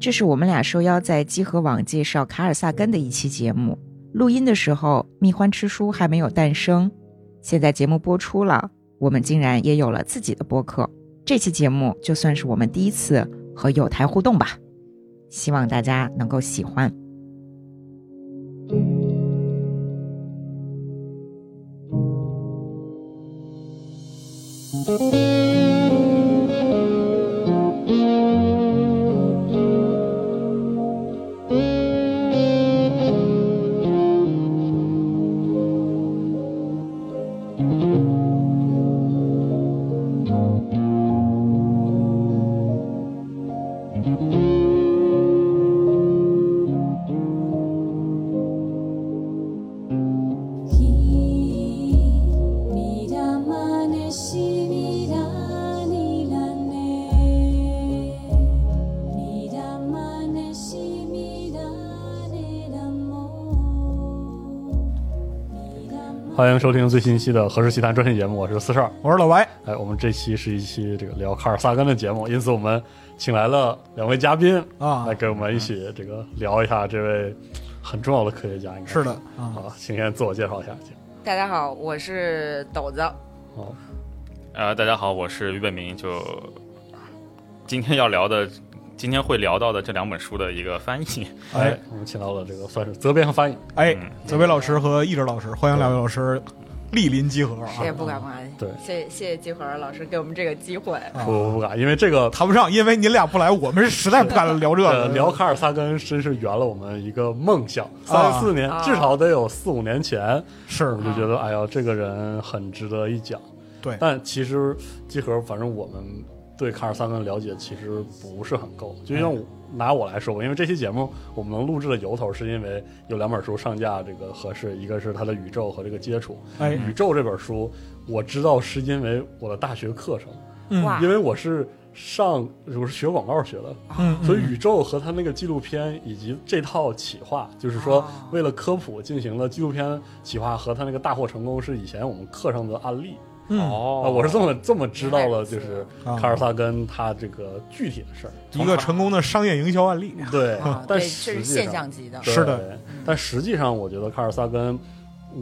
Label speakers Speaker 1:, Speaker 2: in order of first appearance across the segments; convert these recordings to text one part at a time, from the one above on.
Speaker 1: 这是我们俩受邀在集合网介绍卡尔萨根的一期节目。录音的时候，蜜獾吃书还没有诞生。现在节目播出了，我们竟然也有了自己的播客。这期节目就算是我们第一次和友台互动吧，希望大家能够喜欢。
Speaker 2: 欢迎收听最新一期的《何氏奇谈》专题节目，我是四十二。
Speaker 3: 我是老白，
Speaker 2: 哎，我们这期是一期这个聊卡尔萨根的节目，因此我们请来了两位嘉宾
Speaker 3: 啊
Speaker 2: 来跟我们一起这个聊一下这位很重要的科学家。应该
Speaker 3: 是的啊，
Speaker 2: 好，请先自我介绍一下。请
Speaker 4: 大家好，我是斗
Speaker 2: 啊
Speaker 4: 子。
Speaker 2: 好，
Speaker 5: 呃，大家好，我是俞本明。就今天要聊的，今天会聊到的这两本书的一个翻译。
Speaker 2: 哎
Speaker 3: 哎，
Speaker 2: 我们请到了这个算是责编和翻译。
Speaker 3: 哎
Speaker 5: 嗯，
Speaker 3: 泽伟老师和易哲老师，欢迎两位老师莅临集合
Speaker 4: 谁也
Speaker 3: 啊！
Speaker 4: 不敢夸你。
Speaker 2: 对
Speaker 4: 谢谢谢谢集合老师给我们这个机会。
Speaker 3: 啊
Speaker 2: 我不敢，因为这个
Speaker 3: 谈不上，因为你俩不来，我们实在不敢聊这
Speaker 2: 呃
Speaker 3: 个。
Speaker 2: 聊卡尔萨根真是圆了我们一个梦想。三四年，
Speaker 4: 啊
Speaker 2: 至少得有四五年前，
Speaker 3: 是
Speaker 2: 我就觉得，哎呀，这个人很值得一讲。
Speaker 3: 啊对
Speaker 2: 但其实集合，反正我们对卡尔萨根的了解其实不是很够。就像我拿我来说吧，因为这期节目我们能录制的由头，是因为有两本书上架这个合适，一个是他的《宇宙》和这个《接触》。
Speaker 3: 哎，
Speaker 2: 宇宙》这本书，我知道是因为我的大学课程，
Speaker 3: 嗯
Speaker 4: 哇
Speaker 2: 因为我是上我是学广告学的，
Speaker 3: 嗯，
Speaker 2: 所以
Speaker 3: 嗯
Speaker 2: 宇宙和他那个纪录片以及这套企划，就是说
Speaker 4: 哦
Speaker 2: 为了科普进行了纪录片企划和他那个大获成功，是以前我们课上的案例
Speaker 3: 嗯，
Speaker 2: 啊、
Speaker 5: 哦
Speaker 2: 我是这么这么知道了，就是
Speaker 3: 啊
Speaker 2: 卡尔萨根他这个具体的事儿。
Speaker 3: 一个成功的商业营销案例。
Speaker 2: 对
Speaker 4: 啊，，
Speaker 2: 但
Speaker 4: 哦对，这
Speaker 2: 实
Speaker 4: 是
Speaker 2: 际
Speaker 4: 现
Speaker 2: 上
Speaker 4: 象级的。
Speaker 2: 对
Speaker 3: 是的，
Speaker 2: 但实际上我觉得卡尔萨根。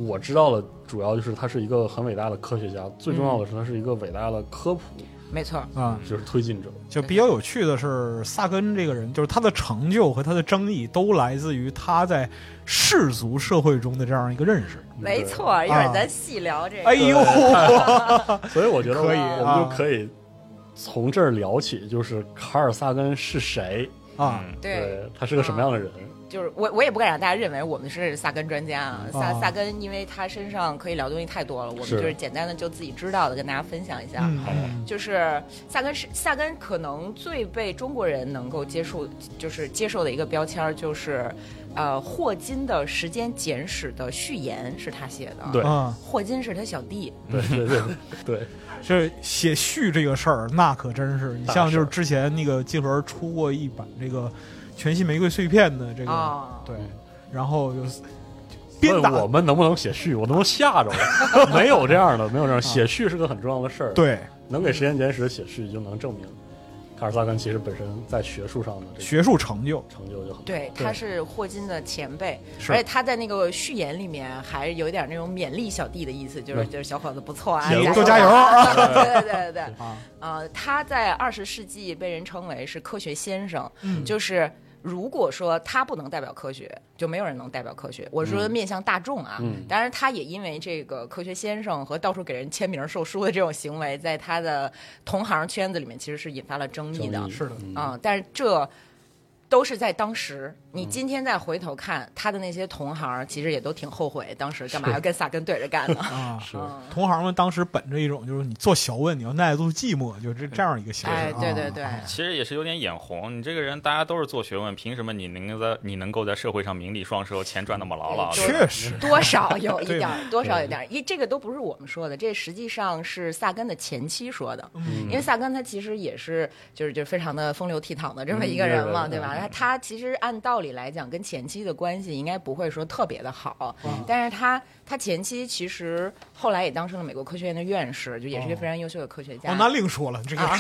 Speaker 2: 我知道了，主要就是他是一个很伟大的科学家，最重要
Speaker 4: 嗯
Speaker 2: 的是他是一个伟大的科普，
Speaker 4: 没错，
Speaker 2: 嗯
Speaker 3: 啊，
Speaker 2: 就是推进者。
Speaker 3: 就比较有趣的是，萨根这个人，就是他的成就和他的争议，都来自于他在世俗社会中的这样一个认识。
Speaker 4: 没错，一会
Speaker 2: 啊
Speaker 4: 儿咱细聊这个。
Speaker 3: 哎 呦，
Speaker 2: 对，所以我觉得
Speaker 3: 可以
Speaker 2: 我
Speaker 3: 啊
Speaker 2: 们就可以从这儿聊起，就是卡尔萨根是谁，
Speaker 3: 啊，
Speaker 4: 对，
Speaker 2: 他是个什么样的人？
Speaker 4: 就是我，我也不敢让大家认为我们是萨根专家啊。萨
Speaker 3: 啊
Speaker 4: 萨根，因为他身上可以聊东西太多了，我们
Speaker 2: 嗯是
Speaker 4: 就是简单的就自己知道的跟大家分享一下。
Speaker 3: 嗯，
Speaker 4: 就是萨根是萨根，可能最被中国人能够接受，就是接受的一个标签儿就是，呃，霍金的《时间简史》的序言是他写的，
Speaker 2: 对
Speaker 3: 啊，
Speaker 4: 霍金是他小弟，
Speaker 2: 对对对对 对，
Speaker 3: 这写序这个事儿，那可真是你
Speaker 2: 大
Speaker 3: 像就
Speaker 2: 事
Speaker 3: 是
Speaker 2: 儿
Speaker 3: 之前那个集合出过一版这个《全息玫瑰碎片》的这个，
Speaker 4: 哦
Speaker 3: 对，然后就是鞭
Speaker 2: 问
Speaker 3: 打
Speaker 2: 我们能不能写序，我都能吓着 了。没有这样的，没有这样，写序是个很重要的事儿。，
Speaker 3: 啊对
Speaker 2: 能给《时间简史》写序，就能证明卡尔萨根其实本身在学术上的这个
Speaker 3: 学术成就，
Speaker 2: 成就就很。
Speaker 4: 对，
Speaker 3: 对
Speaker 4: 他是霍金的前辈，
Speaker 3: 是
Speaker 4: 而且他在那个序言里面还有点那种勉励小弟的意思，就是
Speaker 2: 嗯
Speaker 4: 就是小伙子不错啊，
Speaker 2: 行
Speaker 3: 多加
Speaker 4: 加油
Speaker 3: 油
Speaker 4: 啊！
Speaker 3: 啊！
Speaker 4: 对对对对，
Speaker 3: 啊
Speaker 4: 呃，他在二十世纪被人称为是科学先生，
Speaker 3: 嗯
Speaker 4: 就是。如果说他不能代表科学，就没有人能代表科学。我说面向大众啊，
Speaker 2: 嗯
Speaker 4: 当然他也因为这个科学先生和到处给人签名售书的这种行为，在他的同行圈子里面其实是引发了争议的。
Speaker 2: 争议
Speaker 3: 是的，
Speaker 2: 嗯
Speaker 4: 啊、但是这都是在当时。你
Speaker 2: 嗯
Speaker 4: 今天再回头看他的那些同行，其实也都挺后悔当时干 嘛要跟萨根对着干呢。
Speaker 3: 啊，
Speaker 2: 是
Speaker 4: 嗯
Speaker 3: 同行们当时本着一种就是你做小问，你要耐得住寂寞，就这这样一个形式。
Speaker 4: 哎，对
Speaker 3: 啊
Speaker 2: 哦
Speaker 4: 对对，
Speaker 5: 其实也是有点眼红。你这个人，大家都是做学问，凭什么你能够在你能够在社会上名利双收，钱赚那么牢牢
Speaker 4: 嗯对
Speaker 5: 的？
Speaker 3: 确实
Speaker 4: 多少有一
Speaker 3: 对
Speaker 4: 点儿，多少有一点儿，因为这个都不是我们说的，这实际上是萨根的前妻说的。
Speaker 2: 嗯
Speaker 4: 因为萨根他其实也是就是就是非常的风流倜傥的这么一个人嘛，
Speaker 2: 嗯
Speaker 4: 对吧？他他其实按道理来讲跟前妻的关系应该不会说特别的好，但是他他前妻其实后来也当
Speaker 3: 哦
Speaker 4: 上了美国科学院的院士，就也是一个非常优秀的科学家。
Speaker 3: 哦，那另说了，这个
Speaker 4: 啊，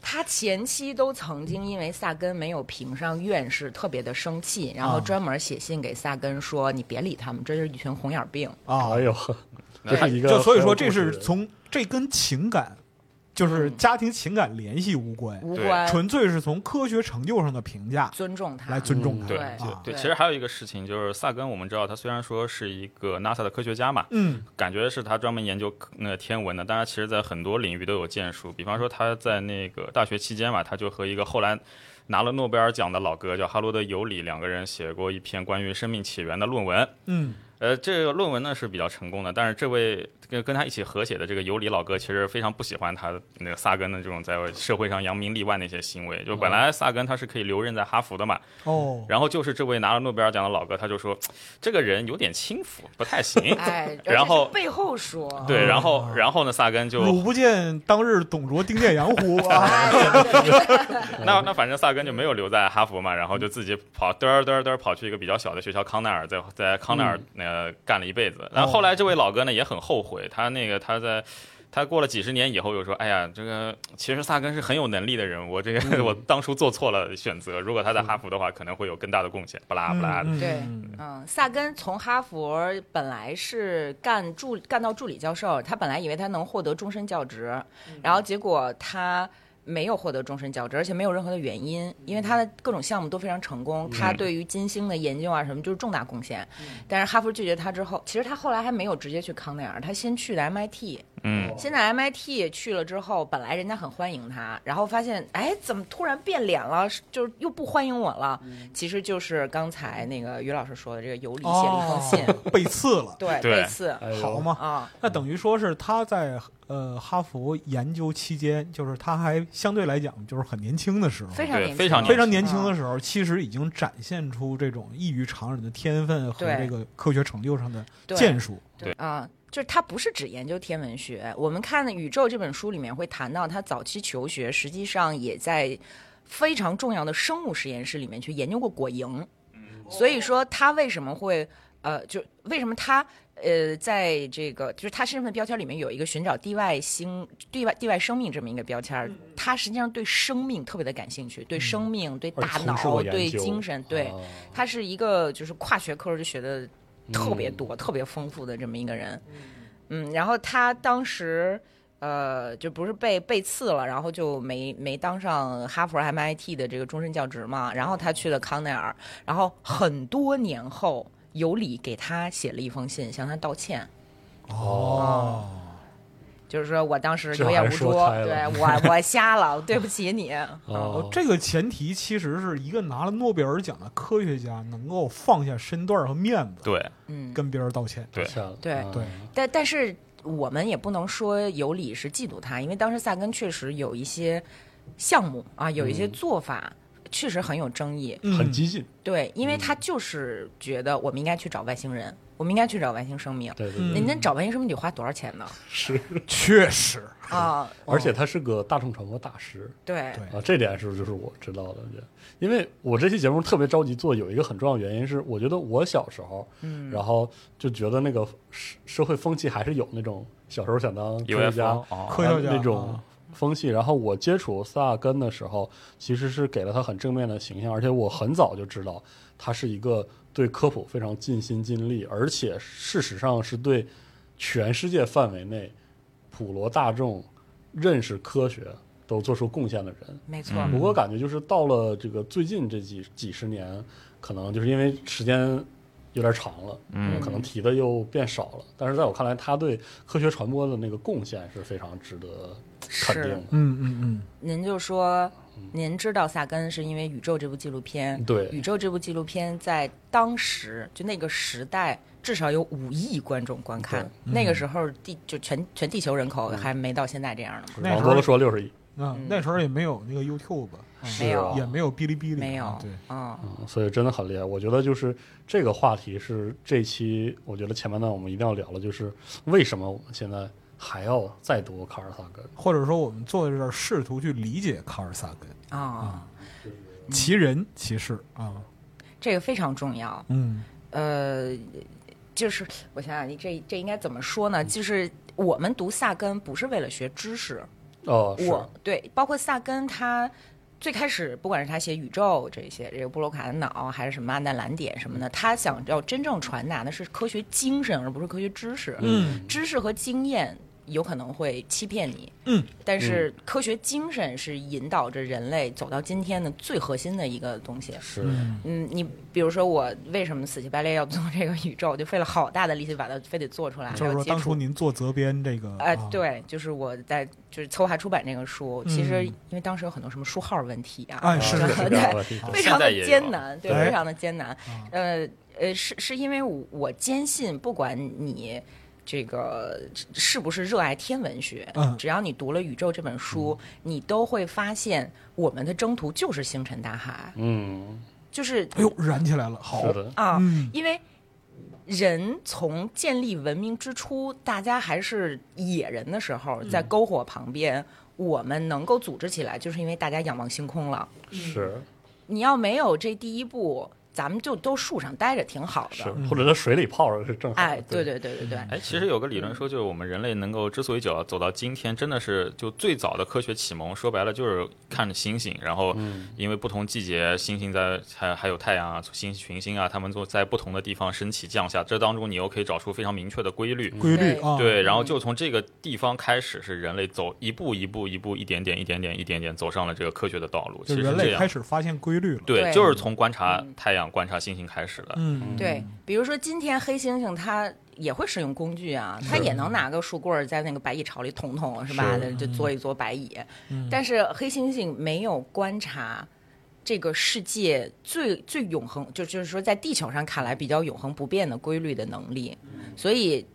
Speaker 4: 他前期都曾经因为萨根没有评上院士特别的生气，然后
Speaker 3: 啊
Speaker 4: 专门写信给萨根说：“你别理他们，这是一群红眼病。
Speaker 3: 啊
Speaker 2: 哎，呦，这是一个很有故事的人，
Speaker 3: 就所以说这是从这跟情感，就是
Speaker 4: 嗯
Speaker 3: 家庭情感联系无关，
Speaker 4: 无
Speaker 5: 对
Speaker 4: 关
Speaker 3: 纯粹是从科学成就上的评价
Speaker 4: 尊重他。
Speaker 3: 来尊重他。
Speaker 5: 嗯对
Speaker 4: 对
Speaker 3: 啊
Speaker 4: 对。
Speaker 5: 对，其实还有一个事情就是萨根，我们知道他虽然说是一个 NASA 的科学家嘛，
Speaker 3: 嗯
Speaker 5: 感觉是他专门研究科那个天文的，但是其实在很多领域都有建树。比方说他在那个大学期间嘛，他就和一个后来拿了诺贝尔奖的老哥叫哈罗德·尤里，两个人写过一篇关于生命起源的论文。
Speaker 3: 嗯
Speaker 5: 呃，这个论文呢是比较成功的，但是这位跟跟他一起合写的这个尤里老哥其实非常不喜欢他那个萨根的这种在社会上扬名立万的一些行为。就本来萨根他是可以留任在哈佛的嘛，
Speaker 3: 哦，
Speaker 5: 然后就是这位拿了诺贝尔奖的老哥，他就说这个人有点轻浮，不太 行
Speaker 4: 哎，
Speaker 5: 然
Speaker 4: 而且
Speaker 5: 后
Speaker 4: 是背后说，
Speaker 5: 对，然后然后呢，萨根就
Speaker 3: 汝不见当日董卓丁建阳乎啊？
Speaker 4: 哎对对对
Speaker 5: 那那反正萨根就没有留在哈佛嘛，然后就自己跑嘚儿嘚儿嘚儿跑去一个比较小的学校康奈尔，在在康奈尔呃干了一辈子。然后后来这位老哥呢也很后悔，他那个他在。他过了几十年以后又说：“哎呀，这个其实萨根是很有能力的人，我这个 我当初做错了选择。如果他在哈佛的话，可能会有更大的贡献。”巴拉巴拉的。
Speaker 3: 嗯
Speaker 4: 对
Speaker 3: 嗯
Speaker 4: 嗯，萨根从哈佛本来是干助干到助理教授，他本来以为他能获得终身教职，然后结果他没有获得终身教职，而且没有任何的原因，因为他的各种项目都非常成功，他对于金星的研究啊什么就是重大贡献。但是哈佛拒绝他之后，其实他后来还没有直接去康奈尔，他先去的 MIT，
Speaker 5: 嗯，
Speaker 4: 现在 MIT 去了之后，本来人家很欢迎他，然后发现，哎，怎么突然变脸了？是就是又不欢迎我了。其实就是刚才那个于老师说的，这个尤里写了一封信，
Speaker 3: 哦， 被刺了，
Speaker 4: 对，
Speaker 5: 对
Speaker 4: 类似
Speaker 2: 哎呦
Speaker 3: 好嘛？
Speaker 4: 啊，
Speaker 3: 那等于说是他在呃哈佛研究期间，就是他还相对来讲就是很年轻的时候，
Speaker 4: 非常
Speaker 5: 对
Speaker 4: 年轻
Speaker 5: 非常
Speaker 3: 非常年轻啊的时候，其实已经展现出这种异于常人的天分和
Speaker 4: 对
Speaker 3: 这个科学成就上的
Speaker 4: 对
Speaker 3: 建树。
Speaker 5: 对
Speaker 4: 啊。就是他不是只研究天文学，我们看《宇宙》这本书里面会谈到，他早期求学实际上也在非常重要的生物实验室里面去研究过果蝇。
Speaker 2: 嗯
Speaker 4: 所以说他为什么会呃，就为什么他呃，在这个就是他身份标签里面有一个寻找地外星、地外地外生命这么一个标签儿，他实际上对生命特别的感兴趣，对生命、对
Speaker 2: 嗯而
Speaker 4: 大
Speaker 2: 从事
Speaker 4: 脑、
Speaker 2: 过研
Speaker 4: 对
Speaker 2: 究
Speaker 4: 精神，对。
Speaker 2: 啊
Speaker 4: 他是一个就是跨学科就学的特
Speaker 2: 嗯
Speaker 4: 别多、特别丰富的这么一个人。嗯，然后他当时呃就不是被被刺了，然后就没没当上哈佛 MIT 的这个终身教职嘛，然后他去了康奈尔，然后很多年后。尤里给他写了一封信，向他道歉，
Speaker 3: 哦，
Speaker 4: 就是说我当时
Speaker 2: 这
Speaker 4: 有眼
Speaker 2: 还
Speaker 4: 无
Speaker 2: 说
Speaker 4: 珠，
Speaker 2: 开了
Speaker 4: 对我我瞎了，对不起你。嗯
Speaker 5: 啊
Speaker 2: 哦，
Speaker 3: 这个前提其实是一个拿了诺贝尔奖的科学家能够放下身段和面子，
Speaker 5: 对，
Speaker 4: 嗯，
Speaker 3: 跟别人道歉。
Speaker 5: 对
Speaker 2: 下了
Speaker 4: 对
Speaker 2: 啊
Speaker 3: 对
Speaker 4: 但但是我们也不能说尤里是嫉妒他，因为当时萨根确实有一些项目啊，有一些
Speaker 2: 嗯
Speaker 4: 做法、确实很有争议。
Speaker 3: 嗯
Speaker 2: 很激进，
Speaker 4: 对，因为
Speaker 2: 嗯
Speaker 4: 他就是觉得我们应该去找外星人，我们应该去找外星生命。
Speaker 2: 对对
Speaker 3: 嗯
Speaker 2: 对，
Speaker 4: 人家找外星生命得花多少钱呢？
Speaker 2: 是，
Speaker 3: 确实，
Speaker 4: 啊，
Speaker 2: 而且他是个大众传播大师
Speaker 4: 对
Speaker 3: 对
Speaker 2: 啊，这点是就是我知道的，这因为我这期节目特别着急做，有一个很重要的原因是，我觉得我小时候，嗯，然后就觉得那个社社会风气还是有那种小时候想当科学
Speaker 5: UFO
Speaker 2: 家
Speaker 5: 哦
Speaker 3: 科学家
Speaker 2: 那种
Speaker 3: 啊
Speaker 2: 风气。然后我接触萨根的时候，其实是给了他很正面的形象，而且我很早就知道他是一个对科普非常尽心尽力，而且事实上是对全世界范围内普罗大众认识科学都做出贡献的人。
Speaker 4: 没错，
Speaker 5: 嗯
Speaker 2: 不过感觉就是到了这个最近这几几十年，可能就是因为时间有点长了，
Speaker 5: 嗯
Speaker 2: 可能提的又变少了。但是在我看来，他对科学传播的那个贡献是非常值得肯定的。
Speaker 3: 嗯嗯
Speaker 4: 您就说。您知道萨根是因为《宇宙》这部纪录片，
Speaker 2: 对
Speaker 4: 宇宙》这部纪录片在当时就那个时代，至少有五亿观众观看。那
Speaker 2: 嗯
Speaker 4: 个时候地就全全地球人口还没到现在这样的嘛，
Speaker 3: 那时候
Speaker 2: 王多了说六十亿，
Speaker 3: 嗯，啊，那时候也没有那个 YouTube，啊
Speaker 4: 没有
Speaker 3: 也没有哔哩哔哩啊，
Speaker 4: 没有，
Speaker 3: 对，
Speaker 4: 嗯，
Speaker 2: 嗯所以真的很厉害。我觉得就是这个话题是这期，我觉得前半段我们一定要聊的，就是为什么我们现在还要再读卡尔萨根？
Speaker 3: 或者说我们坐在这儿试图去理解卡尔萨根，
Speaker 2: 嗯
Speaker 4: 啊、
Speaker 3: 其人其事啊，
Speaker 4: 这个非常重要。
Speaker 3: 嗯
Speaker 4: 呃，就是
Speaker 3: 嗯
Speaker 4: 我想想，这这应该怎么说呢？就是我们读萨根不是为了学知识，
Speaker 2: 哦，是
Speaker 4: 我对，包括萨根他。最开始，不管是他写宇宙这些，这个布洛卡的脑，还是什么阿南蓝点什么的，
Speaker 3: 嗯
Speaker 4: 他想要真正传达的是科学精神，而不是科学知识。
Speaker 3: 嗯，
Speaker 4: 知识和经验有可能会欺骗你，
Speaker 3: 嗯，
Speaker 4: 但是科学精神是引导着人类走到今天的最核心的一个东西。
Speaker 2: 是，
Speaker 4: 嗯，你比如说我为什么死乞白赖要做这个宇宙，我就费了好大的力气把它非得做出来，
Speaker 3: 就是
Speaker 4: 要
Speaker 3: 说
Speaker 4: 啊接
Speaker 3: 当
Speaker 4: 触
Speaker 3: 初您做责编这个，
Speaker 4: 哎、
Speaker 3: 啊，
Speaker 4: 对，就是我在就是策划出版这个书，其实因为当时有很多什么书号问题啊，
Speaker 3: 哎嗯是
Speaker 2: 啊
Speaker 3: 是
Speaker 2: 是这
Speaker 4: 对
Speaker 2: 样的是这样的
Speaker 4: 非常
Speaker 5: 现在
Speaker 4: 的
Speaker 5: 也有
Speaker 4: 艰难，对，
Speaker 3: 对
Speaker 4: 非常的艰难。
Speaker 3: 哎啊
Speaker 4: 呃呃，是是因为我我坚信，不管你这个是不是热爱天文学，
Speaker 3: 嗯
Speaker 4: 只要你读了《宇宙》这本书，你都会发现我们的征途就是星辰大海，
Speaker 2: 嗯，
Speaker 4: 就是
Speaker 3: 哎呦，燃起来了，好，
Speaker 2: 是的，
Speaker 4: 啊，
Speaker 3: 嗯
Speaker 4: 因为人从建立文明之初，大家还是野人的时候，在篝火旁边，我们能够组织起来，就是因为大家仰望星空了。
Speaker 2: 是
Speaker 4: 你要没有这第一步，咱们就都树上待着挺好
Speaker 2: 是
Speaker 4: 的。，
Speaker 2: 或者在水里泡着是正好的，
Speaker 4: 哎，对对对对对，
Speaker 5: 哎，其实有个理论说，就是我们人类能够之所以走到走到今天，真的是就最早的科学启蒙，说白了就是看星星，然后
Speaker 3: 嗯
Speaker 5: 因为不同季节星星在还还有太阳啊、星群星啊，它们都在不同的地方升起降下，这当中你又可以找出非常明确的规律。
Speaker 3: 规律
Speaker 4: 对
Speaker 3: 啊，
Speaker 5: 对，然后就从这个地方开始，是人类走一步一步一步一点点一点点一点点走上了这个科学的道路。
Speaker 3: 就
Speaker 5: 其实
Speaker 3: 人
Speaker 5: 是这
Speaker 3: 类开
Speaker 5: 样，
Speaker 3: 始发现规律了，
Speaker 5: 对，
Speaker 4: 对
Speaker 5: 就是从观察太阳、观察星星开始的。
Speaker 3: 嗯，
Speaker 4: 对，比如说今天黑猩猩它也会使用工具啊，它也能拿个树棍儿在那个白蚁巢里捅捅，是吧？就嘬一嘬白蚁。
Speaker 3: 嗯
Speaker 4: 但是黑猩猩没有观察这个世界最最永恒，就就是说在地球上看来比较永恒不变的规律的能力，所以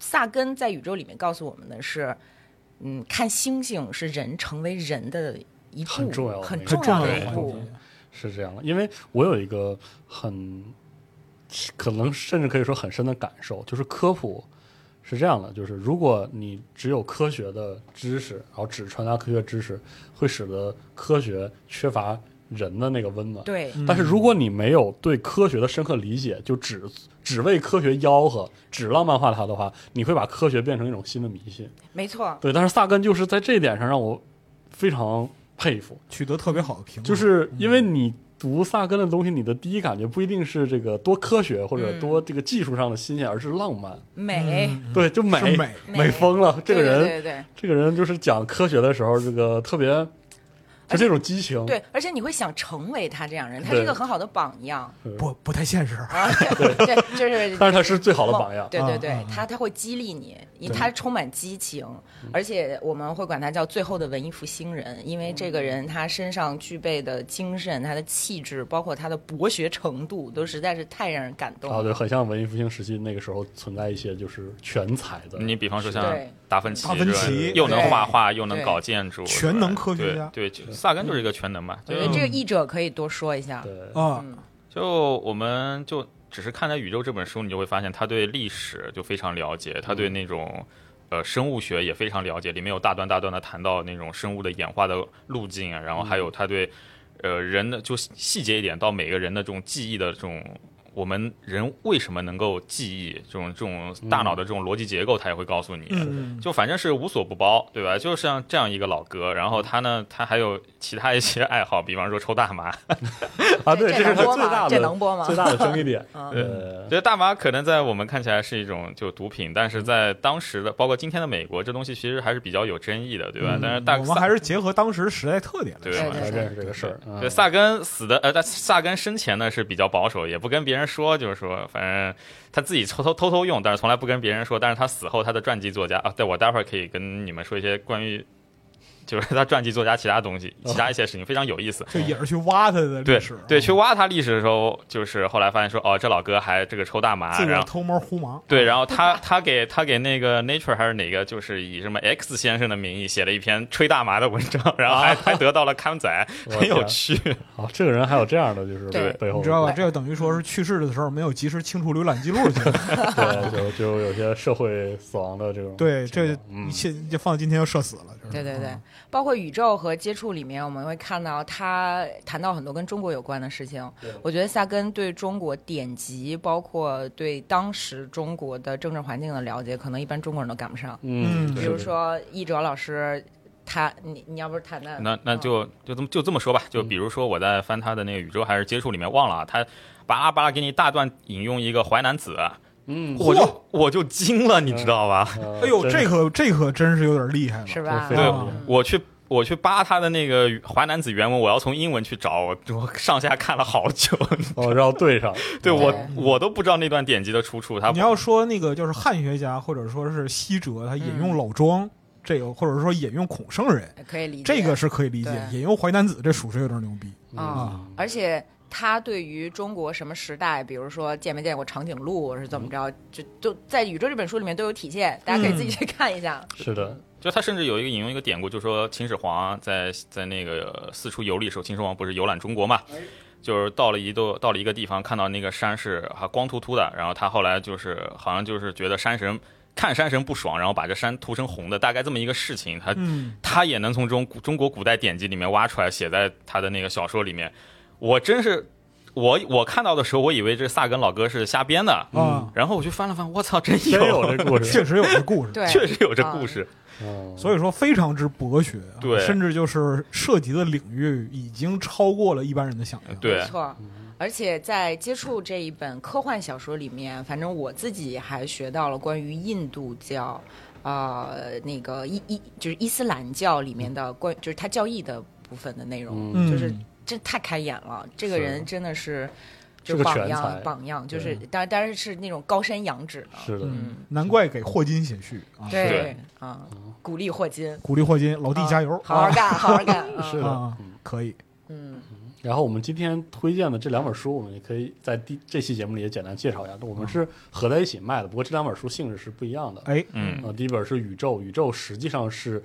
Speaker 4: 萨根在宇宙里面告诉我们的是，嗯，看星星是人成为人的。一步
Speaker 2: 很重要的
Speaker 4: 很
Speaker 2: 一个
Speaker 3: 很
Speaker 4: 重
Speaker 3: 重要
Speaker 4: 的
Speaker 3: 的
Speaker 4: 一
Speaker 3: 环
Speaker 4: 步
Speaker 3: 节，
Speaker 2: 是这样的，因为我有一个很可能甚至可以说很深的感受，就是科普是这样的，就是如果你只有科学的知识，然后只传达科学知识，会使得科学缺乏人的那个温暖。
Speaker 4: 对，
Speaker 2: 但是如果你没有对科学的深刻理解，就只只为科学吆喝，只浪漫化它的话，你会把科学变成一种新的迷信。
Speaker 4: 没错，
Speaker 2: 对，但是萨根就是在这一点上让我非常佩服，
Speaker 3: 取得特别好的评论，
Speaker 2: 就是因为你读萨根的东西，你的第一感觉不一定是这个多科学或者
Speaker 4: 嗯
Speaker 2: 多这个技术上的新鲜，而是浪漫。
Speaker 4: 美，
Speaker 3: 嗯
Speaker 2: 对，就美
Speaker 3: 是美
Speaker 4: 嗯美
Speaker 2: 疯了。这个
Speaker 4: 对
Speaker 2: 人，
Speaker 4: 对对对。
Speaker 2: 这个人就是讲科学的时候，这个特别就这种激情。
Speaker 4: 对，而且你会想成为他这样人，他
Speaker 2: 对
Speaker 4: 是一个很好的榜样
Speaker 3: 不不太现实，
Speaker 4: 啊，对，对就是
Speaker 2: 但是他是最好的榜样。
Speaker 4: 哦对
Speaker 3: 啊
Speaker 4: 对对，
Speaker 3: 啊啊
Speaker 4: 他他会激励你，因为他充满激情，而且我们会管他叫最后的文艺复兴人，因为这个人他身上具备的精神、他的气质，包括他的博学程度，都实在是太让人感动
Speaker 2: 啊，
Speaker 4: 了。
Speaker 2: 对，很像文艺复兴时期那个时候存在一些就是全才的，
Speaker 5: 你比方说像
Speaker 4: 对
Speaker 5: 达芬奇，
Speaker 3: 达芬奇
Speaker 5: 对吧又能
Speaker 4: 对
Speaker 5: 画画，又能
Speaker 4: 对
Speaker 5: 搞建筑，
Speaker 3: 全
Speaker 5: 对吧
Speaker 3: 能科学家
Speaker 5: 对，对就萨根就是一个全能嘛。
Speaker 4: 我
Speaker 5: 就
Speaker 4: 觉得这个译者可以多说一下嗯
Speaker 2: 对，
Speaker 3: 啊，
Speaker 5: 就我们就只是看待《宇宙》这本书，你就会发现他对历史就非常了解，他对那种。呃，生物学也非常了解，里面有大段大段的谈到那种生物的演化的路径啊，然后还有他对，呃，人的就细节一点到每个人的这种记忆的这种，我们人为什么能够记忆这种这种大脑的这种逻辑结构，他也会告诉你。
Speaker 3: 嗯，
Speaker 5: 就反正是无所不包，对吧？就像这样一个老哥，然后他呢，他还有其他一些爱好，比方说抽大麻。
Speaker 2: 啊，对，
Speaker 4: 这
Speaker 2: 是
Speaker 4: 能
Speaker 2: 他
Speaker 4: 播
Speaker 2: 最
Speaker 4: 吗
Speaker 2: 大的
Speaker 4: 这能播吗嗯
Speaker 2: 最大的争议 点。
Speaker 5: 我
Speaker 2: 呃，
Speaker 5: 觉得大麻可能在我们看起来是一种就毒品，但
Speaker 3: 嗯
Speaker 5: 是在当时的，包括今天的美国，这东西其实还是比较有争议的，对吧？但是呃大
Speaker 3: 嗯我们还是结合当时时代特点来
Speaker 5: 对
Speaker 3: 说，
Speaker 4: 对
Speaker 2: 才认识这个事儿。嗯
Speaker 5: 对萨根死的，呃，但萨根生前呢是比较保守，也不跟别人说，就是说，反正他自己偷偷偷偷用，但是从来不跟别人说。但是他死后，他的传记作家啊，对我待会儿可以跟你们说一些关于，就是 他传记作家其他东西，其他一些事情非常有意思。
Speaker 3: 就也是去挖他的
Speaker 5: 对
Speaker 3: 历史，啊
Speaker 2: 嗯
Speaker 5: 对，去挖他历史的时候，就是后来发现说，哦，这老哥还这个抽大麻，
Speaker 3: 自个
Speaker 5: 然后
Speaker 3: 偷摸胡忙，
Speaker 5: 对，然后他他给他给那个 Nature 还是哪个，就是以什么 X 先生的名义写了一篇吹大麻的文章，然后还、还得到了刊载，
Speaker 2: 啊 我
Speaker 5: 很有
Speaker 2: 天
Speaker 5: 趣。
Speaker 2: 好，这个人还有这样的，就是
Speaker 4: 对
Speaker 2: 背后
Speaker 3: 你知道吧？这就等于说是去世的时候没有及时清除浏览记录 去，
Speaker 2: 对，就就有些社会死亡的这种情况。
Speaker 3: 对，这
Speaker 2: 嗯
Speaker 3: 一切就放到今天就社死了，就是
Speaker 4: 对对对，包括宇宙和接触里面，我们会看到他谈到很多跟中国有关的事情。我觉得萨根对中国典籍，包括对当时中国的政治环境的了解，可能一般中国人都赶不上。
Speaker 2: 嗯，
Speaker 3: 嗯
Speaker 2: 对
Speaker 4: 比如，说，译者老师他你你要不是谈谈，
Speaker 5: 那那就就这么就这么说吧，就比如说我在翻他的那个《宇宙还是接触》里面忘了啊，他巴拉巴拉给你大段引用一个《淮南子》，
Speaker 2: 嗯，
Speaker 5: 我就我就惊了，你知道吧？
Speaker 3: 哎
Speaker 2: 哎
Speaker 3: 呦，这可这可真是有点厉害了，
Speaker 4: 是吧
Speaker 2: 非？
Speaker 5: 对
Speaker 3: 啊，
Speaker 5: 我去我去扒他的那个《淮南子》原文，我要从英文去找，我我上下看了好久。
Speaker 2: 哦，然后对上，
Speaker 5: 对我
Speaker 4: 对
Speaker 5: 我都不知道那段典籍的出处，他
Speaker 3: 你要说那个就是汉学家或者说是西哲，他引用老庄这个，或者说引用孔圣人，
Speaker 4: 嗯可嗯以理解
Speaker 3: 这个是可以理解。
Speaker 4: 对
Speaker 3: 引用《淮南子》这属实有点牛逼
Speaker 2: 嗯
Speaker 4: 啊、
Speaker 3: 啊。
Speaker 4: 而且他对于中国什么时代，比如说见没见过长颈鹿是怎
Speaker 5: 嗯
Speaker 4: 么着，就就在《宇宙》这本书里面都有体现，大家可以自
Speaker 3: 嗯
Speaker 4: 己去看一下。
Speaker 2: 是的，
Speaker 5: 就他甚至有一个引用一个典故，就说秦始皇在在那个四处游历的时候，秦始皇不是游览中国嘛，就是到了一度到了一个地方，看到那个山是还光秃秃的，然后他后来就是好像就是觉得山神看山神不爽，然后把这山涂成红的，大概这么一个事情，他
Speaker 3: 嗯，
Speaker 5: 他也能从中中国古代典籍里面挖出来，写在他的那个小说里面。我真是，我我看到的时候，我以为这萨根老哥是瞎编的，
Speaker 3: 啊，
Speaker 5: 然后我去翻了翻，我操，真
Speaker 2: 真
Speaker 5: 有，
Speaker 2: 有这 故事，
Speaker 3: 确实有这故事。
Speaker 4: 对，
Speaker 5: 确实有这故事。
Speaker 2: 嗯
Speaker 3: 所以说非常之博学，啊
Speaker 5: 对
Speaker 3: 甚至就是涉及的领域已经超过了一般人的想
Speaker 2: 啊
Speaker 3: 象。
Speaker 5: 对
Speaker 4: 没错。而且在接触这一本科幻小说里面，反正我自己还学到了关于印度教，呃，那个伊伊就是伊斯兰教里面的关，就是它教义的部分的内容，
Speaker 2: 嗯
Speaker 3: 嗯，
Speaker 4: 就是这太开眼了。这个
Speaker 2: 是
Speaker 4: 人真的是。就是
Speaker 2: 个
Speaker 4: 榜
Speaker 2: 全才
Speaker 4: 样，榜样就是，当然，当然是那种高山仰止的，
Speaker 2: 是的，
Speaker 4: 嗯，
Speaker 3: 难怪给霍金写序啊，
Speaker 4: 对啊，鼓励霍金，
Speaker 3: 鼓励霍金老弟加油，
Speaker 4: 好好
Speaker 3: 啊
Speaker 4: 干，好 好干，
Speaker 2: 是
Speaker 4: 啊
Speaker 2: 的
Speaker 3: 啊
Speaker 2: 嗯，
Speaker 3: 可以。
Speaker 4: 嗯，
Speaker 2: 然后我们今天推荐的这两本书，我们也可以在第这期节目里也简单介绍一下。我们是合在一起卖的，不过这两本书性质是不一样的。
Speaker 3: 哎，
Speaker 5: 嗯，
Speaker 2: 呃，第一本是《宇宙》，《宇宙》实际上是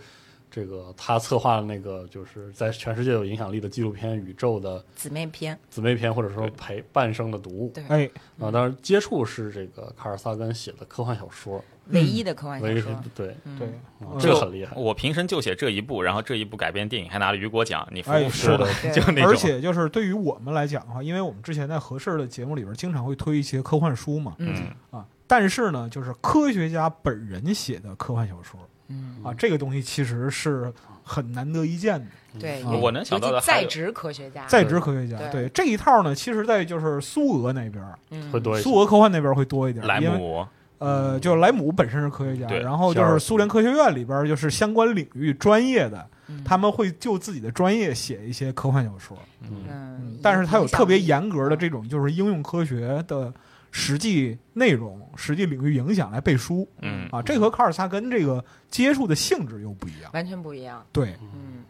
Speaker 2: 这个他策划的那个就是在全世界有影响力的纪录片《宇宙》的
Speaker 4: 姊妹篇，
Speaker 2: 姊妹篇，或者说陪伴生的读物
Speaker 4: 对
Speaker 3: 哎，
Speaker 2: 啊。当然，《接触》是这个卡尔萨根写的科幻小说，
Speaker 4: 唯一的科幻小
Speaker 2: 唯一是
Speaker 4: 说，
Speaker 2: 对
Speaker 4: 嗯
Speaker 3: 对，，
Speaker 2: 啊
Speaker 3: 嗯
Speaker 2: 这个很厉害
Speaker 5: 我平生就写这一部，然后这一部改编电影还拿了雨果奖，你服
Speaker 3: 哎
Speaker 5: 不服
Speaker 3: 是？
Speaker 2: 的
Speaker 4: 对
Speaker 5: 就那种，
Speaker 3: 而且就是对于我们来讲哈，因为我们之前在合适的节目里边经常会推一些科幻书嘛，
Speaker 4: 嗯
Speaker 5: 嗯，
Speaker 3: 啊，但是呢，就是科学家本人写的科幻小说
Speaker 4: 嗯，
Speaker 3: 啊，这个东西其实是很难得一见的。
Speaker 4: 对，
Speaker 3: 啊
Speaker 4: 尤
Speaker 5: 我能想到的
Speaker 4: 尤其
Speaker 5: 还
Speaker 4: 在
Speaker 5: 有
Speaker 4: 职科学家，
Speaker 3: 在职科学家，
Speaker 4: 对
Speaker 3: 对这一套呢，其实，在就是苏俄那边，
Speaker 4: 嗯
Speaker 2: 会多一些
Speaker 3: 苏。俄科幻那边会多一点，
Speaker 5: 莱
Speaker 3: 因为
Speaker 5: 姆，
Speaker 3: 呃，就是莱姆本身是科学家，
Speaker 5: 对
Speaker 3: 然后就
Speaker 2: 肖
Speaker 3: 是
Speaker 2: 尔
Speaker 3: 苏联科学院里边就是相关领域专业的，
Speaker 4: 嗯
Speaker 3: 他们会就自己的专业写一些科幻小说，
Speaker 4: 嗯
Speaker 3: 嗯，但是它有特别
Speaker 4: 影响嗯
Speaker 3: 严格的这种就是应用科学的实际内容、实际领域影响来背书
Speaker 5: 嗯，
Speaker 3: 啊，这和卡尔萨根这个接触的性质又不一样
Speaker 4: 力，完全不一样，
Speaker 3: 对，
Speaker 4: 嗯，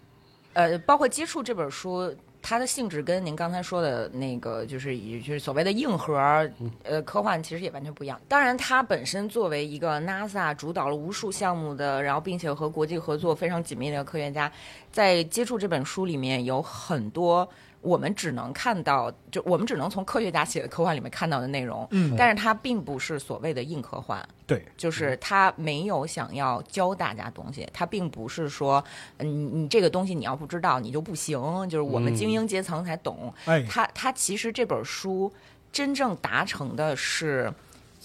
Speaker 4: 呃，包括《接触》这本书。它的性质跟您刚才说的那个，就是以就是所谓的硬核，呃，科幻其实也完全不一样。当然，它本身作为一个 NASA 主导了无数项目的，然后并且和国际合作非常紧密的科学家，在接触这本书里面有很多我们只能看到，就我们只能从科学家写的科幻里面看到的内容，
Speaker 3: 嗯，
Speaker 4: 但是它并不是所谓的硬科幻，
Speaker 3: 对，
Speaker 4: 就是他没有想要教大家东西，他并不是说，嗯，你这个东西你要不知道你就不行，就是我们
Speaker 2: 嗯
Speaker 4: 精英阶层才懂。
Speaker 3: 哎，
Speaker 4: 他他其实这本书真正达成的是，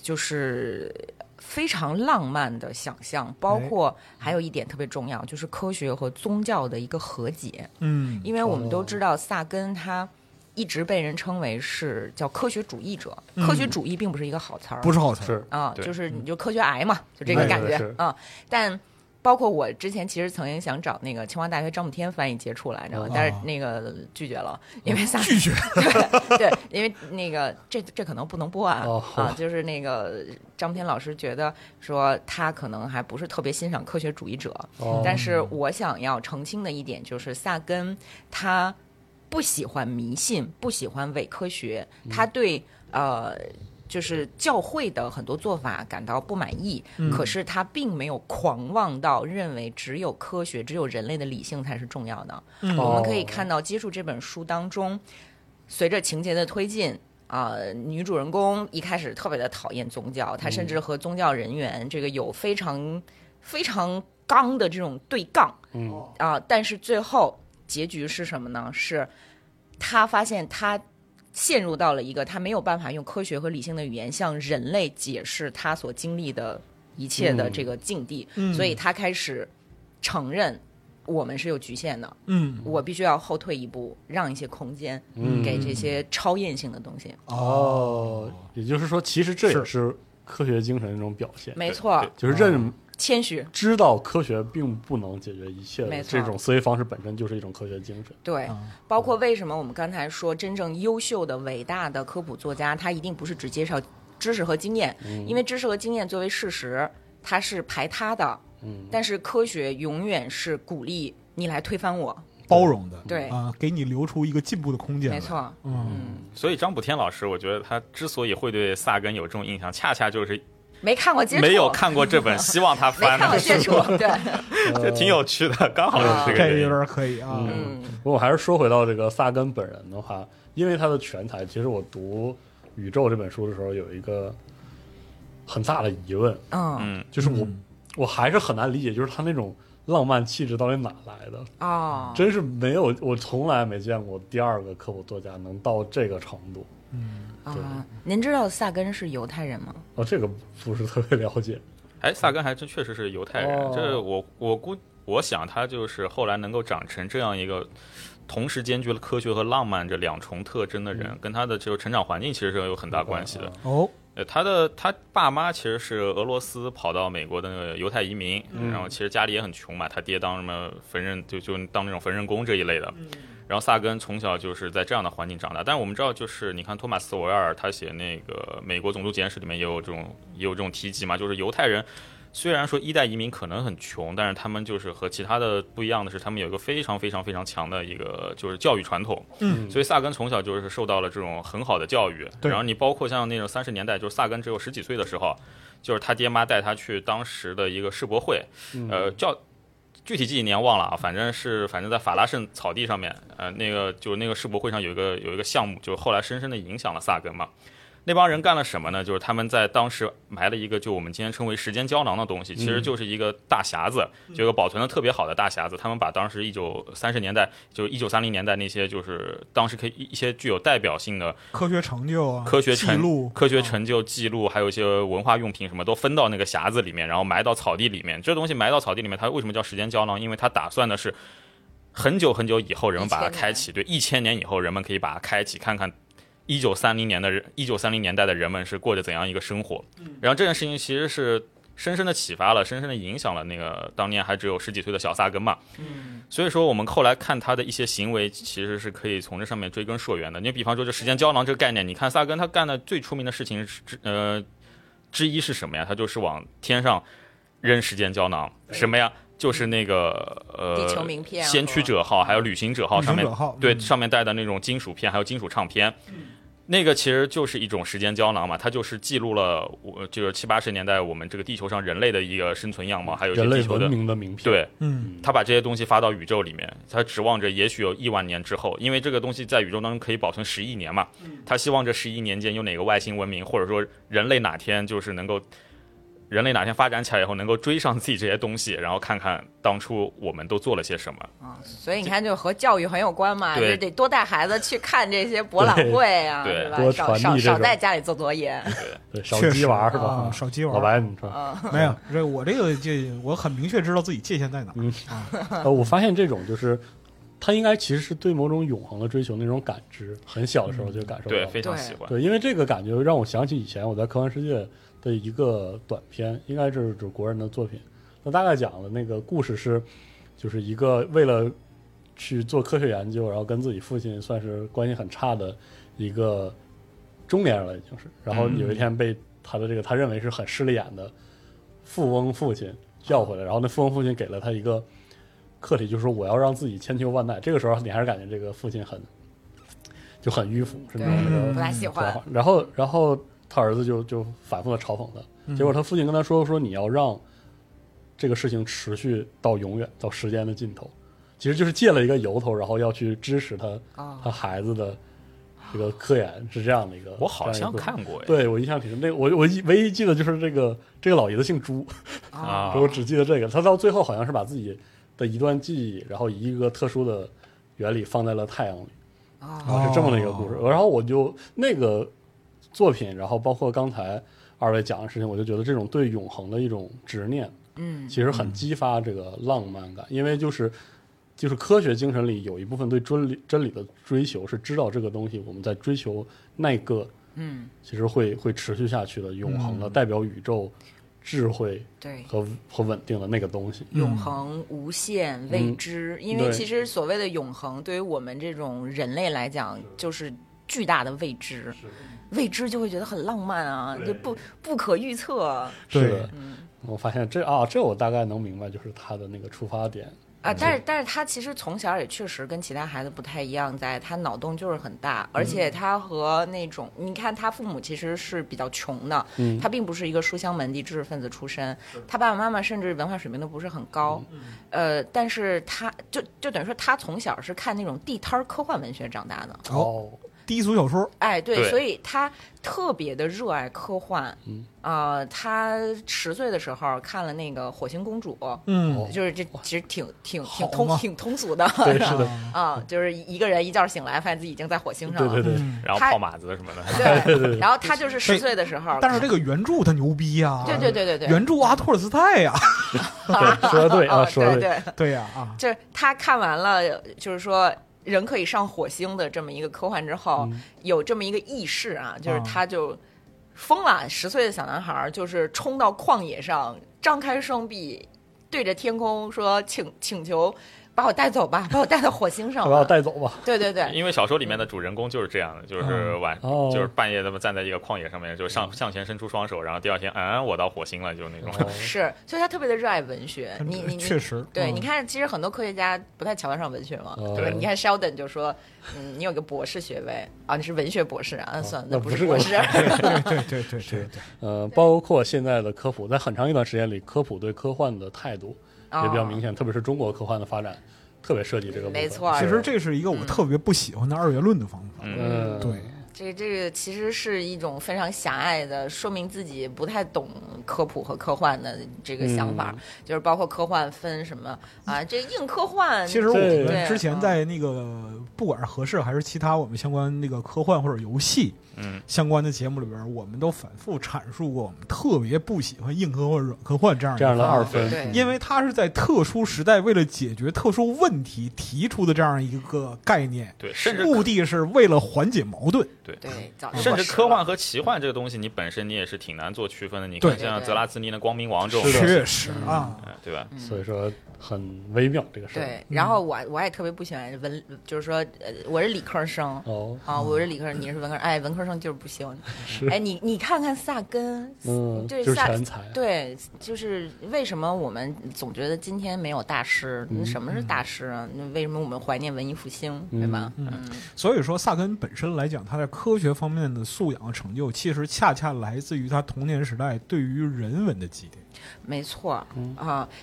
Speaker 4: 就是非常浪漫的想象，包括
Speaker 3: 哎
Speaker 4: 还有一点特别重要，就是科学和宗教的一个和解，
Speaker 3: 嗯，
Speaker 4: 因为我们都知道萨根他。一直被人称为是叫科学主义者，
Speaker 3: 嗯
Speaker 4: 科学主义并不是一个好词儿，
Speaker 3: 不是好词儿，
Speaker 2: 是
Speaker 4: 啊，
Speaker 5: 对
Speaker 4: 就是你就科学癌嘛，就这
Speaker 2: 嗯
Speaker 4: 个
Speaker 2: 哎
Speaker 4: 感觉
Speaker 2: 是
Speaker 4: 啊。但包括我之前其实曾经想找那个清华大学张慕天翻译接触来着
Speaker 2: 哦，
Speaker 4: 但是那个拒绝了，因为萨
Speaker 3: 拒绝，
Speaker 4: 对对，因为那个这这可能不能播啊
Speaker 2: 哦
Speaker 4: 啊，就是那个张慕天老师觉得说他可能还不是特别欣赏科学主义者，
Speaker 2: 哦
Speaker 4: 嗯但是我想要澄清的一点就是，萨根他不喜欢迷信，不喜欢伪科学，他对呃。就是教会的很多做法感到不满意，可是他并没有狂妄到认为只有科学、只有人类的理性才是重要的。
Speaker 3: 嗯
Speaker 4: 我们可以
Speaker 2: 哦
Speaker 4: 看到，《接触》这本书当中，随着情节的推进。啊、女主人公一开始特别的讨厌宗教，她
Speaker 2: 嗯
Speaker 4: 甚至和宗教人员这个有非常非常刚的这种对杠
Speaker 2: 嗯
Speaker 4: 啊、但是最后结局是什么呢？是她发现她陷入到了一个她没有办法用科学和理性的语言向人类解释她所经历的一切的
Speaker 2: 嗯
Speaker 4: 这个境地，
Speaker 3: 嗯
Speaker 4: 所以她开始承认我们是有局限的，
Speaker 3: 嗯，
Speaker 4: 我必须要后退一步，让一些空间
Speaker 2: 嗯
Speaker 4: 给这些超验性的东西。
Speaker 2: 哦，也就是说，其实这也
Speaker 3: 是
Speaker 2: 是科学精神的一种表现，
Speaker 4: 没错
Speaker 5: 对，
Speaker 2: 就是认
Speaker 4: 谦虚，
Speaker 2: 知道科学并不能解决一切的
Speaker 4: 没错
Speaker 2: 这种思维方式本身就是一种科学精神。
Speaker 4: 对，
Speaker 5: 嗯
Speaker 3: 啊
Speaker 4: 包括为什么我们刚才说，真正优秀的、伟大的科普作家，他一定不是只介绍知识和经验，
Speaker 5: 嗯
Speaker 4: 因为知识和经验作为事实，它是排他的。
Speaker 2: 嗯，
Speaker 4: 但是科学永远是鼓励你来推翻我，
Speaker 3: 包容的，
Speaker 4: 对
Speaker 3: 啊，给你留出一个进步的空间，
Speaker 5: 啊
Speaker 4: 没，错，
Speaker 3: 嗯，
Speaker 4: 嗯，
Speaker 5: 所以张补天老师，我觉得他之所以会对萨根有这种印象，恰恰就是
Speaker 4: 没看过接触，
Speaker 5: 没有看过这本，希望他
Speaker 4: 没
Speaker 5: 翻
Speaker 4: 看
Speaker 5: 的
Speaker 4: 过，接触，对，
Speaker 5: 这挺有趣的，刚好是
Speaker 3: 嗯
Speaker 5: 这个
Speaker 3: 这有
Speaker 5: 原因。
Speaker 3: 点可以啊，
Speaker 4: 嗯，
Speaker 2: 不过我还是说回到这个萨根本人的话，因为他的全才，其实我读《宇宙》这本书的时候有一个很大的疑问，
Speaker 4: 嗯，
Speaker 5: 嗯，
Speaker 2: 就是我、
Speaker 3: 嗯
Speaker 2: 我还是很难理解，就是他那种浪漫气质到底哪来的？
Speaker 3: 啊
Speaker 4: 哦，
Speaker 2: 真是没有，我从来没见过第二个科普作家能到这个程度。
Speaker 4: 啊，您知道萨根是犹太人吗？
Speaker 2: 哦，这个不是特别了解。
Speaker 5: 哎，萨根还真确实是犹太人
Speaker 2: 哦，
Speaker 5: 这我我估我想他就是后来能够长成这样一个。同时兼具了科学和浪漫这两重特征的
Speaker 3: 嗯
Speaker 5: 人，跟他的这个成长环境其实是有很大关系的。
Speaker 3: 哦，
Speaker 5: 呃，他的他爸妈其实是俄罗斯跑到美国的那个犹太移民，然后其实家里也很穷嘛，他爹当什么缝纫就就当那种缝纫工这一类的。然后萨根从小就是在这样的环境长大，但是我们知道，就是你看托马斯·维尔他写那个《美国种族简史》里面也有这种也有这种提及嘛，就是犹太人虽然说一代移民可能很穷，但是他们就是和其他的不一样的是，他们有一个非常非常非常强的一个就是教育传统。
Speaker 3: 嗯
Speaker 5: 所以萨根从小就是受到了这种很好的教育。
Speaker 3: 对
Speaker 5: 然后你包括像那种三十年代，就是萨根只有十几岁的时候，就是他爹妈带他去当时的一个世博会，
Speaker 2: 嗯
Speaker 5: 呃，叫。具体几几年忘了啊，反正是反正在法拉盛草地上面，呃，那个就是那个世博会上有一个有一个项目，就是后来深深的影响了萨根嘛。那帮人干了什么呢？就是他们在当时埋了一个，就我们今天称为时间胶囊的东西，其实就是一个大匣子，就一个保存的特别好的大匣子。他们把当时一九三十年代，就一九三零年代那些，就是当时可以一些具有代表性的
Speaker 3: 科学成就啊，
Speaker 5: 科学
Speaker 3: 记
Speaker 5: 成
Speaker 3: 录，
Speaker 5: 科学成就记录，还有一些文化用品什么都分到那个匣子里面，然后埋到草地里面。这东西埋到草地里面，它为什么叫时间胶囊？因为它打算的是很久很久以后人们把它
Speaker 4: 1000年
Speaker 5: 开启，对，一千年以后人们可以把它开启，看看一九三零年的人，一九三零年代的人们是过着怎样一个生活。然后这件事情其实是。深深的启发了，深深的影响了那个当年还只有十几岁的小萨根嘛。所以说我们后来看他的一些行为，其实是可以从这上面追根溯源的。你比方说，这时间胶囊这个概念，你看萨根他干的最出名的事情是之呃之一是什么呀？他就是往天上扔时间胶囊，什么呀？就是那个呃，
Speaker 4: 地球名片啊
Speaker 5: 先驱者号，还有旅行者号
Speaker 3: 旅
Speaker 5: 上
Speaker 3: 行
Speaker 5: 面
Speaker 3: 者号
Speaker 5: 对
Speaker 3: 嗯
Speaker 5: 上面带的那种金属片，还有金属唱片。
Speaker 4: 嗯
Speaker 5: 那个其实就是一种时间胶囊嘛，它就是记录了我就是七八十年代我们这个地球上人类的一个生存样貌，还有一些
Speaker 2: 人类
Speaker 5: 地球的
Speaker 2: 文明的名片，
Speaker 5: 对，
Speaker 3: 嗯，
Speaker 5: 他把这些东西发到宇宙里面，他指望着也许有亿万年之后，因为这个东西在宇宙当中可以保存十亿年嘛，
Speaker 4: 嗯
Speaker 5: 他希望这十亿年间有哪个外星文明，或者说人类哪天就是能够，人类哪天发展起来以后能够追上自己这些东西，然后看看当初我们都做了些什么。
Speaker 4: 啊，所以你看，就和教育很有关嘛，
Speaker 5: 对
Speaker 4: 就得多带孩子去看这些博览会啊，
Speaker 5: 对
Speaker 4: 对吧？
Speaker 2: 多
Speaker 4: 少
Speaker 2: 传递
Speaker 4: 少
Speaker 2: 这种
Speaker 4: 少在家里做作业，
Speaker 2: 对，少
Speaker 3: 确
Speaker 2: 鸡
Speaker 3: 实
Speaker 2: 娃儿是
Speaker 3: 啊
Speaker 2: 吧？
Speaker 3: 少 鸡娃儿
Speaker 2: 老白，你说，
Speaker 3: 没有，这我这个界，我很明确知道自己界限在哪。
Speaker 2: 呃，我发现这种就是，他应该其实是对某种永恒的追求那种感知，很小的时候就感受到
Speaker 5: 对，
Speaker 2: 了。
Speaker 5: 非常
Speaker 4: 对
Speaker 5: 喜欢。
Speaker 2: 对，因为这个感觉让我想起以前我在科幻世界的一个短片，应该是指国人的作品。那大概讲的那个故事是，就是一个为了去做科学研究，然后跟自己父亲算是关系很差的一个中年人了，已经是。然
Speaker 5: 嗯
Speaker 2: 后有一天被他的这个他认为是很势利眼的富翁父亲叫回来，然后那富翁父亲给了他一个课题，就是说我要让自己千秋万代。这个时候你还是感觉这个父亲很就很迂腐，是嗯那
Speaker 4: 对
Speaker 2: 种那个，
Speaker 4: 嗯不太喜欢
Speaker 2: 对。然后，然后他儿子就就反复的嘲讽他，结果他父亲跟他说说你要让这个事情持续到永远，到时间的尽头，其实就是借了一个由头，然后要去支持他、
Speaker 4: 哦
Speaker 2: 他孩子的这个科研是这样的一个。
Speaker 5: 我好像
Speaker 2: 这样一个
Speaker 5: 看过哎
Speaker 2: 对我印象挺深。那个我我一唯一记得就是这个这个老爷子姓朱，
Speaker 5: 啊
Speaker 2: 我只记得这个。他到最后好像是把自己的一段记忆，然后以一个特殊的原理放在了太阳里。
Speaker 4: 哦，
Speaker 2: 啊，是这么的一个故事。然后我就那个作品，然后包括刚才二位讲的事情，我就觉得这种对永恒的一种执念，
Speaker 4: 嗯
Speaker 2: 其实很激发这个浪漫感，因为就是就是科学精神里有一部分对真理真理的追求，是知道这个东西我们在追求那个，
Speaker 4: 嗯，
Speaker 2: 其实会会持续下去的、永恒的、
Speaker 3: 嗯
Speaker 2: 代表宇宙智慧
Speaker 4: 对，
Speaker 2: 和和稳定的那个东西。
Speaker 4: 永恒、无限、未
Speaker 2: 嗯
Speaker 4: 知，因为
Speaker 2: 对
Speaker 4: 其实所谓的永恒，对于我们这种人类来讲，就是巨大的未知，未知就会觉得很浪漫啊，
Speaker 2: 对
Speaker 4: 就不不可预测。啊
Speaker 2: 是的
Speaker 3: 对，
Speaker 4: 嗯
Speaker 2: 我发现这啊，这我大概能明白，就是他的那个出发点。
Speaker 4: 啊，但是但是他其实从小也确实跟其他孩子不太一样，在他脑洞就是很大，而
Speaker 2: 嗯
Speaker 4: 且他和那种、你看他父母其实是比较穷的，
Speaker 2: 嗯
Speaker 4: 他并不是一个书香门第知识分子出身，他爸爸妈妈甚至文化水平都不是很高，呃，但是他就就等于说他从小是看那种地摊儿科幻文学长大的，
Speaker 2: 哦，
Speaker 3: 低俗小说，
Speaker 4: 哎，对，
Speaker 5: 对
Speaker 4: 所以他特别的热爱科幻。
Speaker 2: 嗯，
Speaker 4: 呃，他十岁的时候看了那个《火星公主》，
Speaker 2: 哦
Speaker 3: 嗯，
Speaker 4: 就是这其实挺挺挺
Speaker 3: 好
Speaker 4: 通
Speaker 3: 嘛
Speaker 4: 挺通 俗的，
Speaker 2: 对，
Speaker 4: 是吧
Speaker 2: 是的，
Speaker 3: 嗯
Speaker 4: 啊，就是一个人一觉醒来，发现自己已经在火星上
Speaker 2: 对
Speaker 4: 了。
Speaker 2: 对对，
Speaker 3: 嗯
Speaker 5: 然后
Speaker 4: 他
Speaker 5: 泡马子什么的，
Speaker 4: 对
Speaker 2: 对对对
Speaker 4: 然后他就是十岁的时候，
Speaker 3: 但是这个原著它牛逼呀、
Speaker 4: 对对对对对，
Speaker 3: 原著阿托尔斯泰呀、
Speaker 2: 对，说的对啊，
Speaker 4: 啊
Speaker 2: 说的
Speaker 4: 对对，
Speaker 3: 对呀啊，
Speaker 4: 就是他看完了，就是说人可以上火星的这么一个科幻之后，
Speaker 2: 嗯
Speaker 4: 有这么一个意识啊，就是
Speaker 3: 啊
Speaker 4: 他就疯了，十岁的小男孩儿就是冲到旷野上，张开双臂，对着天空说：“请请求把我带走吧， 把我带到火星
Speaker 2: 要
Speaker 4: 上
Speaker 2: 把我
Speaker 4: 吧。
Speaker 2: 带走吧。”
Speaker 4: 对对嗯对，
Speaker 5: 因为小说里面的主人公就是这样的，就是晚
Speaker 2: 哦嗯
Speaker 5: 就是半夜他们站在一个旷野上面，就上向前伸出双手，然后第二天，嗯，我到火星了，就是那
Speaker 2: 哦
Speaker 5: 种。
Speaker 4: 是，所以他特别的热爱文学。 你你你
Speaker 3: 确实，
Speaker 4: 对，
Speaker 3: 嗯
Speaker 4: 你，看，其实很多科学家不太瞧得上文学嘛，
Speaker 2: 哦
Speaker 4: 对吧？你看 Sheldon 就说，嗯，你有个博士学位啊，你是文学博士啊，那算了，
Speaker 2: 那
Speaker 4: 不
Speaker 2: 不
Speaker 4: 是
Speaker 2: 是
Speaker 4: 博
Speaker 2: 个
Speaker 4: 士。
Speaker 3: 对对对对对对，
Speaker 2: 呃，包括现在的科普，在很长一段时间里，科普对科幻的态度也比较明
Speaker 4: 哦
Speaker 2: 显，特别是中国科幻的发展，特别涉及这个部分。
Speaker 4: 没错
Speaker 3: 其实这是一个我特别不喜欢的二元论的方法，
Speaker 5: 嗯
Speaker 2: 嗯，
Speaker 3: 对，
Speaker 4: 这这个其实是一种非常狭隘的，说明自己不太懂科普和科幻的这个想法，
Speaker 2: 嗯
Speaker 4: 就是包括科幻分什么啊，这硬科幻。
Speaker 3: 其实我
Speaker 2: 对
Speaker 3: 们之前
Speaker 4: 对
Speaker 3: 在那个不管是合适还是其他我们相关那个科幻或者游戏
Speaker 5: 嗯
Speaker 3: 相关的节目里边，我们都反复阐述过，我们特别不喜欢硬科幻或者软科幻这样
Speaker 2: 这样的
Speaker 3: 的。
Speaker 2: 二分，
Speaker 4: 对
Speaker 3: 因为它是在特殊时代为了解决特殊问题提出的这样一个概念，
Speaker 5: 对，甚至
Speaker 3: 目的是为了缓解矛盾。
Speaker 4: 对，早
Speaker 2: 嗯
Speaker 4: 就
Speaker 5: 甚
Speaker 4: 过
Speaker 5: 至
Speaker 4: 时
Speaker 5: 科
Speaker 4: 了
Speaker 5: 幻和奇幻这个东西，你本身你也是挺难做区分的。你
Speaker 3: 对
Speaker 5: 看
Speaker 4: 对
Speaker 5: 像
Speaker 4: 对
Speaker 5: 泽拉兹尼的《光明王》这种
Speaker 2: 是的
Speaker 5: 东西，
Speaker 3: 确实啊，
Speaker 5: 嗯对吧？
Speaker 2: 所以说很微妙这个事儿。
Speaker 4: 对，然后我我也特别不喜欢文，就是说，呃，我是理科生，
Speaker 2: 哦，
Speaker 4: 啊，我是理科，你是文科，哎，文科生就是不行。哎，你你看看萨根，
Speaker 2: 嗯，
Speaker 4: 对
Speaker 2: 就是
Speaker 4: 萨
Speaker 2: 全才，
Speaker 4: 对，就是为什么我们总觉得今天没有大师？
Speaker 2: 嗯
Speaker 4: 什么是大师啊？那为什么我们怀念文艺复兴，对吧？嗯，
Speaker 3: 所以说萨根本身来讲，他在科学方面的素养和成就，其实恰恰来自于他童年时代对于人文的积淀。
Speaker 4: 没错啊、
Speaker 5: 嗯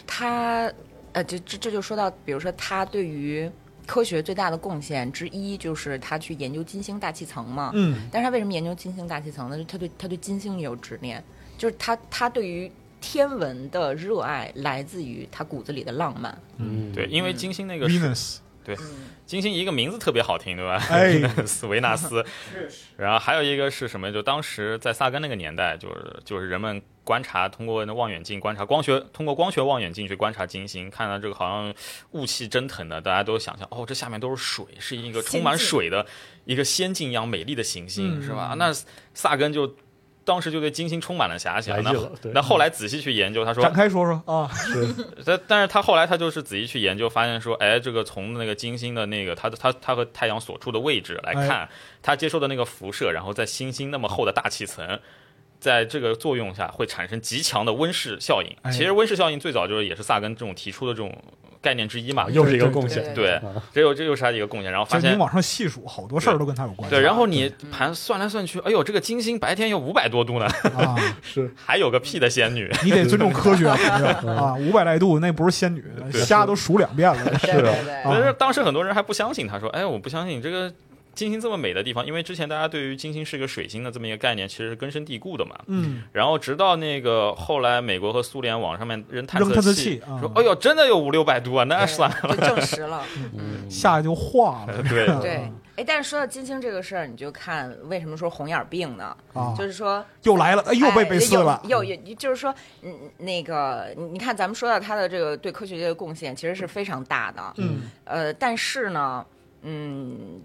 Speaker 4: 他呃，这这这就说到，比如说他对于科学最大的贡献之一，就是他去研究金星大气层嘛。
Speaker 3: 嗯，
Speaker 4: 但是他为什么研究金星大气层呢？就他对他对金星也有执念，就是他他对于天文的热爱来自于他骨子里的浪漫。
Speaker 2: 嗯，
Speaker 5: 对，，因为金星那个是
Speaker 3: Venus，
Speaker 5: 金星一个名字特别好听，对吧？
Speaker 3: 哎
Speaker 5: 维纳 斯。然后还有一个是什么？就当时在萨根那个年代，就是就是人们观察，通过那望远镜观察光学，通过光学望远镜去观察金星，看到这个好像雾气蒸腾的，大家都想象哦，这下面都是水，是一个充满水的一个仙境一样美丽的行星，
Speaker 3: 嗯
Speaker 5: 是吧？那萨根就。当时就对金星充满了遐想，
Speaker 2: 来
Speaker 5: 那
Speaker 2: 劲了对
Speaker 5: 那后来仔细去研究，他说
Speaker 3: 展开说说啊，
Speaker 5: 但但是他后来他就是仔细去研究，发现说，哎，这个从那个金星的那个它它它和太阳所处的位置来看，它接受的那个辐射，然后在星星那么厚的大气层。在这个作用下，会产生极强的温室效应。
Speaker 3: 哎
Speaker 5: 其实温室效应最早就是也是萨根这种提出的这种概念之一嘛。
Speaker 2: 啊又是一个贡献，
Speaker 5: 对
Speaker 2: 啊，
Speaker 5: 这又这又是他的一个贡献。然后
Speaker 3: 就
Speaker 5: 发
Speaker 3: 是你
Speaker 5: 现，
Speaker 3: 往上细数，好多事儿都跟他有关系。
Speaker 5: 对，然后你盘算来算去，哎呦，这个金星白天有五百多度呢，
Speaker 3: 啊，
Speaker 2: 是
Speaker 5: 还有个屁的仙女。
Speaker 3: 你得尊重科 学是不是啊，五百来度那不是仙女，虾都数两遍了。
Speaker 4: 对对对，
Speaker 3: 啊
Speaker 5: 但是哦当时很多人还不相信，他说：“哎，我不相信这个金星这么美的地方，因为之前大家对于金星是一个水星的这么一个概念，其实是根深蒂固的嘛。
Speaker 3: 嗯，
Speaker 5: 然后直到那个后来美国和苏联往上面扔探
Speaker 3: 扔探测
Speaker 5: 测
Speaker 3: 器啊
Speaker 5: 说：‘哎呦，真的有五六百度啊，那
Speaker 4: 对
Speaker 5: 算了。
Speaker 4: 就证实了。
Speaker 2: 嗯
Speaker 3: 下来就化了。
Speaker 5: 对
Speaker 3: 是吧
Speaker 4: 对，哎，但是说到金星这个事儿，你就看为什么说红眼儿病呢？
Speaker 5: 哦
Speaker 3: 啊，
Speaker 4: 就是说，
Speaker 3: 又来了，哎，又被
Speaker 4: 哎
Speaker 3: 被撕了，
Speaker 4: 又又又就是说，嗯，那个你你看，咱们说到他的这个对科学界的贡献，其实是非常大的。
Speaker 3: 嗯
Speaker 4: 呃，但是呢，嗯，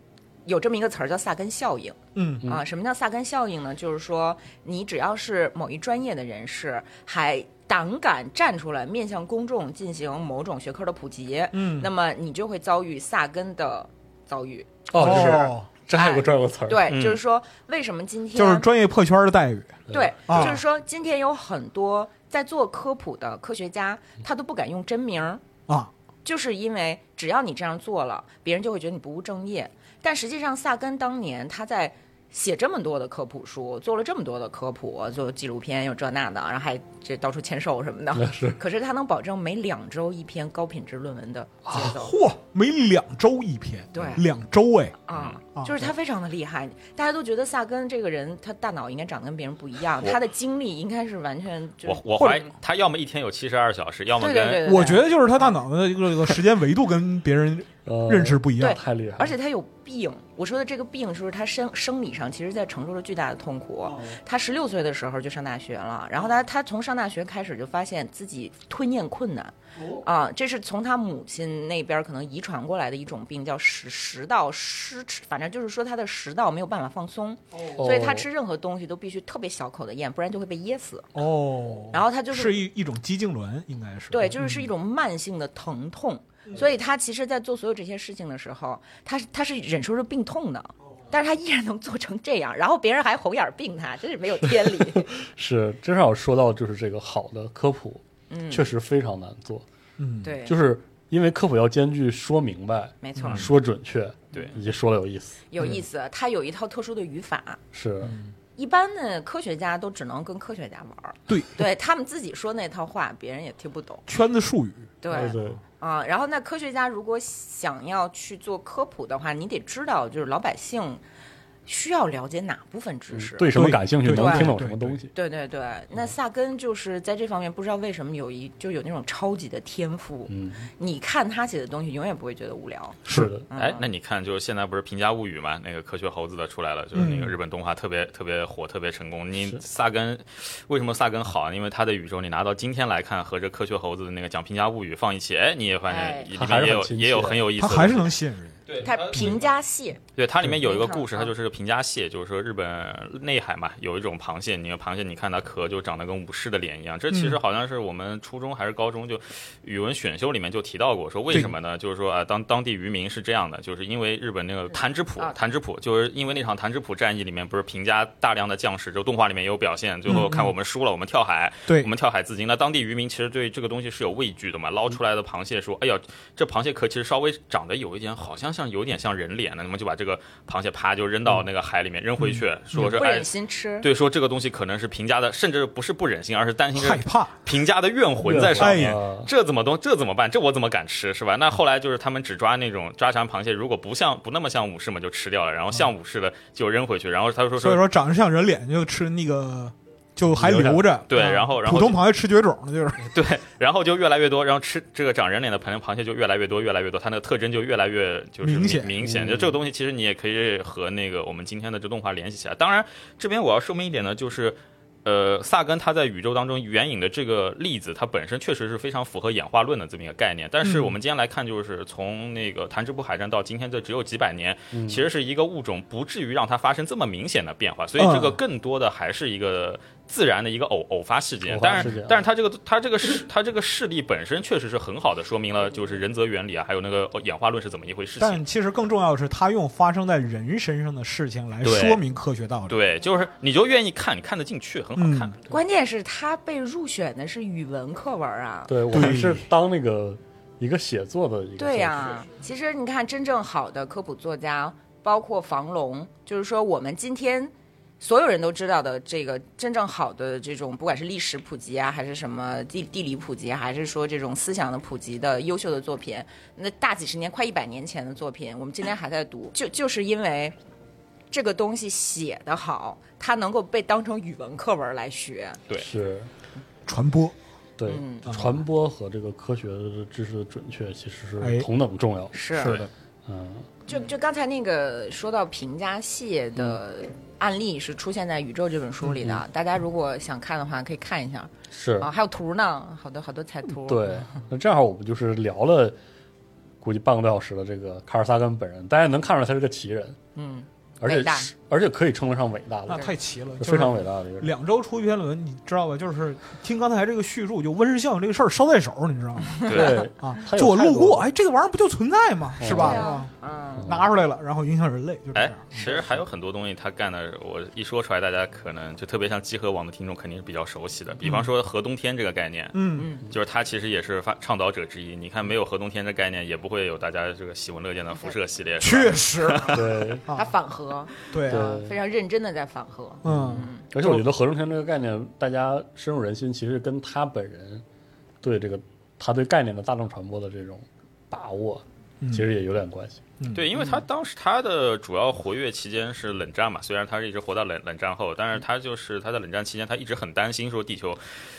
Speaker 4: 有这么一个词儿叫萨根效应。
Speaker 3: 嗯
Speaker 2: 嗯
Speaker 4: 啊，什么叫萨根效应呢？就是说，你只要是某一专业的人士，还胆敢站出来面向公众进行某种学科的普及，
Speaker 3: 嗯，
Speaker 4: 那么你就会遭遇萨根的遭遇。
Speaker 2: 哦，就是
Speaker 3: 哦
Speaker 2: 这还有个这儿有个词儿，
Speaker 4: 哎对，
Speaker 5: 嗯
Speaker 4: 就是说，为什么今天
Speaker 3: 就是专业破圈的待遇，
Speaker 4: 对，
Speaker 3: 啊
Speaker 4: 就是说，今天有很多在做科普的科学家，他都不敢用真名儿
Speaker 3: 啊，
Speaker 4: 就是因为只要你这样做了，别人就会觉得你不务正业。但实际上，萨根当年他在写这么多的科普书，做了这么多的科普，做纪录片又这那的，然后还这到处签售什么的。
Speaker 2: 是
Speaker 4: 可是他能保证每两周一篇高品质论文的节奏
Speaker 3: 嚯，每两周一篇，
Speaker 4: 对
Speaker 3: 两周哎，
Speaker 4: 啊
Speaker 3: 啊，
Speaker 4: 就是他非常的厉害。大家都觉得萨根这个人，他大脑应该长得跟别人不一样，
Speaker 5: 我
Speaker 4: 他的精力应该是完全就
Speaker 5: 我我
Speaker 3: 或者
Speaker 5: 怀疑他要么一天有七十二小时，要么
Speaker 4: 对对
Speaker 5: 跟
Speaker 4: 对对，
Speaker 3: 我
Speaker 4: 对
Speaker 3: 觉得就是他大脑的一个这个时间维度跟别人
Speaker 2: 呃
Speaker 3: 认识不一样
Speaker 4: 对，
Speaker 2: 太厉害了，
Speaker 4: 而且他有病。我说的这个病，就是他生生理上，其实在承受着巨大的痛苦。
Speaker 3: 哦
Speaker 4: 他十六岁的时候就上大学了，然后他他从上大学开始就发现自己吞咽困难，
Speaker 3: 哦
Speaker 4: 啊，这是从他母亲那边可能遗传过来的一种病，叫食食道失弛，反正就是说他的食道没有办法放松，
Speaker 3: 哦
Speaker 4: 所以他
Speaker 2: 哦
Speaker 4: 吃任何东西都必须特别小口的咽，不然就会被噎死。
Speaker 3: 哦，
Speaker 4: 然后他就是
Speaker 3: 是一一种肌痉挛，应该是
Speaker 4: 对，就是是一种慢性的疼痛。
Speaker 2: 嗯
Speaker 4: 所以他其实，在做所有这些事情的时候，他是他是忍受着病痛的，
Speaker 2: 哦
Speaker 4: 但是他依然能做成这样，然后别人还红眼儿病他，真是没有天 理。
Speaker 2: 是至少说到就是这个好的科普，
Speaker 4: 嗯，
Speaker 2: 确实非常难做，
Speaker 3: 嗯，嗯，
Speaker 4: 对，嗯
Speaker 2: 就是因为科普要兼具说明白、
Speaker 4: 没错，
Speaker 2: 说准确，
Speaker 5: 对
Speaker 2: 以及说的有意思，
Speaker 4: 有意思。他有一套特殊的语法，
Speaker 2: 是
Speaker 4: 一般的科学家都只能跟科学家玩 儿，
Speaker 3: 对，
Speaker 4: 对他们自己说那套话，别人也听不懂。
Speaker 3: 圈子术语，
Speaker 4: 对，
Speaker 2: 对对，
Speaker 4: 啊、然后那科学家如果想要去做科普的话，你得知道就是老百姓需要了解哪部分知识。
Speaker 2: 嗯对什么
Speaker 3: 对
Speaker 2: 感兴趣，
Speaker 3: 对
Speaker 2: 能听懂
Speaker 3: 对
Speaker 2: 什么东西，
Speaker 4: 对对对，
Speaker 5: 嗯
Speaker 4: 那萨根就是在这方面不知道为什么有一就有那种超级的天赋，
Speaker 2: 嗯，
Speaker 4: 你看他写的东西永远不会觉得无聊。
Speaker 2: 是的，
Speaker 4: 嗯
Speaker 5: 哎，那你看，就是现在不是《平家物语》嘛，那个科学猴子的出来了，就是那个
Speaker 3: 嗯
Speaker 5: 日本动画特别特别火，特别成功。你
Speaker 2: 是
Speaker 5: 萨根为什么萨根好？啊因为它的宇宙你拿到今天来看，和这科学猴子的那个讲《平家物语》放一起，哎，你也发
Speaker 4: 哎
Speaker 5: 现里
Speaker 2: 它
Speaker 5: 面
Speaker 2: 还
Speaker 5: 也
Speaker 2: 是
Speaker 5: 有
Speaker 2: 很亲切
Speaker 5: 也有很有意思
Speaker 3: 他
Speaker 5: 的。
Speaker 3: 还是能吸引人，
Speaker 5: 对
Speaker 4: 他评价蟹，
Speaker 5: 对，它里面有一个故事，
Speaker 4: 嗯
Speaker 5: 它就是个平家蟹，就是说日本内海嘛，有一种螃蟹，你看螃蟹，你看它壳就长得跟武士的脸一样。这其实好像是我们初中还是高中就语文选修里面就提到过，说为什么呢？就是说啊，当当地渔民是这样的，就是因为日本那个弹指浦
Speaker 4: 啊，
Speaker 5: 弹指浦就是因为那场弹指浦战役里面不是平家大量的将士，就动画里面也有表现，最后看我们输了，我们跳海，
Speaker 3: 对
Speaker 5: 我们跳海自尽。那当地渔民其实对这个东西是有畏惧的嘛，捞出来的螃蟹说，哎呀，这螃蟹壳其实稍微长得有一点，好像像有点像人脸的，那么就把这个螃蟹啪就扔
Speaker 3: 嗯
Speaker 5: 到那个海里面，扔回去，说是
Speaker 4: 不
Speaker 5: 哎
Speaker 4: 忍，心吃。
Speaker 5: 对，说这个东西可能是平家的，甚至不是不忍心，而是担心
Speaker 3: 害
Speaker 5: 是
Speaker 3: 怕，
Speaker 5: 平家的怨魂在上
Speaker 3: 哎
Speaker 5: 面
Speaker 3: 呀。
Speaker 2: 啊
Speaker 5: 这怎么东？这怎么办？这我怎么敢吃是吧？那后来就是他们只抓那种抓长螃蟹，如果不像不那么像武士嘛，就吃掉了，然后像武士的就扔回去。然后他说
Speaker 3: 嗯所以
Speaker 5: 说
Speaker 3: 说长得像人脸就吃那个就还留着，
Speaker 5: 对
Speaker 3: 啊
Speaker 5: 然后然后
Speaker 3: 普通螃蟹吃绝种了，就是
Speaker 5: 对，然后就越来越多，然后吃这个长人脸的螃螃蟹就越来越多，越来越多，它那个特征就越来越就是
Speaker 3: 明显
Speaker 5: 明显。
Speaker 2: 嗯
Speaker 5: 就这个东西，其实你也可以和那个我们今天的这动画联系起来。当然，这边我要说明一点呢，就是。呃，萨根他在宇宙当中援引的这个例子，它本身确实是非常符合演化论的这么一个概念。但是
Speaker 3: 嗯
Speaker 5: 我们今天来看，就是从那个弹指浦海战到今天，这只有几百年，
Speaker 2: 嗯
Speaker 5: 其实是一个物种不至于让它发生这么明显的变化，所以这个
Speaker 2: 嗯
Speaker 5: 更多的还是一个自然的一个偶偶发事件
Speaker 2: 偶。发
Speaker 5: 但
Speaker 2: 事件
Speaker 5: 是
Speaker 2: 啊，
Speaker 5: 但是它这个它这个事它这个事例本身确实是很好的说明了就是仁泽原理啊，还有那个演化论是怎么一回事情。
Speaker 3: 但其实更重要的是，他用发生在人身上的事情来
Speaker 5: 对
Speaker 3: 说明科学道理。
Speaker 5: 对，就是你就愿意看，你看得进去，很好
Speaker 2: 嗯
Speaker 5: 看。
Speaker 4: 关键是他被入选的是语文课文啊。
Speaker 2: 对我
Speaker 3: 对
Speaker 2: 们是当那个一个写作的一个
Speaker 4: 对呀、
Speaker 2: 形
Speaker 4: 其实你看，真正好的科普作家，包括房龙，就是说我们今天所有人都知道的这个真正好的这种，不管是历史普及啊，还是什么地地理普及啊，还是说这种思想的普及的优秀的作品，那大几十年、快一百年前的作品，我们今天还在读，就就是因为。这个东西写得好，它能够被当成语文课文来学。
Speaker 5: 对
Speaker 2: 式，是
Speaker 3: 传播，
Speaker 2: 对
Speaker 4: 嗯
Speaker 2: 传播和这个科学的知识的准确其实
Speaker 3: 哎
Speaker 2: 是同等重要的，
Speaker 4: 是
Speaker 2: 是的，嗯，
Speaker 4: 就就刚才那个说到评价系的
Speaker 2: 嗯
Speaker 4: 案例是出现在《宇宙》这本书里的，大家如果想看的话可以看一下
Speaker 2: 是
Speaker 4: 啊，还有图呢，好多好多彩图。
Speaker 2: 对，那正好我们就是聊了估计半个多小时的这个卡尔萨根本人，大家能看出来他是个奇人，
Speaker 4: 嗯，
Speaker 2: 而且
Speaker 4: 伟大啊
Speaker 2: 是而且可以称得上伟大
Speaker 3: 那
Speaker 2: 的，
Speaker 3: 太齐了，
Speaker 2: 是非常
Speaker 3: 就是
Speaker 2: 伟大的一个人。
Speaker 3: 两周出一篇论文，你知道吧？就是听刚才这个叙述，就温室效应这个事儿捎带手，你知道吗？
Speaker 5: 对，
Speaker 2: 对，
Speaker 3: 啊，
Speaker 2: 它有
Speaker 3: 就我
Speaker 2: 太
Speaker 3: 路
Speaker 2: 多
Speaker 3: 过，
Speaker 2: 了
Speaker 3: 哎，这个玩意儿不就存在吗？
Speaker 2: 嗯
Speaker 3: 是吧？
Speaker 4: 对啊
Speaker 3: 啊
Speaker 4: 嗯，
Speaker 3: 拿出来了，然后影响人类，就这
Speaker 5: 哎
Speaker 3: 样。，
Speaker 5: 其实还有很多东西他干的，我一说出来，大家可能就特别像集合网的听众肯定是比较熟悉的，比
Speaker 2: 嗯
Speaker 5: 方说核冬天这个概念。
Speaker 3: 嗯，
Speaker 5: 就是他其实也是发倡导者之一。你看，没有核冬天这概念，也不会有大家这个喜闻乐见的辐射系列。是吧
Speaker 3: 确实，
Speaker 2: 对，
Speaker 4: 他反核，
Speaker 3: 对啊，
Speaker 2: 对
Speaker 4: 非常认真的在反核。
Speaker 3: 嗯，
Speaker 2: 而且我觉得合成天这个概念，大家深入人心，其实跟他本人对这个他对概念的大众传播的这种把握，
Speaker 3: 嗯
Speaker 2: 其实也有点关系。
Speaker 5: 对，因为他当时他的主要活跃期间是冷战嘛，虽然他是一直活到冷冷战后，但是他就是他在冷战期间，他一直很担心说地球，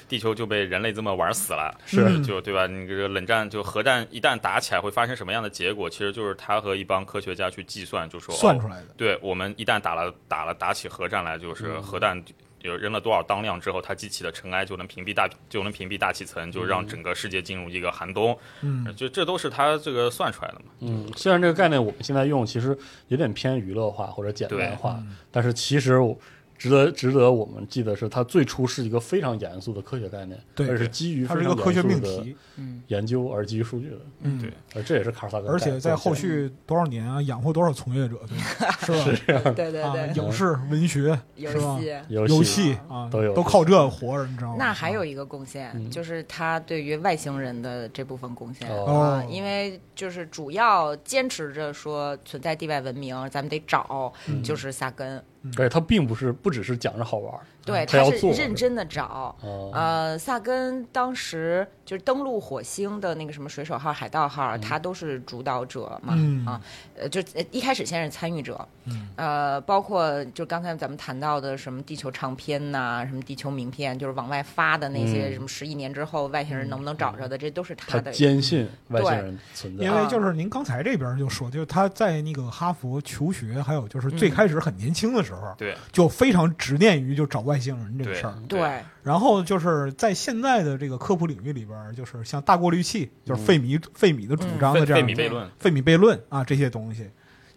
Speaker 5: 地球就被人类这么玩死了，
Speaker 2: 是
Speaker 5: 嗯就对吧？你这个冷战就核战一旦打起来会发生什么样的结果，其实就是他和一帮科学家去计算，就说
Speaker 3: 算
Speaker 5: 哦
Speaker 3: 出来的。
Speaker 5: 对我们一旦打了打了打起核战来，就是核弹有扔了多少当量之后，它激起的尘埃就能屏蔽大就能屏蔽大气层，就让整个世界进入一个寒冬。呃
Speaker 3: 嗯，
Speaker 5: 就这都是他这个算出来的嘛。
Speaker 2: 嗯，虽然这个概念我们现在用其实有点偏娱乐化或者简单化，
Speaker 4: 嗯
Speaker 2: 但是其实我值得值得我们记得是，它最初是一个非常严肃的科学概念，
Speaker 3: 对
Speaker 2: 而是基于
Speaker 3: 它
Speaker 2: 非
Speaker 3: 是
Speaker 2: 常
Speaker 3: 一个科学命
Speaker 2: 严肃的
Speaker 3: 题，
Speaker 2: 研究而基于数据的，
Speaker 3: 嗯，
Speaker 5: 对
Speaker 2: 而这也是卡尔萨根，
Speaker 3: 而且在后续多少年啊，养活多少从业者，对 吧？是吧？
Speaker 4: 对对
Speaker 3: 啊，
Speaker 4: 对，
Speaker 3: 影视、文学
Speaker 4: 游
Speaker 3: 是吧？
Speaker 4: 戏。
Speaker 2: 游戏
Speaker 3: 游戏啊，
Speaker 2: 都有
Speaker 3: 都靠这活着，你知道吗？
Speaker 4: 那还有一个贡献，
Speaker 2: 嗯
Speaker 4: 就是他对于外星人的这部分贡献、
Speaker 2: 哦
Speaker 4: 啊，因为就是主要坚持着说存在地外文明，咱们得找，
Speaker 2: 嗯
Speaker 4: 就是萨根，
Speaker 3: 嗯
Speaker 2: 而且它并不是不只是讲着好玩儿，嗯
Speaker 4: 对，
Speaker 2: 他
Speaker 4: 他
Speaker 2: 要
Speaker 4: 是
Speaker 2: 做
Speaker 4: 认真的找。
Speaker 3: 哦
Speaker 2: 啊，
Speaker 4: 呃，萨根当时就是登陆火星的那个什么水手号、海盗号，他都是主导者嘛，
Speaker 3: 嗯
Speaker 4: 啊，呃，就呃一开始先是参与者，
Speaker 3: 嗯
Speaker 4: 呃，包括就刚才咱们谈到的什么地球唱片呐、什么地球名片，就是往外发的那些
Speaker 2: 嗯
Speaker 4: 什么十亿年之后外星人能不能找着
Speaker 3: 嗯
Speaker 4: 的，这都是
Speaker 2: 他
Speaker 4: 他的。
Speaker 2: 坚信外星人存在
Speaker 3: 因，为
Speaker 4: 啊
Speaker 3: 就是您刚才这边就说，就是他在那个哈佛求学，还有就是
Speaker 4: 嗯
Speaker 3: 最开始很年轻的时候，
Speaker 5: 对
Speaker 3: 就非常执念于就找外星人这个
Speaker 5: 对
Speaker 3: 事儿。
Speaker 4: 对，
Speaker 3: 然后就是在现在的这个科普领域里边，就是像大过滤器，就是费米费米的主张的
Speaker 4: 嗯
Speaker 5: 嗯费
Speaker 3: 这
Speaker 5: 费
Speaker 3: 样
Speaker 5: 米
Speaker 3: 的
Speaker 5: 悖论，
Speaker 3: 费米悖论啊这些东西，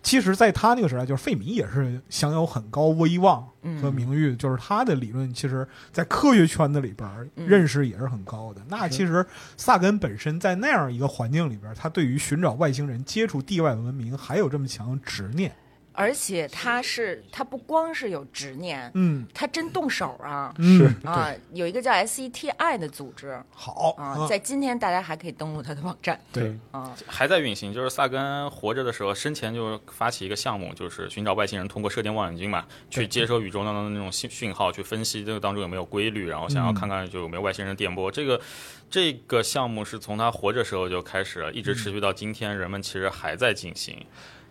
Speaker 3: 其实在他那个时代，就是费米也是享有很高威望
Speaker 4: 嗯
Speaker 3: 和名誉，就是他的理论，其实在科学圈子里边儿
Speaker 4: 嗯
Speaker 3: 认识也是很高的。那其实萨根本身在那样一个环境里边儿，他对于寻找外星人、接触地外文明还有这么强的执念，
Speaker 4: 而且他是他不光是有执念，
Speaker 3: 嗯，
Speaker 4: 他真动手啊
Speaker 3: 是
Speaker 4: 啊！有一个叫 SETI 的组织
Speaker 3: 好嗯
Speaker 4: 啊，在今天大家还可以登录他的网站
Speaker 3: 对，
Speaker 4: 啊。
Speaker 5: 还在运行。就是萨根活着的时候，生前就发起一个项目，就是寻找外星人，通过射电望远镜嘛，去接收宇宙当中的那种信讯号，去分析这个当中有没有规律，然后想要看看就有没有外星人电波。这个这个项目是从他活着时候就开始了，一直持续到今天，人们其实还在进行。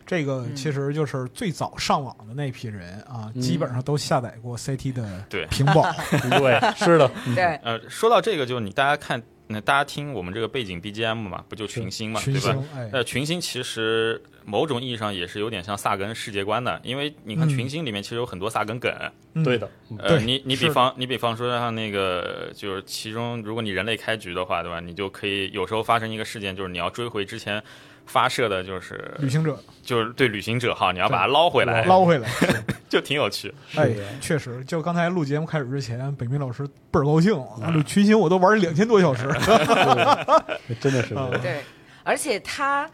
Speaker 3: 这个其实就是最早上网的那批人啊，基本上都下载过 CT 的
Speaker 5: 对
Speaker 3: 屏保，
Speaker 2: 对，是的，
Speaker 4: 对，
Speaker 5: 呃，说到这个，就是你大家看，那大家听我们这个背景 BGM 嘛，不就群星嘛，
Speaker 3: 群
Speaker 5: 对吧？
Speaker 3: 星，哎，
Speaker 5: 呃，群星其实某种意义上也是有点像萨根世界观的，因为你看
Speaker 3: 嗯
Speaker 5: 群星里面其实有很多萨根梗，
Speaker 3: 嗯
Speaker 2: 对，的，嗯
Speaker 5: 呃，
Speaker 3: 对
Speaker 5: 你你
Speaker 3: 是
Speaker 5: 比方你比方说像那个，就是其中如果你人类开局的话，对吧？你就可以有时候发生一个事件，就是你要追回之前发射的，就是
Speaker 3: 旅行者
Speaker 5: 就是对旅行者号，你要把它捞回来，
Speaker 3: 捞回来，
Speaker 5: 就挺有趣。
Speaker 3: 哎
Speaker 2: 是的，
Speaker 3: 确实，就刚才录节目开始之前，北明老师倍儿高兴，啊，录群星我都玩两千多小时，
Speaker 2: 真的是这
Speaker 3: 嗯
Speaker 2: 样，
Speaker 4: 对，而且他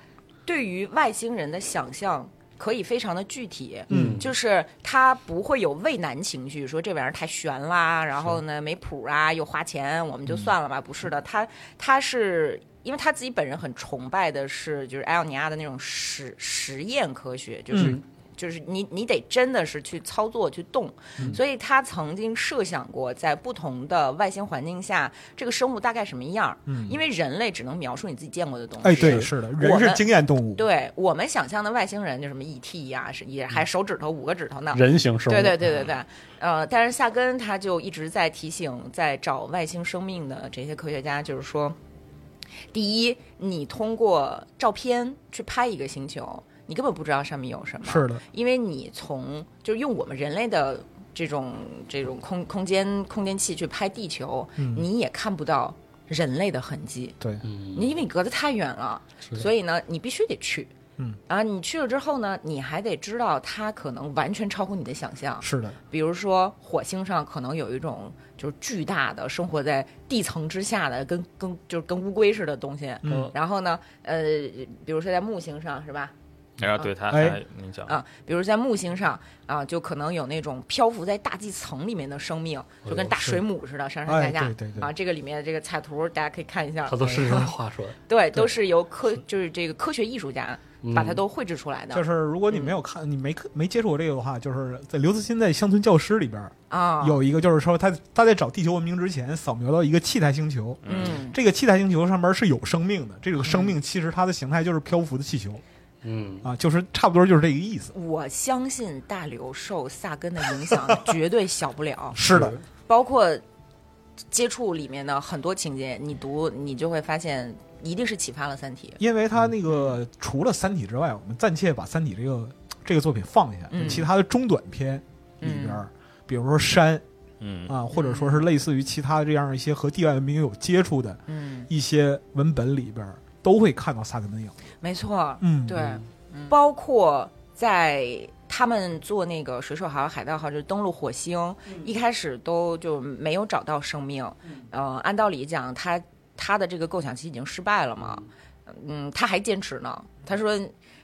Speaker 4: 对于外星人的想象可以非常的具体，
Speaker 2: 嗯
Speaker 4: 就是他不会有畏难情绪，说这玩意儿太悬啦，然后呢没谱啊，又花钱，我们
Speaker 3: 嗯
Speaker 4: 就算了吧。不是的，他他是。因为他自己本人很崇拜的是，就是艾奥尼亚的那种实实验科学，就是、
Speaker 3: 嗯
Speaker 4: 就是你你得真的是去操作去动，
Speaker 3: 嗯
Speaker 4: 所以他曾经设想过，在不同的外星环境下，这个生物大概什么样儿。嗯，因为人类只能描述你自己见过的东西。
Speaker 3: 哎，对，是的，人
Speaker 4: 我
Speaker 3: 是
Speaker 4: 们
Speaker 3: 经验动物，
Speaker 4: 对我们想象的外星人就什么 ET 呀、是
Speaker 3: 嗯
Speaker 4: 也还手指头五个指头呢。
Speaker 2: 人形生物，
Speaker 4: 对对对对对，呃，但是夏根他就一直在提醒，在找外星生命的这些科学家，就是说，第一，你通过照片去拍一个星球，你根本不知道上面有什么。
Speaker 3: 是的，
Speaker 4: 因为你从就是用我们人类的这种这种空空间空间器去拍地球，
Speaker 3: 嗯
Speaker 4: 你也看不到人类的痕迹。
Speaker 3: 对，
Speaker 2: 嗯，
Speaker 4: 你因为你隔得太远了，
Speaker 2: 是
Speaker 4: 所以呢，你必须得去。
Speaker 3: 嗯，
Speaker 4: 啊，你去了之后呢，你还得知道它可能完全超乎你的想象。
Speaker 3: 是的，
Speaker 4: 比如说，火星上可能有一种就是巨大的生活在地层之下的，跟跟就是跟乌龟似的东西。
Speaker 3: 嗯
Speaker 4: 然后呢，呃，比如说在木星上是吧？
Speaker 5: 然后对他
Speaker 3: 哎
Speaker 5: 还你讲，
Speaker 4: 啊，比如在木星上啊，就可能有那种漂浮在大气层里面的生命，就跟大
Speaker 3: 是
Speaker 4: 水母似的上上
Speaker 3: 哦哎，
Speaker 4: 下下
Speaker 3: 对。对对
Speaker 4: 啊，，这个里面的这个彩图大家可以看一下，
Speaker 2: 他都是这么画出来，
Speaker 4: 对，都是由科就是这个科学艺术家
Speaker 2: 嗯
Speaker 4: 把它都绘制出来的
Speaker 3: 就是如果你没有看，你没看没接触过这个的话，就是在刘慈欣在《乡村教师》里边儿
Speaker 4: 啊。
Speaker 3: 有一个，就是说他他在找地球文明之前，扫描到一个气态星球，
Speaker 4: 嗯，
Speaker 3: 这个气态星球上面是有生命的，这个生命其实它的形态就是漂浮的气球
Speaker 2: 嗯，
Speaker 3: 啊，就是差不多就是这个意思。
Speaker 4: 我相信大刘受萨根的影响绝对小不了，
Speaker 3: 是的，
Speaker 4: 包括接触里面的很多情节，你读你就会发现，一定是启发了《三体
Speaker 3: 因为它那
Speaker 5: 嗯
Speaker 3: 个除了《三体》之外，我们暂且把《三体》这个这个作品放下，
Speaker 4: 嗯
Speaker 3: 其他的中短篇里边儿，比如说山
Speaker 5: 嗯，
Speaker 3: 啊，或者说是类似于其他这样一些和地外文明有接触的》。
Speaker 4: 嗯，
Speaker 3: 一些文本里边儿，都会看到萨根的影子。
Speaker 4: 没错，
Speaker 3: 嗯，
Speaker 4: 对，包括在他们做那个水手号、海盗号，就是登陆火星，一开始都就没有找到生命。呃，按道理讲，他他的这个构想期已经失败了嘛。嗯，他还坚持呢。他说：“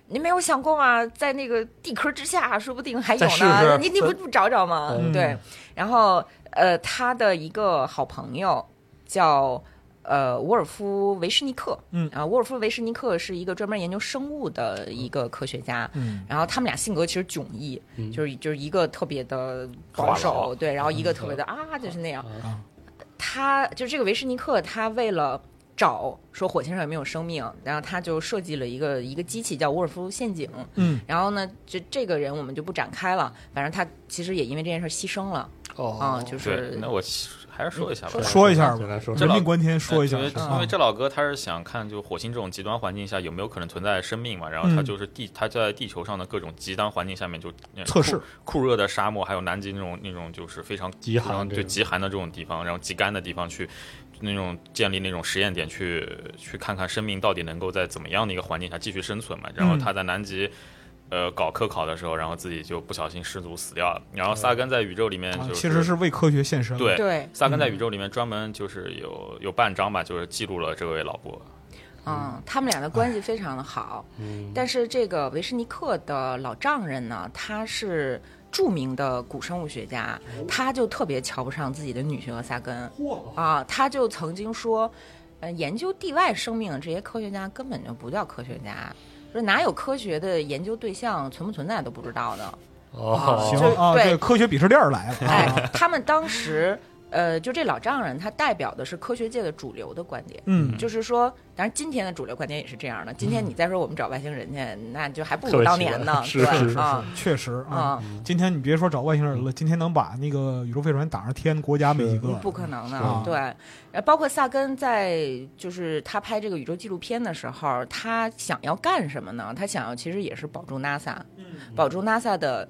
Speaker 4: 你没有想过吗？在那个地壳之下，说不定还有
Speaker 2: 再
Speaker 4: 呢。
Speaker 2: 试试
Speaker 4: 你你不不找找吗？
Speaker 3: 嗯
Speaker 4: 啊对。然后呃，他的一个好朋友叫呃沃尔夫维什尼克，
Speaker 3: 嗯
Speaker 4: 啊，沃尔夫维什尼克是一个专门研究生物的一个科学家。
Speaker 3: 嗯，
Speaker 4: 然后他们俩性格其实迥异，
Speaker 2: 嗯
Speaker 4: 就是就是一个特别的
Speaker 5: 话
Speaker 4: 保
Speaker 5: 痨
Speaker 4: 守，对，然后一个特别的啊，就是那样。他就这个维什尼克，他为了找说火星上有没有生命，然后他就设计了一个一个机器叫沃尔夫陷阱。
Speaker 3: 嗯，
Speaker 4: 然后呢，这这个人我们就不展开了，反正他其实也因为这件事牺牲了啊、
Speaker 2: 哦，
Speaker 4: 就是
Speaker 5: 对，那我还是说一下吧
Speaker 4: 嗯。
Speaker 3: 说一下
Speaker 2: 简
Speaker 3: 吧，
Speaker 2: 单说
Speaker 5: 这
Speaker 3: 人
Speaker 5: 老
Speaker 3: 命关天，说一下
Speaker 5: 哎因为
Speaker 3: 是吧嗯啊
Speaker 5: 因为这老哥他是想看，就火星这种极端环境下有没有可能存在生命嘛，然后他
Speaker 3: 嗯
Speaker 5: 就是地他在地球上的各种极端环境下面就呃
Speaker 3: 测试
Speaker 5: 酷酷热的沙漠，还有南极那种那种就是非常
Speaker 2: 极寒
Speaker 5: 非常
Speaker 2: 这
Speaker 5: 对
Speaker 2: 种
Speaker 5: 极寒的这种地方，然后极干的地方去那种建立那种实验点去去看看生命到底能够在怎么样的一个环境下继续生存嘛。然后
Speaker 3: 嗯
Speaker 5: 他在南极。呃，搞科考的时候，然后自己就不小心失足死掉了。然后萨根在宇宙里面
Speaker 3: 啊，
Speaker 5: 就是、
Speaker 3: 其实是为科学献身。
Speaker 5: 对
Speaker 4: 对，
Speaker 5: 萨根在
Speaker 3: 嗯
Speaker 5: 宇宙里面专门就是有有半章吧，就是记录了这位老伯。
Speaker 4: 嗯，他们俩的关系非常的好。
Speaker 2: 嗯，
Speaker 4: 但是这个维什尼克的老丈人呢，他是著名的古生物学家，他就特别瞧不上自己的女婿和萨根啊，他就曾经说，呃，研究地外生命的这些科学家根本就不叫科学家。说哪有科学的研究对象存不存在都不知道的，
Speaker 2: 哦，
Speaker 3: 行
Speaker 4: 就
Speaker 3: 啊，
Speaker 4: 对
Speaker 3: 这科学鄙视链儿来了啊，
Speaker 4: 哎，他们当时，呃，就这老丈人他代表的是科学界的主流的观点，
Speaker 3: 嗯，
Speaker 4: 就是说，当然今天的主流观点也是这样的。今天你再说我们找外星人去，那就还不
Speaker 2: 嗯特
Speaker 4: 如
Speaker 2: 别
Speaker 4: 当
Speaker 2: 奇怪
Speaker 4: 年呢，
Speaker 2: 是
Speaker 4: 对
Speaker 2: 是嗯是
Speaker 4: 啊
Speaker 5: 嗯
Speaker 3: 确实啊。
Speaker 4: 啊，
Speaker 3: 今天你别说找外星人了，今天能把那个宇宙飞船打上天，国家没几个。
Speaker 4: 不可能
Speaker 3: 是啊
Speaker 4: 的，对。呃，包括萨根在就是他拍这个宇宙纪录片的时候，他想要干什么呢？他想要其实也是保住 NASA，
Speaker 3: 嗯
Speaker 4: 保住 NASA 的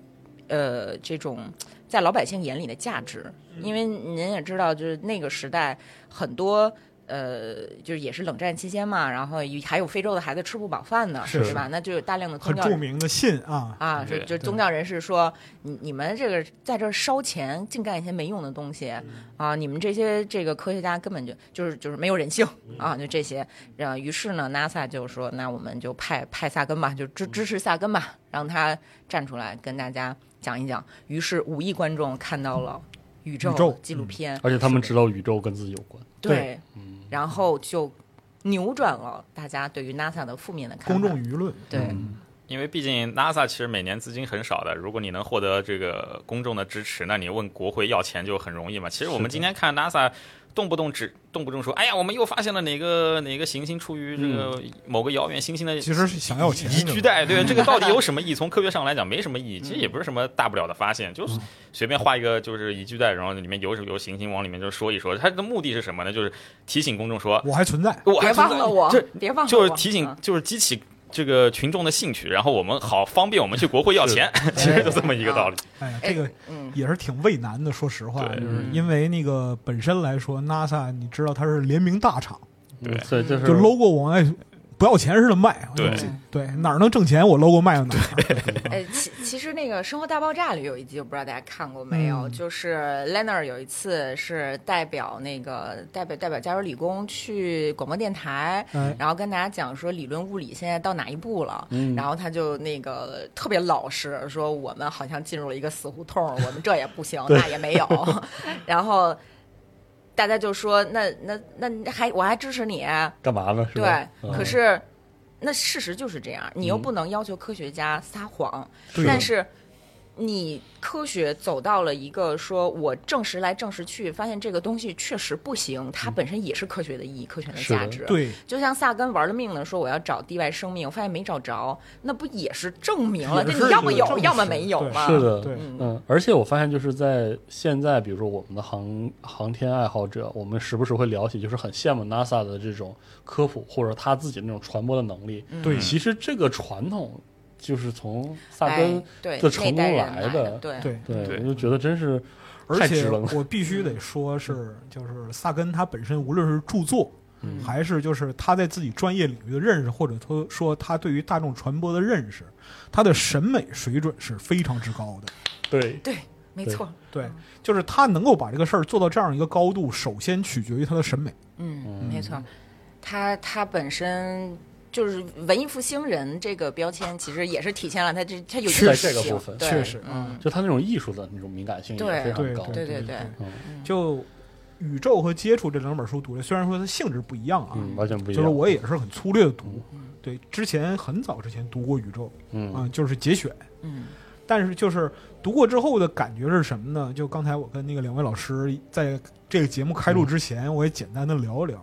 Speaker 4: 呃这种在老百姓眼里的价值，
Speaker 3: 嗯
Speaker 4: 因为您也知道，就是那个时代很多。呃，就是也是冷战期间嘛，然后还有非洲的孩子吃不饱饭呢，
Speaker 3: 是
Speaker 4: 对吧？那就有大量的宗
Speaker 3: 很
Speaker 4: 教
Speaker 3: 著名的信啊，
Speaker 4: 啊，就
Speaker 5: 对
Speaker 4: 就宗教人士说，你你们这个在这儿烧钱，净干一些没用的东
Speaker 5: 嗯
Speaker 4: 西啊！你们这些这个科学家根本就就是就是没有人性
Speaker 5: 嗯
Speaker 4: 啊！就这些，然后于是呢，NASA 就说，那我们就派派萨根吧，就
Speaker 5: 嗯
Speaker 4: 支支持萨根吧，让他站出来跟大家讲一讲。于是五亿观众看到了宇
Speaker 3: 宇宙
Speaker 4: 宙纪
Speaker 5: 嗯
Speaker 4: 录片，
Speaker 2: 而且他们知道宇宙跟自己有关，
Speaker 4: 对，
Speaker 2: 嗯，
Speaker 4: 然后就扭转了大家对于 NASA 的负面的看
Speaker 3: 公
Speaker 4: 法。
Speaker 3: 众舆论。
Speaker 4: 对，
Speaker 2: 嗯
Speaker 5: 因为毕竟 NASA 其实每年资金很少的，如果你能获得这个公众的支持，那你问国会要钱就很容易嘛。其实我
Speaker 2: 是的
Speaker 5: 们今天看 NASA，动不动只动不动说，哎呀，我们又发现了哪个哪个行星处于这个某个遥远新星的
Speaker 3: 其实是想要钱嗯
Speaker 5: 宜居带，对 这个到底有什么意义？从科学上来讲没什么意义，其实也不是什么大不了的发现，
Speaker 3: 嗯
Speaker 5: 就是随便画一个就是宜居带，然后里面有有行星往里面就说一说，它的目的是什么呢？就是提醒公众说，
Speaker 3: 我还存在，
Speaker 5: 我
Speaker 4: 别
Speaker 5: 还
Speaker 4: 忘
Speaker 5: 存在
Speaker 4: 了我
Speaker 5: 这，
Speaker 4: 别忘了
Speaker 5: 就是
Speaker 4: 我
Speaker 5: 提醒
Speaker 4: 嗯，
Speaker 5: 就是激起这个群众的兴趣，然后我们好方便我们去国会要钱， 其实就这么一个道理。
Speaker 3: 哎呀，
Speaker 4: 哎
Speaker 3: 这个
Speaker 4: 嗯，
Speaker 3: 也是挺为难的。说实话，
Speaker 5: 对
Speaker 3: 就是
Speaker 2: 嗯
Speaker 3: 因为那个本身来说，NASA 你知道它是联名大厂，
Speaker 5: 对
Speaker 2: 嗯所以就是
Speaker 3: 就 logo 往外不要钱似的卖。
Speaker 5: 对
Speaker 3: 对，哪儿能挣钱我 logo 卖到哪儿。
Speaker 4: 哎，其其实那个《生活大爆炸》里有一集，我不知道大家看过没有，
Speaker 3: 嗯
Speaker 4: 就是 Leonard 有一次是代表那个代表代表加州理工去广播电台，
Speaker 3: 哎
Speaker 4: 然后跟大家讲说理论物理现在到哪一步了，
Speaker 2: 嗯
Speaker 4: 然后他就那个特别老实，说我们好像进入了一个死胡同，我们这也不行，那也没有， 然后大家就说那那那还我还支持你，
Speaker 2: 干嘛呢？是
Speaker 4: 对
Speaker 2: 吧，嗯
Speaker 4: 可是那事实就是这样，你又不能要求科学家撒谎，
Speaker 3: 对
Speaker 4: 但是你科学走到了一个说我证实来证实去，发现这个东西确实不行，它本身也是科学的意义、科学的
Speaker 2: 嗯是的
Speaker 4: 价值。，
Speaker 3: 对，
Speaker 4: 就像萨根玩了命的说我要找地外生命，我发现没找着，那不也是证明了？
Speaker 3: 也
Speaker 4: 那
Speaker 3: 是
Speaker 4: 你要么
Speaker 3: 一个
Speaker 4: 有，
Speaker 3: 证
Speaker 4: 要么
Speaker 3: 实
Speaker 4: 没有
Speaker 3: 对
Speaker 4: 嘛？
Speaker 2: 是的，
Speaker 3: 对
Speaker 4: 嗯
Speaker 2: 嗯，而且我发现就是在现在，比如说我们的航航天爱好者，我们时不时会聊起，就是很羡慕 NASA 的这种科普或者他自己那种传播的能力。
Speaker 4: 嗯
Speaker 3: 对
Speaker 2: 其实这个传统就是从萨
Speaker 4: 哎
Speaker 2: 根，
Speaker 4: 对，
Speaker 2: 的成
Speaker 4: 那代
Speaker 2: 功
Speaker 4: 人
Speaker 2: 来
Speaker 4: 来
Speaker 2: 的
Speaker 4: 对，
Speaker 3: 对。
Speaker 2: 对，
Speaker 5: 对
Speaker 2: 我就觉得真是
Speaker 3: 而
Speaker 2: 太值
Speaker 3: 且
Speaker 2: 了。
Speaker 3: 我必须得说是，就是萨根他本身无论是著作，
Speaker 4: 嗯
Speaker 3: 还是就是他在自己专业领域的认识，或者说说他对于大众传播的认识，他的审美水准是非常之高的。
Speaker 2: 对，
Speaker 4: 对，没
Speaker 2: 对
Speaker 4: 错，
Speaker 3: 对，就是他能够把这个事儿做到这样一个高度，首先取决于他的审美。
Speaker 4: 嗯，没错，他他本身。就是文艺复兴人这个标签，其实也是体现了他这他有
Speaker 2: 确
Speaker 4: 意
Speaker 2: 实
Speaker 4: 识
Speaker 2: 这个
Speaker 4: 性
Speaker 2: 部分
Speaker 4: 对
Speaker 3: 确实
Speaker 4: 嗯，
Speaker 2: 就他那种艺术的那种敏感性也
Speaker 4: 对
Speaker 2: 非常
Speaker 3: 对
Speaker 2: 高。
Speaker 4: 对对
Speaker 3: 对
Speaker 2: 嗯
Speaker 3: 就《宇宙》和《接触》这两本书读了，虽然说它性质不一样啊，
Speaker 2: 嗯，完全不一
Speaker 3: 就
Speaker 2: 样。
Speaker 3: 是我也是很粗略的读。对，之前很早之前读过《宇宙》
Speaker 2: 嗯
Speaker 3: 啊、就是节选。
Speaker 4: 嗯
Speaker 3: 但是就是读过之后的感觉是什么呢？就刚才我跟那个两位老师在这个节目开录之前，我也简单的聊一聊，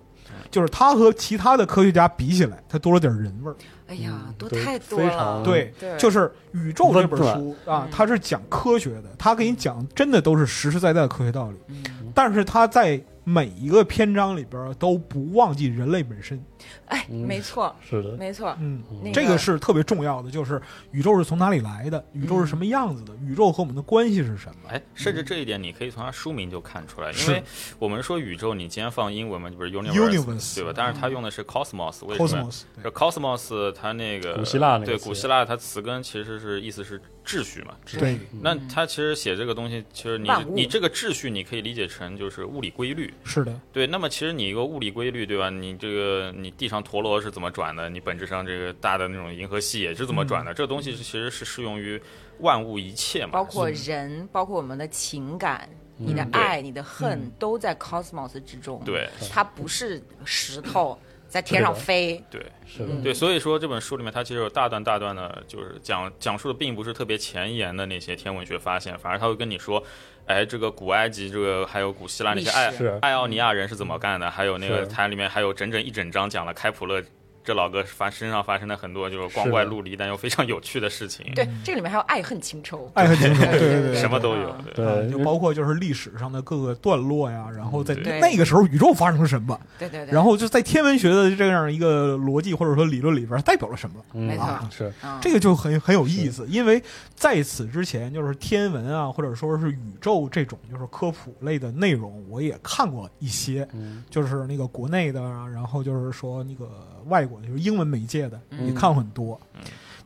Speaker 3: 就是他和其他的科学家比起来，他多了点人味儿。
Speaker 4: 哎呀
Speaker 2: 嗯，
Speaker 4: 多
Speaker 2: 对
Speaker 4: 太
Speaker 2: 非
Speaker 4: 多了
Speaker 2: 常嗯，
Speaker 3: 对，
Speaker 4: 对
Speaker 3: 就是《宇宙》这本
Speaker 2: 温
Speaker 3: 书啊，它是讲科学的，他给你讲真的都是实实在在的科学道理，
Speaker 4: 嗯
Speaker 3: 但是他在每一个篇章里边都不忘记人类本身。
Speaker 4: 哎，
Speaker 2: 嗯
Speaker 4: 没错，
Speaker 2: 是的，
Speaker 4: 没错，
Speaker 3: 嗯，
Speaker 4: 那
Speaker 3: 这个是特别重要的，就是宇宙是从哪里来的，宇宙是什么样子的，宇宙和我们的关系是什么。
Speaker 5: 哎，甚至这一点你可以从它书名就看出来，因
Speaker 3: 是
Speaker 5: 为我们说宇宙，你今天放英文嘛，就不是
Speaker 3: Universe
Speaker 5: 对吧？但是它用的是 cosmos，为什么？
Speaker 3: Cosmos，对
Speaker 5: 这 cosmos 它那个
Speaker 2: 古希腊那个
Speaker 5: 对
Speaker 2: 词
Speaker 5: 古希腊它词根其实是意思是秩序嘛。
Speaker 3: 对，
Speaker 5: 那它其实写这个东西，其实你
Speaker 4: 万物
Speaker 5: 你这个秩序，你可以理解成就是物理规律。
Speaker 3: 是的，
Speaker 5: 对，那么其实你一个物理规律，对吧？你这个你地上陀螺是怎么转的？你本质上这个大的那种银河系也是怎么转的？这东西是其实是适用于万物一切嘛。
Speaker 4: 嗯包括人，包括我们的情感。
Speaker 2: 嗯
Speaker 4: 你的
Speaker 5: 对
Speaker 4: 爱、你的恨都在 cosmos 之中，
Speaker 5: 对，
Speaker 4: 它不是石头在天上
Speaker 2: 是的
Speaker 4: 飞，
Speaker 5: 对
Speaker 2: 是
Speaker 3: 嗯
Speaker 2: 的，
Speaker 5: 对，所以说这本书里面它其实有大段大段的，就是讲讲述的并不是特别前沿的那些天文学发现，反而他会跟你说，哎，这个古埃及这个还有古希腊那些
Speaker 4: 历史嗯
Speaker 5: 爱
Speaker 2: 是
Speaker 5: 爱奥尼亚人是怎么干的，还有那个
Speaker 2: 是
Speaker 5: 它里面还有整整一整章讲了开普勒。这老哥发身上发生的很多就是光怪
Speaker 2: 是的
Speaker 5: 陆离但又非常有趣的事情，
Speaker 4: 对，这里面还有爱恨情仇，
Speaker 3: 爱恨情仇，对
Speaker 4: 对
Speaker 3: 对
Speaker 4: 对
Speaker 3: 对，
Speaker 5: 什么都有。对
Speaker 2: 对，
Speaker 3: 就包括就是历史上的各个段落呀，然后在
Speaker 4: 对
Speaker 3: 那个时候宇宙发生了什么，
Speaker 4: 对对对，
Speaker 3: 然后就在天文学的这样一个逻辑或者说理论里边代表了什么，
Speaker 2: 嗯
Speaker 4: 没错
Speaker 2: 啊是
Speaker 4: 嗯
Speaker 3: 这个就很很有意思。因为在此之前，就是天文啊，或者说是宇宙这种就是科普类的内容，我也看过一些，
Speaker 2: 嗯
Speaker 3: 就是那个国内的啊，然后就是说那个外国的，就是英文媒介的，
Speaker 2: 嗯
Speaker 3: 也看过很多。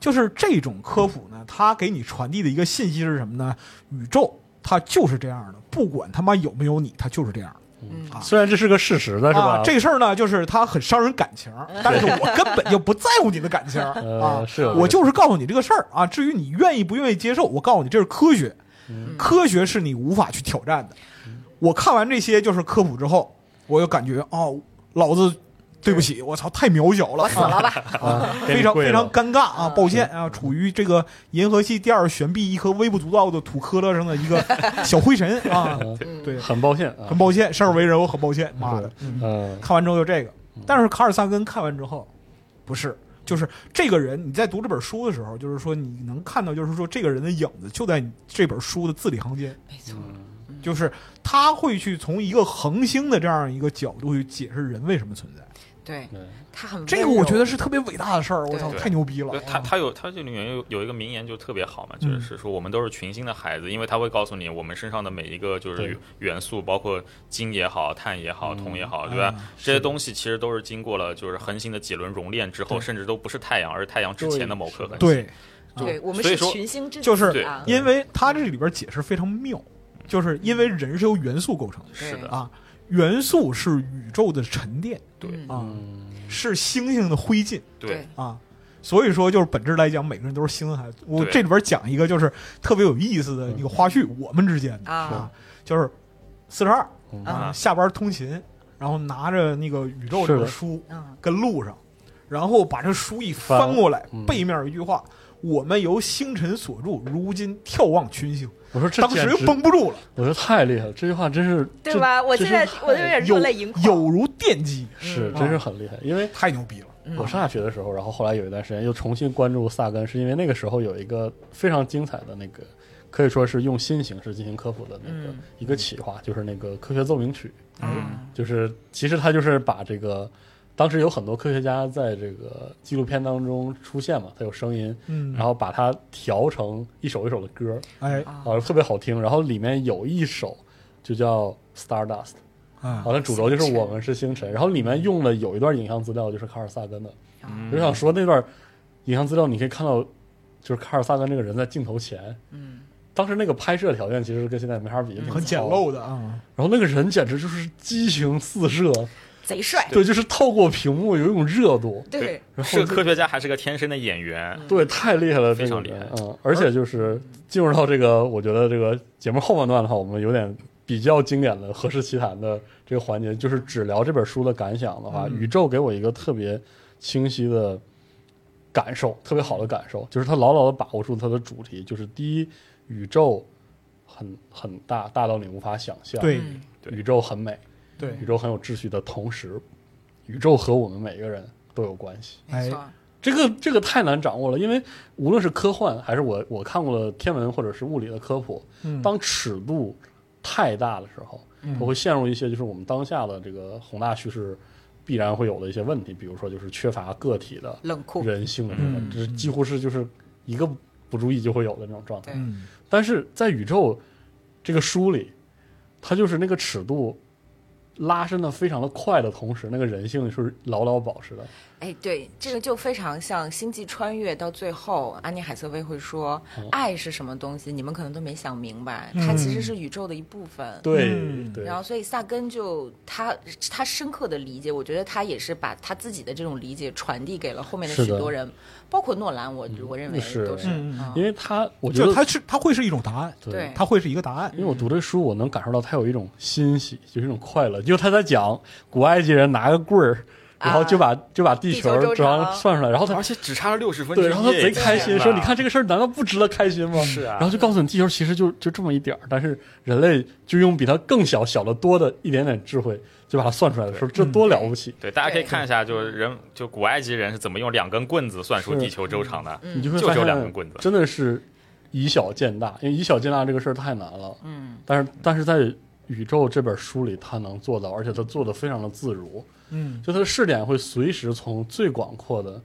Speaker 3: 就是这种科普呢，它给你传递的一个信息是什么呢？宇宙它就是这样的，不管他妈有没有你，它就是这样的。
Speaker 4: 嗯
Speaker 3: 啊
Speaker 2: 虽然这是个事实，但是吧
Speaker 3: 啊，，这事儿呢，就是它很伤人感情，但是 我根本就不在乎你的感情啊
Speaker 2: 呃，是
Speaker 3: 我就是告诉你这个事儿啊。至于你愿意不愿意接受，我告诉你这是科学，科学是你无法去挑战的。我看完这些就是科普之后，我就感觉哦，老子对不起，我操，太渺小了，死了吧，啊
Speaker 2: 给你
Speaker 3: 非常
Speaker 2: 跪
Speaker 3: 非常
Speaker 2: 了
Speaker 3: 尴尬啊，抱歉啊，处于这个银河系第二悬臂一颗微不足道的土坷垃上的一个小灰尘 啊，对，
Speaker 2: 很抱歉啊
Speaker 3: 很，抱歉，生而为人我很抱歉，妈的。
Speaker 2: 嗯，
Speaker 3: 看完之后就这个。但是卡尔萨根看完之后，不是，就是这个人，你在读这本书的时候，就是说你能看到，就是说这个人的影子就在你这本书的字里行间，
Speaker 4: 没
Speaker 2: 嗯
Speaker 4: 错，嗯
Speaker 3: 就是他会去从一个恒星的这样一个角度去解释人为什么存在。
Speaker 4: 对
Speaker 2: 对
Speaker 3: 啊
Speaker 4: 他很
Speaker 3: 这个
Speaker 4: 温柔
Speaker 3: 我觉得是特别伟大的事儿，我操，
Speaker 4: 对嗯
Speaker 3: 太牛逼
Speaker 5: 对
Speaker 3: 了！
Speaker 5: 他他有他这里面有有一个名言就特别好嘛，就
Speaker 3: 嗯
Speaker 5: 是是说我们都是群星的孩子，因为他会告诉你我们身上的每一个就
Speaker 2: 对嗯
Speaker 5: 是元素，包括金也好、碳也好、铜也好，对吧？这些东西其实都是经过了就是恒星的几轮熔炼之后，甚至都不是太阳，而是太阳之前的某颗恒星。
Speaker 3: 对，
Speaker 4: 嗯对我们
Speaker 5: 所
Speaker 4: 是
Speaker 5: 以说
Speaker 4: 群星之子
Speaker 3: 就是
Speaker 5: 对
Speaker 4: 啊，
Speaker 3: 因为他这里边解释非常妙，就是因为人是由元素构成的
Speaker 5: 是的，
Speaker 3: 啊，元素是宇宙的沉淀
Speaker 5: 对
Speaker 4: 嗯
Speaker 3: 啊，
Speaker 2: 嗯，
Speaker 3: 是星星的灰烬
Speaker 5: 对，
Speaker 3: 啊。所以说，就是本质来讲，每个人都是星的孩子。我
Speaker 5: 对
Speaker 3: 这里边讲一个就是特别有意思的
Speaker 2: 嗯
Speaker 3: 一个花絮，我们之间的
Speaker 4: 啊，
Speaker 3: 就是四十二
Speaker 2: 嗯
Speaker 3: 啊，
Speaker 5: 啊
Speaker 3: 下班通勤，然后拿着那个宇宙这本
Speaker 2: 是的
Speaker 3: 书，
Speaker 4: 嗯，
Speaker 3: 跟路上，然后把这书一翻
Speaker 2: 翻
Speaker 3: 过来，
Speaker 2: 嗯
Speaker 3: 背面有一句话：“我们由星辰所著，如今眺望群星。
Speaker 2: 我说”这
Speaker 3: 当时
Speaker 2: 简
Speaker 3: 就
Speaker 2: 直，
Speaker 3: 绷不住了，
Speaker 2: 我觉得太厉害了，这句话真是
Speaker 4: 对
Speaker 2: 这
Speaker 4: 吧？我
Speaker 2: 这
Speaker 4: 现在
Speaker 2: 真是
Speaker 4: 我都有点热泪盈眶。
Speaker 3: 有如电击，
Speaker 2: 是
Speaker 4: 嗯
Speaker 2: 真是很厉害，因为
Speaker 3: 太牛逼了！
Speaker 4: 嗯
Speaker 2: 我上大学的时候，然后后来有一段时间又重新关注萨根，是因为那个时候有一个非常精彩的那个，可以说是用新形式进行科普的那个、
Speaker 4: 嗯
Speaker 2: 一个企划，就是那个科学奏鸣曲，
Speaker 4: 嗯
Speaker 2: 就是其实他就是把这个。当时有很多科学家在这个纪录片当中出现嘛，他有声音，
Speaker 3: 嗯，
Speaker 2: 然后把它调成一首一首的歌，
Speaker 3: 哎
Speaker 4: 啊
Speaker 2: 啊，特别好听。然后里面有一首就叫 Stardust，
Speaker 3: 啊，
Speaker 2: 好像主轴就是
Speaker 4: 星辰
Speaker 2: 我们是星辰。然后里面用了有一段影像资料，就是卡尔萨根的，
Speaker 3: 啊
Speaker 5: 嗯
Speaker 2: 我就想说那段影像资料，你可以看到，就是卡尔萨根这个人在镜头前，
Speaker 4: 嗯，
Speaker 2: 当时那个拍摄条件其实跟现在没法比，
Speaker 3: 很简陋。的啊，
Speaker 2: 然后那个人简直就是激情四射，
Speaker 4: 贼帅，
Speaker 2: 对，就是透过屏幕有一种热度，
Speaker 4: 对，嗯
Speaker 2: 然后
Speaker 5: 是个
Speaker 2: 就嗯
Speaker 5: 科学家，还是个天生的演员。
Speaker 2: 对，太厉害了，
Speaker 5: 嗯非常
Speaker 2: 这个人
Speaker 5: 厉
Speaker 2: 嗯，而且就是进入到这个，我觉得这个节目后半段的话，我们有点比较经典的《何氏奇谈》的这个环节，就是只聊这本书的感想的话，
Speaker 3: 嗯
Speaker 2: 宇宙给我一个特别清晰的感受，特别好的感受，就是他牢牢的把握住它的主题，就是第一，宇宙很很大，大到你无法想象；
Speaker 3: 对
Speaker 4: 嗯
Speaker 5: 对
Speaker 2: 宇宙很美，
Speaker 3: 对
Speaker 2: 宇，宙很有秩序的同时，宇宙和我们每个人都有关系。
Speaker 4: 没错，
Speaker 2: 这个这个太难掌握了，因为无论是科幻还是我我看过的天文或者是物理的科普，
Speaker 3: 嗯
Speaker 2: 当尺度太大的时候，我会陷入一些就是我们当下的这个宏大叙事必然会有的一些问题，比如说就是缺乏个体的
Speaker 4: 冷酷，
Speaker 2: 人性的这种
Speaker 3: 嗯，
Speaker 2: 这几乎是就是一个不注意就会有的那种状态。
Speaker 4: 对
Speaker 3: 嗯，
Speaker 2: 但是在宇宙这个书里，它就是那个尺度拉伸的非常的快的同时，那个人性是牢牢保持的。
Speaker 4: 哎，对，这个就非常像《星际穿越》到最后，安妮海瑟薇会说：“爱是什么东西？你们可能都没想明白，它其实是宇宙的一部分。
Speaker 2: 对、
Speaker 3: 嗯
Speaker 2: 对
Speaker 4: 然，后，所以萨根就他他深刻的理解，我觉得他也是把他自己的这种理解传递给了后面的
Speaker 2: 是
Speaker 4: 许
Speaker 2: 的
Speaker 4: 多人，包括诺兰，我我认为
Speaker 2: 是
Speaker 4: 都是，
Speaker 3: 嗯
Speaker 4: 嗯
Speaker 2: 因为他我觉
Speaker 3: 就
Speaker 2: 得嗯
Speaker 3: 是它是它会是一种答案，
Speaker 4: 对
Speaker 3: 它会是一个答案
Speaker 2: 因为我读这书，我能感受到他有一种欣喜，就是一种快乐。就是他在讲古埃及人拿个棍儿，
Speaker 4: 啊
Speaker 2: 然后就把、就把地
Speaker 4: 地
Speaker 2: 球
Speaker 4: 球周
Speaker 2: 上
Speaker 4: 长
Speaker 2: 算出来，然后他
Speaker 5: 而且只差了六十分之一，
Speaker 2: 对，然后他贼开
Speaker 5: 也
Speaker 2: 心，
Speaker 5: 太
Speaker 2: 说
Speaker 5: 棒
Speaker 2: 你
Speaker 5: 了
Speaker 2: 看这个事儿难道不值得开心吗？
Speaker 5: 是啊
Speaker 2: 然后就告诉你，地球其实就就这么一点儿，但是人类就用比它更小、小得多的一点点智慧，就把它算出来的时候，这多了不起！
Speaker 5: 对，大家可以
Speaker 4: 对
Speaker 5: 看一下，就是人就古埃及人是怎么用两根棍子算出
Speaker 2: 是嗯
Speaker 5: 地球周长的。
Speaker 4: 嗯
Speaker 2: 你就会
Speaker 5: 就
Speaker 2: 发
Speaker 5: 只有
Speaker 2: 现
Speaker 5: 两根棍子
Speaker 2: 真的是以小见大，因为以小见大这个事儿太难了。
Speaker 4: 嗯，
Speaker 2: 但是但是在《宇宙》这本书里，他能做到，而且他做的非常的自如。
Speaker 3: 嗯，
Speaker 2: 就它的视点会随时从最广阔的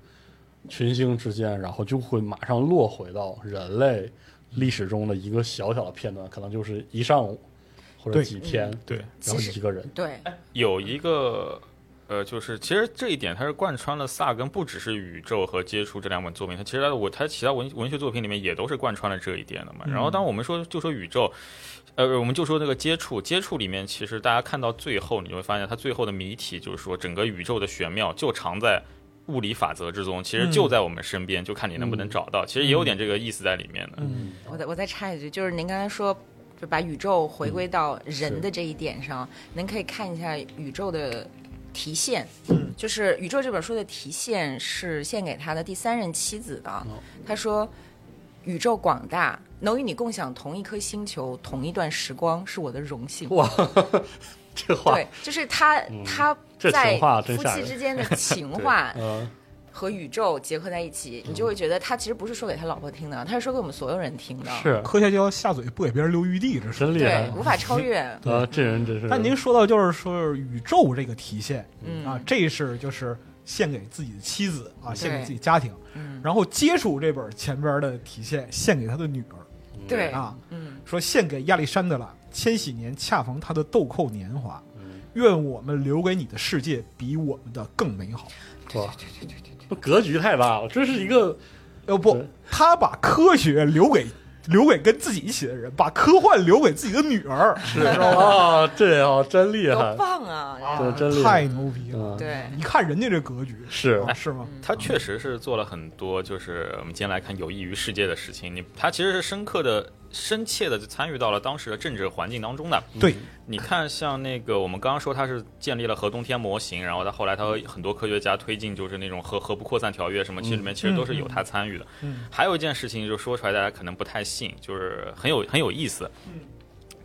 Speaker 2: 群星之间，然后就会马上落回到人类历史中的一个小小的片段，可能就是一上午或者
Speaker 3: 对
Speaker 2: 几天，
Speaker 3: 对，
Speaker 2: 然后
Speaker 4: 其实
Speaker 2: 一个人，
Speaker 4: 对，
Speaker 5: 有一个呃，就是其实这一点它是贯穿了萨根，不只是《宇宙》和《接触》这两本作品，它其实它的我它其他文文学作品里面也都是贯穿了这一点的嘛。然后当我们说就说《宇宙》，呃，我们就说那个接触，接触里面其实大家看到最后，你就会发现它最后的谜题就是说，整个宇宙的玄妙就藏在物理法则之中，其实就在我们身边，就看你能不能找到。其实也有点这个意思在里面的。
Speaker 3: 嗯
Speaker 4: 我再我再插一句，就是您刚才说，就把宇宙回
Speaker 2: 嗯
Speaker 4: 归到人的这一点上，您可以看一下宇宙的题线，
Speaker 2: 嗯
Speaker 4: 就是《宇宙》这本书的题线是献给他的第三任妻子的。
Speaker 2: 哦
Speaker 4: 他说：“宇宙广大，能与你共享同一颗星球、同一段时光，是我的荣幸。”
Speaker 2: 哇， 这话
Speaker 4: 对，就是他、他
Speaker 2: 这
Speaker 4: 在
Speaker 2: 情话真
Speaker 4: 夫
Speaker 2: 吓
Speaker 4: 妻
Speaker 2: 人 ，
Speaker 4: 之间的情话
Speaker 2: 嗯，
Speaker 4: 和宇宙结合在一起，你就会觉得他其实不是说给他老婆听的，他是说给我们所有人听的。
Speaker 2: 是
Speaker 3: 科学家下嘴不给别人留余地，这是。
Speaker 2: 真厉害
Speaker 4: 对，无法超越。
Speaker 2: 啊！这人真是。
Speaker 3: 但您说到就是说宇宙这个题线
Speaker 4: 嗯
Speaker 3: 啊，这是就是献给自己的妻子啊，献给
Speaker 4: 对
Speaker 3: 自己家庭，
Speaker 4: 嗯，
Speaker 3: 然后接触这本前边的题线献给他的女儿
Speaker 4: 对
Speaker 3: 啊，
Speaker 4: 嗯，
Speaker 3: 说献给亚历山德拉，千禧年恰逢他的豆蔻年华，
Speaker 2: 嗯
Speaker 3: 愿我们留给你的世界比我们的更美好。
Speaker 2: 哇，这格局太大了，这是一个
Speaker 3: 呃，不
Speaker 2: 对，
Speaker 3: 他把科学留给留给跟自己一起的人，把科幻留给自己的女儿，
Speaker 2: 是 啊，这啊真厉
Speaker 4: 多
Speaker 2: 害，
Speaker 4: 棒啊！
Speaker 2: 对，真厉
Speaker 3: 太
Speaker 2: 害，
Speaker 3: 牛逼了！
Speaker 2: 嗯，
Speaker 4: 对，
Speaker 3: 一看人家这格局，
Speaker 2: 是
Speaker 3: 啊是吗？
Speaker 5: 他确实是做了很多，就是我们今天来看有益于世界的事情。你他其实是深刻的、深切的参与到了当时的政治环境当中的。
Speaker 2: 嗯
Speaker 3: 对，
Speaker 5: 你看，像那个我们刚刚说，他是建立了核冬天模型，然后他后来他和很多科学家推进就是那种核核不扩散条约什么，其实里面其实都是有他参与的。
Speaker 3: 嗯
Speaker 5: 还有一件事情，就说出来大家可能不太信，就是很有很有意思。
Speaker 3: 嗯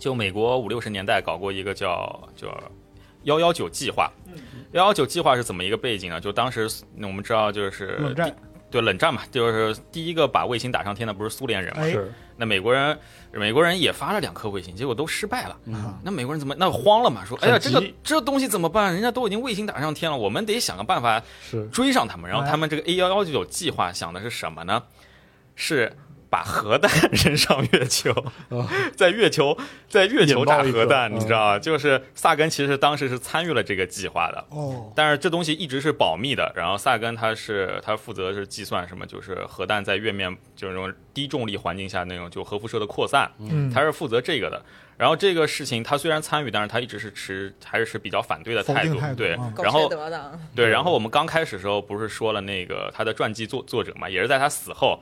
Speaker 5: 就美国五六十年代搞过一个叫叫“幺幺九计划
Speaker 3: 嗯”，“
Speaker 5: 幺幺九计划”是怎么一个背景呢？就当时我们知道，呃就是
Speaker 3: 冷战，
Speaker 5: 对冷战嘛，就是第一个把卫星打上天的不是苏联人嘛？
Speaker 3: 哎，
Speaker 2: 是
Speaker 5: 那美国人，美国人也发了两颗卫星，结果都失败了。
Speaker 3: 啊
Speaker 2: 嗯
Speaker 5: 那美国人怎么那慌了嘛？说，
Speaker 2: 很
Speaker 5: 哎呀，这个
Speaker 2: 急
Speaker 5: 这东西怎么办？人家都已经卫星打上天了，我们得想个办法
Speaker 2: 是
Speaker 5: 追上他们。然后他们这个 A 幺幺九计划想的是什么呢？是把核弹扔上月球
Speaker 2: 啊，
Speaker 5: 在月球在月球
Speaker 2: 引爆
Speaker 5: 炸
Speaker 2: 一个
Speaker 5: 核弹，
Speaker 2: 嗯
Speaker 5: 你知道吧？就是萨根其实当时是参与了这个计划的。
Speaker 3: 哦，
Speaker 5: 但是这东西一直是保密的。然后萨根他是他负责是计算什么，就是核弹在月面就是那种低重力环境下那种就核辐射的扩散，
Speaker 3: 嗯
Speaker 5: 他是负责这个的。然后这个事情他虽然参与，但是他一直是持还是持比较反对的
Speaker 3: 否
Speaker 5: 态
Speaker 3: 定
Speaker 5: 度
Speaker 3: 态，度
Speaker 5: 对
Speaker 3: 啊。
Speaker 4: 狗
Speaker 5: 然
Speaker 4: 缺
Speaker 5: 后
Speaker 4: 德的，
Speaker 5: 对，然后我们刚开始的时候不是说了那个他的传记作作者嘛，也是在他死后。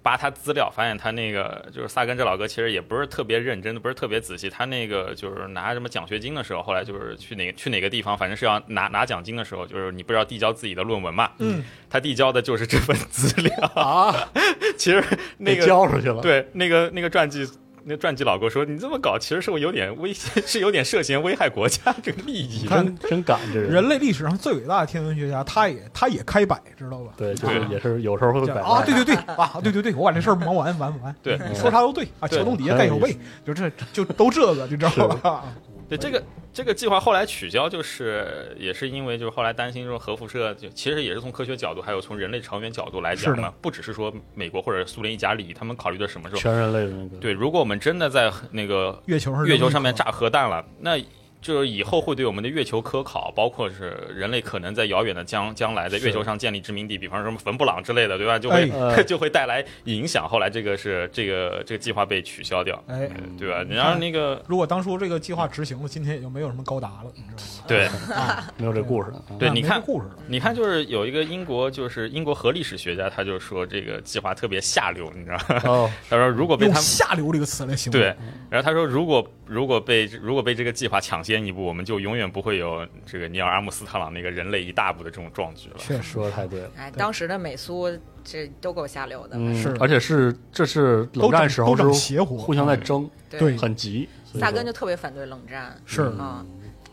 Speaker 5: 扒他资料，发现他那个就是萨根这老哥，其实也不是特别认真，不是特别仔细。他那个就是拿什么奖学金的时候，后来就是去哪去哪个地方，反正是要拿拿奖金的时候，就是你不是要递交自己的论文嘛？
Speaker 3: 嗯，
Speaker 5: 他递交的就是这份资料。
Speaker 2: 啊，
Speaker 5: 其实那
Speaker 2: 被
Speaker 5: 个
Speaker 2: 交出去了，
Speaker 5: 对那个那个传记，那传记老哥说你这么搞，其实是有点危， 是有点涉嫌危害国家这个利益的。
Speaker 2: 真真敢这人，
Speaker 3: 人类历史上最伟大的天文学家，他也他也开摆，知道吧？
Speaker 2: 对，就是也是有时候会
Speaker 3: 这
Speaker 2: 摆
Speaker 3: 样
Speaker 2: 烂
Speaker 3: 啊，对对对啊，对对对，我把这事儿忙完完完，
Speaker 5: 对，
Speaker 2: 嗯
Speaker 3: 你说啥都对啊，
Speaker 5: 嗯对
Speaker 3: 桥洞底下盖有
Speaker 2: 很有
Speaker 3: 被，就这就都这个，你啊知道吧？
Speaker 5: 对这个这个计划后来取消，就是也是因为就是后来担心这种核辐射，就其实也是从科学角度，还有从人类长远角度来讲
Speaker 3: 是的
Speaker 5: 嘛，不只是说美国或者苏联一家利益，他们考虑的什么时候？
Speaker 2: 全人类的那个，
Speaker 5: 对，如果我们真的在那个
Speaker 3: 月球上
Speaker 5: 月球上面炸核弹了，那就是以后会对我们的月球科考，包括是人类可能在遥远的将将来在
Speaker 2: 是
Speaker 5: 月球上建立殖民地，比方说什么冯布朗之类的，对吧？就会、
Speaker 2: 哎
Speaker 5: 就会带来影响。后来这个是这个这个计划被取消掉，
Speaker 3: 哎，
Speaker 5: 嗯对吧？然后那个
Speaker 3: 如果当初这个计划执行了，今天也就没有什么高达了，你知道
Speaker 5: 对。
Speaker 3: 吗？啊，
Speaker 2: 没有这故事了，啊
Speaker 5: 对
Speaker 3: 啊
Speaker 5: 你
Speaker 3: 没
Speaker 5: 看
Speaker 3: 这故事了，
Speaker 5: 你看，就是有一个英国，就是英国核历史学家，他就说这个计划特别下流，你知道吗？
Speaker 2: 哦，
Speaker 5: 他说如果被
Speaker 3: 用
Speaker 5: 他们
Speaker 3: 下流这个词来形容，
Speaker 5: 对，然后他说如果如果被如果被这个计划抢先一步，我们就永远不会有这个尼尔阿姆斯特朗那个人类一大步的这种壮举了。
Speaker 3: 确实
Speaker 2: 说的太对了。
Speaker 4: 哎，当时的美苏这都够下流的，
Speaker 2: 嗯，
Speaker 3: 是
Speaker 2: 而且是这是冷战时候
Speaker 3: 都整都整
Speaker 2: 是
Speaker 3: 邪乎
Speaker 2: 互相在争，
Speaker 3: 对
Speaker 2: 很急。所以
Speaker 4: 萨根
Speaker 2: 说
Speaker 4: 就特别反对冷战。
Speaker 3: 是，
Speaker 4: 啊，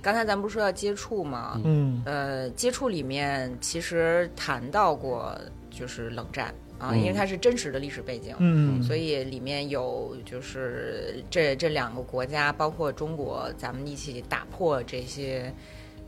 Speaker 4: 刚才咱们不是说要接触吗？
Speaker 3: 嗯
Speaker 4: 呃，接触里面其实谈到过就是冷战啊，
Speaker 2: 嗯
Speaker 4: 因为它是真实的历史背景。
Speaker 3: 嗯，
Speaker 4: 所以里面有就是这这两个国家，包括中国，咱们一起打破这些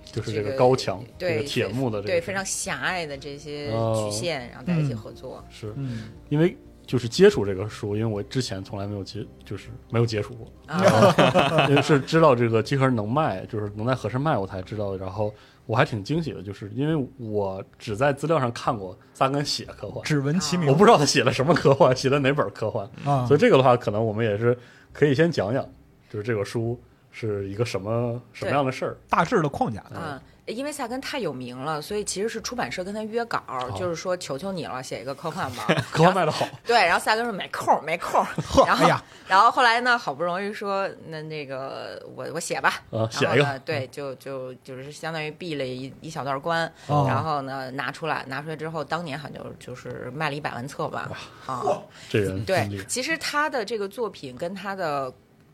Speaker 2: 就是
Speaker 4: 这
Speaker 2: 这
Speaker 4: 个
Speaker 2: 个高墙，
Speaker 4: 对
Speaker 2: 这个铁幕的这个
Speaker 4: 对
Speaker 2: 是
Speaker 4: 非常狭隘的这些
Speaker 2: 哦
Speaker 4: 局限，然后在一起
Speaker 3: 嗯
Speaker 4: 合作。
Speaker 2: 是
Speaker 3: 嗯，
Speaker 2: 因为就是接触这个书，因为我之前从来没有接，就是没有接触过，
Speaker 4: 啊，
Speaker 2: 因为呃是知道这个集合能卖，就是能在合适卖，我才知道。然后我还挺惊喜的，就是因为我只在资料上看过萨根写科幻，
Speaker 3: 只闻其名，
Speaker 2: 我不知道他写了什么科幻，写的哪本科 幻，哦
Speaker 3: 啊，
Speaker 2: 所以这个的话，可能我们也是可以先讲讲，就是这个书是一个什么什么样的事儿。
Speaker 3: 大致的框架，
Speaker 4: 嗯，因为萨根太有名了，所以其实是出版社跟他约稿，就是说求求你了，写一个科幻吧。
Speaker 2: 科幻卖的好，
Speaker 4: 对，然后萨根说没空儿，没 空儿。
Speaker 3: 呵，
Speaker 4: 然后
Speaker 3: 哎呀，
Speaker 4: 然后后来呢，好不容易说那那个我我写吧，
Speaker 2: 啊
Speaker 4: 然
Speaker 2: 写
Speaker 4: 后
Speaker 2: 一个
Speaker 4: 呢，对，就就就是相当于闭了一一小段关，
Speaker 3: 哦
Speaker 4: 然后呢拿出来，拿出来之后，当年好像就就是卖了一百万册吧，啊，
Speaker 2: 这人
Speaker 4: 对
Speaker 2: 真厉害，
Speaker 4: 其实他的这个作品跟他的。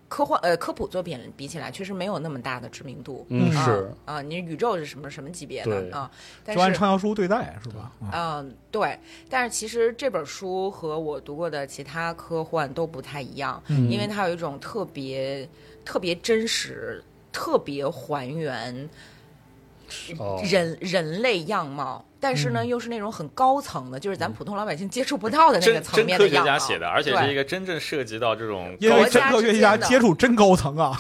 Speaker 4: 科幻呃科普作品比起来，确实没有那么大的知名度。
Speaker 2: 嗯
Speaker 4: 啊
Speaker 2: 是，
Speaker 4: 啊，你宇宙是什么什么级别
Speaker 2: 对
Speaker 4: 的啊？但
Speaker 3: 就按
Speaker 4: 是
Speaker 3: 畅销书对待是吧？啊
Speaker 4: 嗯，对，但是其实这本书和我读过的其他科幻都不太一样，
Speaker 2: 嗯
Speaker 5: 嗯
Speaker 4: 因为它有一种特别、特别真实、特别还原
Speaker 2: 哦，
Speaker 4: 人、人类样貌，但是
Speaker 5: 嗯
Speaker 4: 呢，又是那种很高层的，就是咱普通老百姓接触不到的那个
Speaker 5: 真
Speaker 4: 层
Speaker 5: 真
Speaker 4: 面
Speaker 5: 科
Speaker 4: 的
Speaker 5: 学
Speaker 4: 样貌。
Speaker 5: 家写的，而且是一
Speaker 4: 个
Speaker 5: 个真正涉及到这种
Speaker 3: 因为
Speaker 5: 高
Speaker 3: 真科学家接触真高层 啊，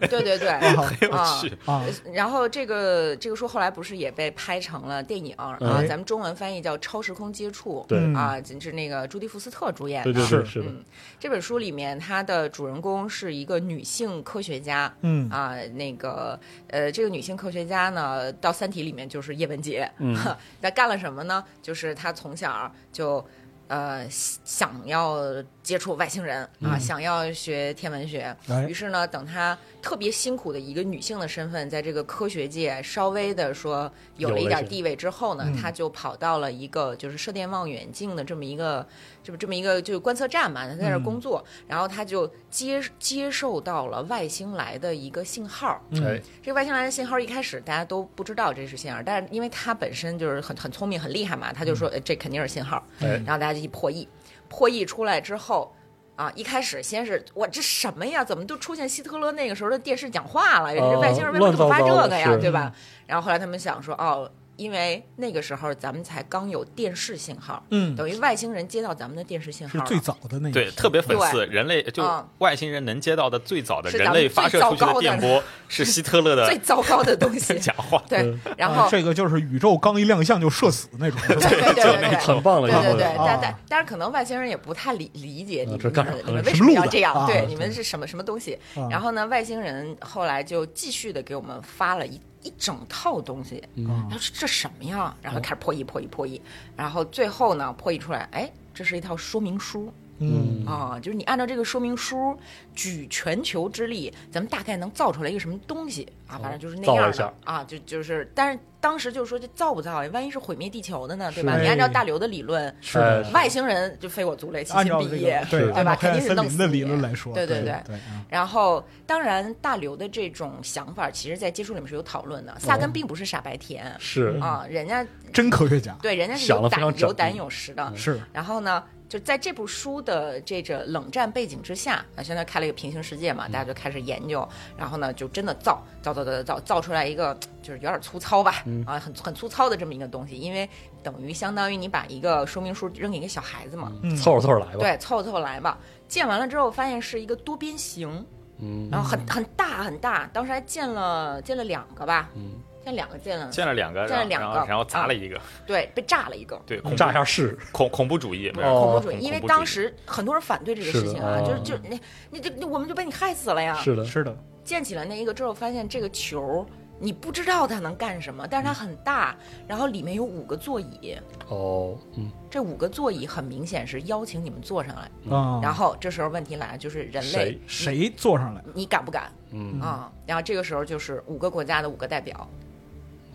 Speaker 4: 对对对对
Speaker 5: 很有
Speaker 4: 啊。
Speaker 5: 趣。
Speaker 3: 啊，
Speaker 4: 然后这个这个书后来不是也被拍成了电影啊？
Speaker 2: 哎
Speaker 4: 咱们中文翻译叫《超时空接触》，
Speaker 2: 对
Speaker 3: 嗯
Speaker 4: 啊，是那个朱迪福斯特主演
Speaker 2: 对
Speaker 4: 的。
Speaker 2: 对对
Speaker 3: 是
Speaker 2: 是的，
Speaker 4: 嗯，这本书里面，它的主人公是一个女性科学家。
Speaker 3: 嗯
Speaker 4: 啊、那个，呃，这个女性科学家呢，到《三体》里面就是叶文洁。
Speaker 2: 嗯
Speaker 4: 那干了什么呢？就是她从小就，呃，想想要接触外星人啊、想要学天文学。
Speaker 3: 哎
Speaker 4: 于是呢，等她特别辛苦的一个女性的身份，在这个科学界稍微的说有了一嗯
Speaker 2: 有
Speaker 4: 点
Speaker 2: 了
Speaker 4: 地位之后呢，她就跑到了一个就是射电望远镜的这么一个这么这么一个就是观测站嘛，她在那儿工作，然后她就接接受到了外星来的一个信号。
Speaker 2: 哎，
Speaker 4: 这个外星来的信号一开始大家都不知道这是信号，但是因为她本身就是很很聪明很厉害嘛，她就说、呃这肯定是信号，
Speaker 2: 哎
Speaker 4: 然后大家就一破译，破译出来之后。啊，一开始先是我这什么呀？怎么都出现希特勒那个时候的电视讲话了？人家
Speaker 2: 哦
Speaker 4: 外星人为什么这么发
Speaker 2: 乱糟糟
Speaker 4: 这
Speaker 2: 的
Speaker 4: 个
Speaker 2: 是
Speaker 4: 呀？对吧？然后后来他们想说，哦，因为那个时候咱们才刚有电视信号，
Speaker 3: 嗯，
Speaker 4: 等于外星人接到咱们的电视信号
Speaker 3: 是
Speaker 4: 了，
Speaker 3: 最早的那一
Speaker 5: 对，
Speaker 3: 批啊
Speaker 5: 特别讽刺，人类就
Speaker 4: 嗯
Speaker 5: 外星人能接到的最早的
Speaker 4: 是
Speaker 5: 人
Speaker 4: 咱们
Speaker 5: 类发射出去的电波是希特 勒
Speaker 4: 最
Speaker 5: 的
Speaker 4: 糟糕的东西。
Speaker 5: 讲话，
Speaker 4: 对，然后
Speaker 3: 啊这个就是宇宙刚一亮相就射死那种，是吧
Speaker 4: 对对对对对，
Speaker 2: 很棒了，
Speaker 4: 对对
Speaker 2: 一
Speaker 4: 对
Speaker 2: 个，
Speaker 3: 啊
Speaker 4: 但但但是可能外星人也不太理理解
Speaker 2: 啊
Speaker 4: 你们
Speaker 2: 这干什么
Speaker 4: 你们为
Speaker 3: 什
Speaker 4: 什
Speaker 3: 么
Speaker 4: 么
Speaker 3: 路
Speaker 4: 要
Speaker 3: 子
Speaker 4: 这样
Speaker 3: 啊？
Speaker 4: 对，
Speaker 3: 对
Speaker 4: 你们是什么什么东西
Speaker 3: 啊？
Speaker 4: 然后呢，外星人后来就继续的给我们发了一一整套东西，
Speaker 2: 嗯
Speaker 3: 啊
Speaker 4: 然后说这什么呀？然
Speaker 2: 哦
Speaker 4: 后开始破译破译破译，然后最后呢破译出来，哎，这是一套说明书
Speaker 3: 嗯，
Speaker 4: 啊、就是你按照这个说明书举全球之力，咱们大概能造出来一个什么东西啊？反正就是那
Speaker 2: 哦造
Speaker 4: 样
Speaker 2: 一下
Speaker 4: 的啊，就就是，但是当时就是说这造不造呀？万一是毁灭地球的呢，对吧？
Speaker 3: 是
Speaker 4: 你按照大刘的理论。
Speaker 3: 是
Speaker 2: 哎
Speaker 3: 的
Speaker 2: 是
Speaker 4: 外星人就非我族类，其
Speaker 3: 嗯按
Speaker 4: 心
Speaker 3: 照这
Speaker 4: 必
Speaker 3: 个
Speaker 4: 异，
Speaker 3: 对
Speaker 4: 对吧？
Speaker 3: 按照黑
Speaker 4: 肯
Speaker 3: 暗
Speaker 4: 定是
Speaker 3: 森
Speaker 4: 弄
Speaker 3: 林
Speaker 4: 死
Speaker 3: 的
Speaker 4: 你
Speaker 3: 理论来说，
Speaker 4: 对
Speaker 3: 对
Speaker 4: 对对嗯
Speaker 3: 对，啊
Speaker 4: 然后，当然，大刘的这种想法，其实在接触里面是有讨论的。
Speaker 3: 哦
Speaker 4: 萨根并不是傻白甜、
Speaker 3: 嗯
Speaker 2: 是
Speaker 4: 啊，人家
Speaker 3: 真科学家
Speaker 4: 对人家是
Speaker 2: 想得
Speaker 4: 有
Speaker 2: 非常嗯
Speaker 4: 胆
Speaker 2: 缜
Speaker 4: 有
Speaker 2: 密
Speaker 4: 胆有识的。
Speaker 3: 是
Speaker 4: 然后呢，就在这部书的这个冷战背景之下，啊，现在开了一个平行世界嘛，
Speaker 2: 嗯
Speaker 4: 大家就开始研究，然后呢，就真的造造造造造造造出来一个，就是有点粗糙吧，
Speaker 2: 嗯
Speaker 4: 啊，很很粗糙的这么一个东西，因为等于相当于你把一个说明书扔给一个小孩子嘛，
Speaker 3: 嗯
Speaker 2: 凑合凑合来吧，
Speaker 4: 对，凑合凑合来吧。建完了之后，发现是一个多边形，
Speaker 2: 嗯
Speaker 4: 然后很很大很大，当时还建了建了两个吧，
Speaker 2: 嗯，
Speaker 4: 建两个建了，
Speaker 5: 见了两个，
Speaker 4: 见了两
Speaker 5: 然后
Speaker 4: 个嗯
Speaker 5: 然后砸了一个，
Speaker 4: 对，被炸了一个。
Speaker 5: 对，恐怖
Speaker 2: 炸一下试试，
Speaker 5: 恐恐怖主义，没有
Speaker 2: 哦
Speaker 4: 恐怖
Speaker 5: 恐
Speaker 4: 主义，因为
Speaker 5: 恐怖主义
Speaker 4: 当时很多人反对这个
Speaker 2: 是的
Speaker 4: 事情啊，
Speaker 2: 哦
Speaker 4: 就是就是那你这我们就被你害死了呀。
Speaker 2: 嗯是的，
Speaker 3: 是的，
Speaker 4: 建起了那一个之后，发现这个球你不知道它能干什么，但
Speaker 2: 嗯
Speaker 4: 是它很大，然后里面有五个座椅，
Speaker 2: 哦，嗯，
Speaker 4: 这五个座椅很明显是邀请你们坐上来。
Speaker 2: 哦
Speaker 3: 啊，
Speaker 4: 然后这时候问题来了，就是人类
Speaker 2: 谁，
Speaker 3: 谁坐上来？
Speaker 4: 你敢不敢
Speaker 2: 嗯，
Speaker 4: 啊？然后这个时候就是五个国家的五个代表，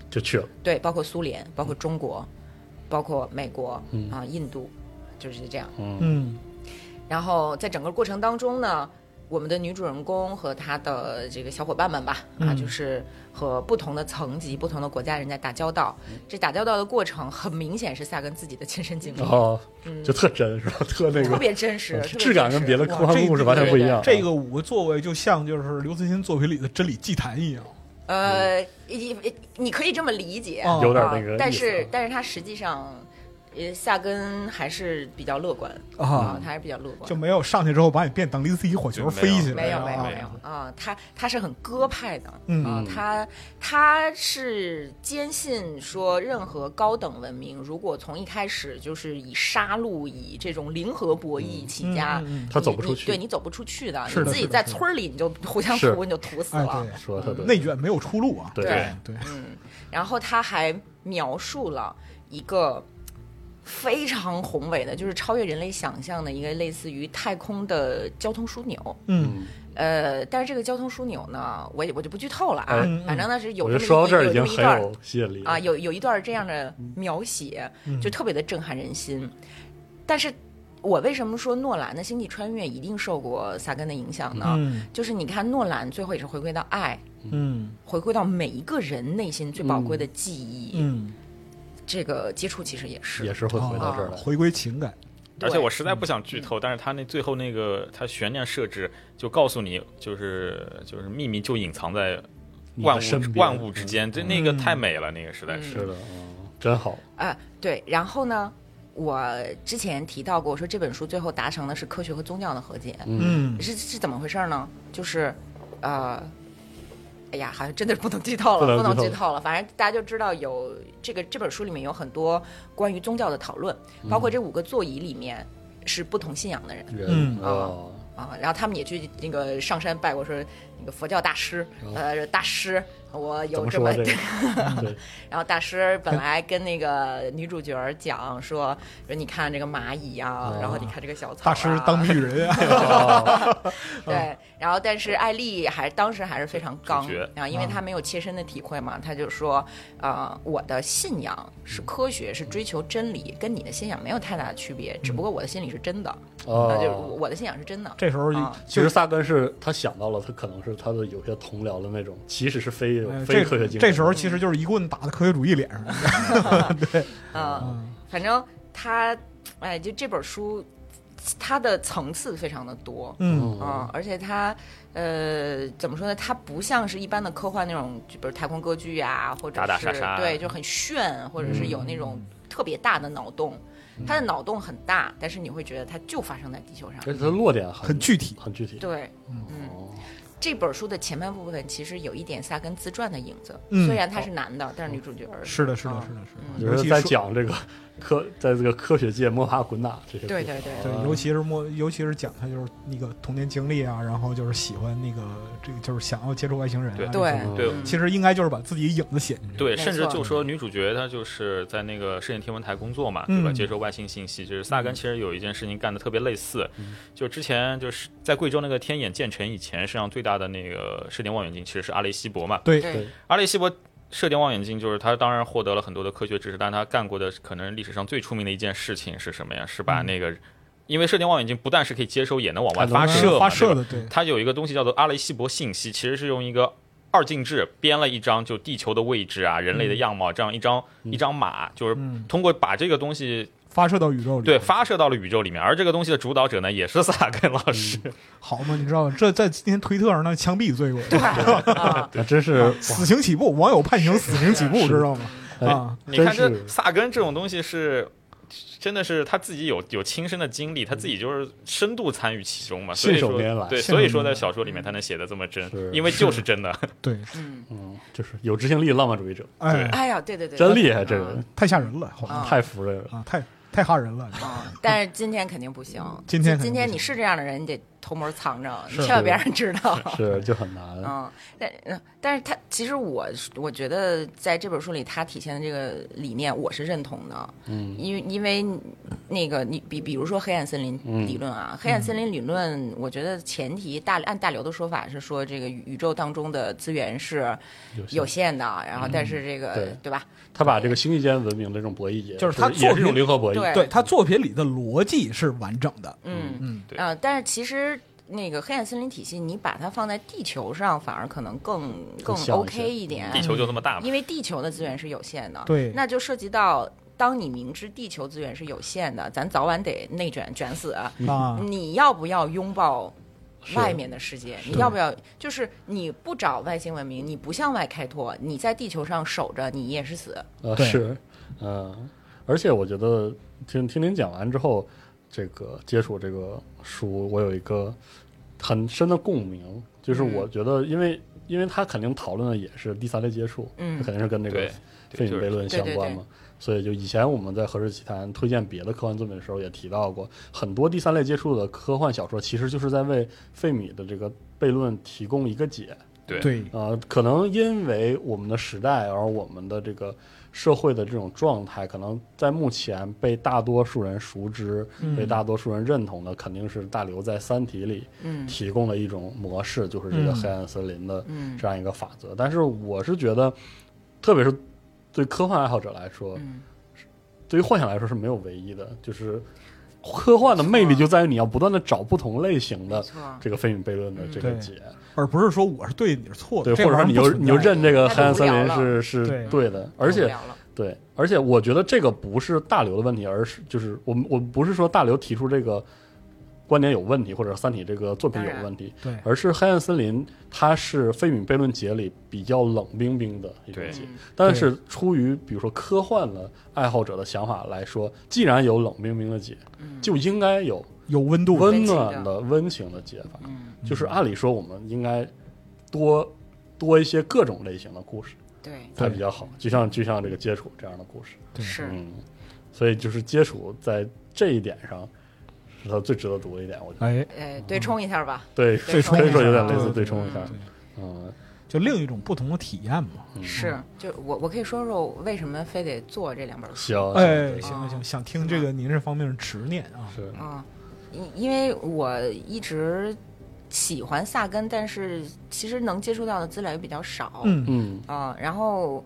Speaker 2: 就去了，
Speaker 4: 对，包括苏联，包括中国，包括美国
Speaker 2: 嗯
Speaker 4: 啊、印度，就是这样。
Speaker 2: 嗯
Speaker 3: 嗯
Speaker 4: 然后在整个过程当中呢，我们的女主人公和她的这个小伙伴们吧，啊，
Speaker 3: 嗯
Speaker 4: 就是和不同的层级、不同的国家人在打交道。
Speaker 2: 嗯
Speaker 4: 这打交道的过程，很明显是萨根自己的亲身经历，
Speaker 2: 哦，
Speaker 4: 嗯
Speaker 2: 就特真是吧？特那
Speaker 4: 特
Speaker 2: 个呃
Speaker 4: 别真实，特别
Speaker 2: 质感跟
Speaker 4: 真实
Speaker 2: 别的
Speaker 3: 哇
Speaker 2: 科幻
Speaker 3: 这
Speaker 2: 故事完全不一样，啊
Speaker 3: 这个五个座位就像就是刘慈欣作品里的真理祭坛一样，
Speaker 4: 呃，你你可以这么理解，
Speaker 3: 哦
Speaker 2: 有点
Speaker 4: 啊
Speaker 2: 那个意思啊，
Speaker 4: 但是但是他实际上。呃，萨根还是比较乐观
Speaker 3: 啊
Speaker 4: 他还是比较乐观，
Speaker 3: 就没有上去之后把你变等离子一火球飞起来，
Speaker 4: 没有
Speaker 3: 啊
Speaker 4: 没有
Speaker 5: 啊
Speaker 4: 没有啊，他他是很鸽派的，
Speaker 3: 嗯
Speaker 4: 啊，他他是坚信说，任何高等文明如果从一开始就是以杀戮、以这种零和博弈起家
Speaker 3: 嗯嗯嗯，
Speaker 2: 他
Speaker 4: 你
Speaker 2: 走不出
Speaker 4: 你
Speaker 2: 去
Speaker 4: 对你走不出去的，
Speaker 3: 是
Speaker 4: 你
Speaker 3: 的
Speaker 4: 自己
Speaker 3: 是的
Speaker 4: 在
Speaker 3: 是的
Speaker 4: 村儿里你就互相
Speaker 2: 是
Speaker 4: 屠，你就屠死
Speaker 3: 哎
Speaker 4: 了。
Speaker 2: 说的特对，
Speaker 3: 对，内卷没有出路啊，
Speaker 2: 嗯对
Speaker 4: 对
Speaker 3: 对，
Speaker 4: 嗯，然后他还描述了一个非常宏伟的，就是超越人类想象的一个类似于太空的交通枢纽。
Speaker 3: 嗯
Speaker 4: 呃，但是这个交通枢纽呢，我也我就不剧透了啊，
Speaker 2: 哎
Speaker 4: 反正呢是有
Speaker 2: 我觉得
Speaker 4: 这么一
Speaker 2: 说到这儿已经
Speaker 4: 有这么
Speaker 2: 很
Speaker 4: 一段
Speaker 2: 有吸引力了
Speaker 4: 啊，
Speaker 2: 嗯
Speaker 4: 有有一段这样的描写，就特别的震撼人心。但是我为什么说诺兰的《星际穿越》一定受过萨根的影响呢？
Speaker 3: 嗯
Speaker 4: 就是你看诺兰最后也是回归到爱，
Speaker 3: 嗯
Speaker 4: 回归到每一个人内心最宝贵的记忆。
Speaker 3: 嗯，
Speaker 4: 这个接触其实也是，哦
Speaker 2: 也是会回到这儿来。
Speaker 3: 啊回归情感，
Speaker 4: 对
Speaker 5: 而且我实在不想剧透，但是他那最后那个他悬念设置就告诉你，就是就是秘密就隐藏在
Speaker 2: 你的
Speaker 5: 万
Speaker 2: 身
Speaker 5: 物
Speaker 2: 边嗯
Speaker 5: 万物之间，这那个太美了，那个实在是。
Speaker 2: 是的，嗯，真好。
Speaker 4: 啊，对。然后呢，我之前提到过，我说这本书最后达成的是科学和宗教的和解，
Speaker 3: 嗯
Speaker 4: 是是怎么回事呢？就是，呃，哎呀，好像真的不能剧透
Speaker 2: 不能
Speaker 4: 了，不能
Speaker 2: 剧
Speaker 4: 剧
Speaker 2: 透
Speaker 4: 透了。反正大家就知道有这个这本书里面有很多关于宗教的讨论，
Speaker 2: 嗯
Speaker 4: 包括这五个座椅里面是不同信仰的人。
Speaker 2: 人
Speaker 3: 嗯
Speaker 2: 啊，
Speaker 4: 啊，然后他们也去那个上山拜过，说那个佛教大师，呃，大师，我
Speaker 2: 哦怎
Speaker 4: 有
Speaker 2: 么
Speaker 4: 这
Speaker 2: 说
Speaker 4: 么，
Speaker 2: 这个？对，
Speaker 4: 然后大师本来跟那个女主角讲说，说你看这个蚂蚁啊，然后你看这个小草、
Speaker 3: 大
Speaker 4: 啊，
Speaker 3: 师当女人啊，
Speaker 2: 嗯 哦
Speaker 4: 对，然后但是艾丽还当时还是非常刚
Speaker 5: 主角，
Speaker 4: 然后因为她没有切身的体会嘛，她就说，呃，我的信仰是科学，是追求真理，跟你的信仰没有太大的区别，只不过我的心里是真的，那就是
Speaker 2: 哦，
Speaker 4: 我的信仰是真的。
Speaker 3: 这时候
Speaker 4: 啊
Speaker 2: 其实萨根是他想到了，他可能是他的有些同僚的那种，其实是非
Speaker 3: 哎
Speaker 2: 非
Speaker 3: 这
Speaker 2: 科学精神。
Speaker 3: 这时候其实就是一棍打在科学主义脸 上了，
Speaker 4: 嗯，反正他，哎，就这本书，它的层次非常的多。
Speaker 3: 嗯
Speaker 4: 嗯，而且它，呃，怎么说呢？它不像是一般的科幻那种，就比如太空歌剧啊，或者
Speaker 5: 打
Speaker 4: 是
Speaker 5: 打杀杀嗯
Speaker 4: 对，就很炫，或者是有那种特别大的脑洞。它的脑洞很大，但是你会觉得它就发生在地球上。
Speaker 2: 而且他的落点很
Speaker 3: 很具体，
Speaker 2: 很具体。哦
Speaker 4: 对，嗯，这本书的前半部分其实有一点萨根自传的影子，
Speaker 3: 嗯
Speaker 4: 虽然
Speaker 2: 哦
Speaker 4: 他是男的，但是女主角
Speaker 3: 是的，是的，
Speaker 4: 嗯
Speaker 3: 是的，啊是
Speaker 2: 就
Speaker 3: 的，尤
Speaker 2: 是
Speaker 3: 其
Speaker 2: 在
Speaker 3: 说
Speaker 2: 讲这个科，在这个科学界摸爬滚打这些故事。
Speaker 4: 对对对
Speaker 3: 对，尤其是莫，尤其是讲他就是那个童年经历啊，然后就是喜欢那个这个，就是想要接触外星人啊。
Speaker 5: 对
Speaker 3: 这
Speaker 4: 对
Speaker 3: 些
Speaker 2: 嗯
Speaker 5: 对
Speaker 3: 其实应该就是把自己影子写进去。，
Speaker 5: 对，
Speaker 4: 没
Speaker 5: 甚至
Speaker 4: 错
Speaker 5: 就说女主角她就是在那个世界天文台工作嘛，对吧？
Speaker 3: 嗯
Speaker 5: 接收外星信息，就是萨根其实有一件事情干的特别类似，就之前就是在贵州那个天眼建成以前，世界上最大的那个射电望远镜其实是阿雷西博嘛，
Speaker 3: 对
Speaker 4: 对
Speaker 5: 阿雷西博射电望远镜就是他当然获得了很多的科学知识，但他干过的可能历史上最出名的一件事情是什么呀？是把那个，因为射电望远镜不但是可以接收，也能往
Speaker 2: 还
Speaker 5: 外
Speaker 2: 能
Speaker 5: 发射嘛，
Speaker 3: 嗯发
Speaker 5: 对吧
Speaker 3: 射的，对，
Speaker 5: 它有一个东西叫做阿雷西博信息，其实是用一个二进制编了一张就地球的位置啊、人类
Speaker 2: 嗯
Speaker 5: 的样貌这样一张、一张码，就是
Speaker 3: 嗯
Speaker 5: 通过把这个东西
Speaker 3: 发射到宇宙里。
Speaker 5: 对，发射到了宇宙里面。而这个东西的主导者呢，也是萨根老师。
Speaker 2: 嗯
Speaker 3: 好嘛，你知道这在今天推特上那枪毙罪过，
Speaker 4: 对 啊，
Speaker 2: 那真是
Speaker 3: 死刑起步，网友判刑死刑起步，知道吗？
Speaker 2: 哎
Speaker 3: 啊，
Speaker 5: 你
Speaker 2: 真
Speaker 5: 看这
Speaker 2: 是
Speaker 5: 萨根这种东西是。真的是他自己有有亲身的经历，他自己就是深度参与其中嘛，所
Speaker 2: 嗯
Speaker 5: 以
Speaker 2: 信手
Speaker 5: 说
Speaker 2: 拈来嗯
Speaker 5: 对，
Speaker 3: 信手拈
Speaker 5: 所以说
Speaker 3: 来
Speaker 5: 在小说里面他能写的这么真
Speaker 2: 是，
Speaker 5: 因为就是真的。
Speaker 3: 对，
Speaker 4: 嗯，
Speaker 2: 嗯，就是有执行力的浪漫主义者，
Speaker 3: 哎，
Speaker 4: 哎呀，对对对，
Speaker 2: 真厉害，这人
Speaker 3: 太吓人了，好吧
Speaker 4: 啊
Speaker 2: 太服这人了。
Speaker 3: 啊，太太吓人了。
Speaker 4: 啊，但是今天肯定不行。
Speaker 3: 嗯今天肯定
Speaker 4: 今天
Speaker 3: 不行
Speaker 4: 你是这样的人，你得偷摸藏着，你
Speaker 2: 是
Speaker 4: 千万别让人知道。
Speaker 2: 是就很难，
Speaker 4: 嗯，但嗯，但是他其实我我觉得在这本书里，他体现的这个理念我是认同的，
Speaker 2: 嗯，
Speaker 4: 因为因为那个你比比如说黑暗森林理论啊，黑暗森林理论，我觉得前提大按大刘的说法是说，这个宇宇宙当中的资源是有限的，然后但是这个、
Speaker 2: 对
Speaker 4: 对吧？
Speaker 2: 他把这个星际间文明的这种博弈也，
Speaker 3: 就是是他
Speaker 2: 也
Speaker 3: 作
Speaker 2: 是一种
Speaker 3: 品
Speaker 2: 零和博弈，
Speaker 4: 对
Speaker 3: 对他作品里的逻辑是完整的，
Speaker 4: 嗯
Speaker 3: 嗯
Speaker 5: 对
Speaker 4: 啊、但是其实那个黑暗森林体系，你把它放在地球上，反而可能更更
Speaker 2: 像一
Speaker 4: OK
Speaker 2: 些
Speaker 4: 一点，
Speaker 5: 地球就这么大嘛，
Speaker 4: 因为地球的资源是有限的，
Speaker 3: 对
Speaker 4: 那就涉及到。当你明知地球资源是有限的，咱早晚得内卷卷死。
Speaker 3: 啊，
Speaker 4: 你要不要拥抱
Speaker 2: 是
Speaker 4: 外面的世界？你要不要？就是你不找外星文明，你不向外开拓，你在地球上守着，你也是死。
Speaker 2: 呃，
Speaker 3: 对
Speaker 2: 是，嗯，而且我觉得听听您讲完之后，这个接触这个书，我有一个很深的共鸣，就是
Speaker 4: 嗯
Speaker 2: 我觉得，因为因为他肯定讨论的也是第三类接触，
Speaker 4: 嗯
Speaker 2: 肯定是跟这个
Speaker 5: 对
Speaker 2: 费米悖论相
Speaker 4: 对对
Speaker 2: 关
Speaker 4: 对
Speaker 2: 嘛。所以就以前我们在《何氏奇谈》推荐别的科幻作品的时候也提到过，很多第三类接触的科幻小说其实就是在为费米的这个悖论提供一个解。
Speaker 5: 对
Speaker 3: 对，
Speaker 2: 呃，可能因为我们的时代，而我们的这个社会的这种状态，可能在目前被大多数人熟知、被大多数人认同的，肯定是大刘在《三体》里
Speaker 4: 嗯
Speaker 2: 提供的一种模式，就是这个
Speaker 3: 嗯
Speaker 2: 黑暗森林的
Speaker 4: 嗯
Speaker 2: 这样一个法则。但是我是觉得，特别是对科幻爱好者来说，
Speaker 4: 嗯，
Speaker 2: 对于幻想来说是没有唯一的，就是科幻的魅力就在于你要不断的找不同类型
Speaker 4: 啊没
Speaker 2: 的
Speaker 4: 错，啊嗯
Speaker 2: 这个费米悖论的这个
Speaker 3: 对
Speaker 2: 解，
Speaker 3: 而不是说我是对的，你是错
Speaker 2: 对，
Speaker 3: 的，
Speaker 2: 或者说你就你就认这
Speaker 3: 个，
Speaker 2: 个
Speaker 4: 太
Speaker 2: 黑暗森
Speaker 4: 无
Speaker 2: 林
Speaker 4: 聊
Speaker 2: 是是
Speaker 3: 对
Speaker 2: 对的，而
Speaker 4: 受不
Speaker 2: 且
Speaker 4: 了了
Speaker 2: 对，而且我觉得这个不是大刘的问题，而是就是我们我不是说大刘提出这个观点有问题，或者《三体》这个作品有
Speaker 4: 当然
Speaker 2: 问题，
Speaker 3: 对
Speaker 2: 而是黑暗森林它是费米悖论解里比较冷冰冰的一种
Speaker 5: 对
Speaker 2: 解
Speaker 4: 嗯，
Speaker 2: 但是出于比如说科幻的爱好者的想法来说，既然有冷冰冰的解，
Speaker 4: 嗯
Speaker 2: 就应该有
Speaker 3: 有温度，
Speaker 2: 温暖的温情的解法，
Speaker 4: 嗯，
Speaker 2: 就是按理说我们应该多多一些各种类型的故事。
Speaker 4: 对，
Speaker 2: 才
Speaker 3: 对
Speaker 2: 比较好，就像就像这个接触这样的故事，
Speaker 3: 对
Speaker 4: 是
Speaker 2: 嗯，所以就是接触在这一点上是他最值得读的一点，我觉得
Speaker 3: 哎，
Speaker 4: 呃，
Speaker 2: 嗯
Speaker 4: 对冲一下吧，
Speaker 2: 对，
Speaker 4: 对冲
Speaker 2: 可以说
Speaker 3: 一下
Speaker 2: 有点类似
Speaker 3: 对
Speaker 2: 对冲一下
Speaker 4: 嗯，
Speaker 2: 嗯，
Speaker 3: 就另一种不同的体验嘛。
Speaker 2: 嗯
Speaker 4: 是，就我我可以说说为什么非得做这两本书，
Speaker 2: 行，
Speaker 3: 哎，
Speaker 2: 行
Speaker 3: 行行行，想听这个您这方面的执念啊，
Speaker 2: 是
Speaker 4: 嗯，因因为我一直喜欢萨根，但是其实能接触到的资料也比较少，
Speaker 3: 嗯，
Speaker 2: 嗯
Speaker 4: 嗯，然后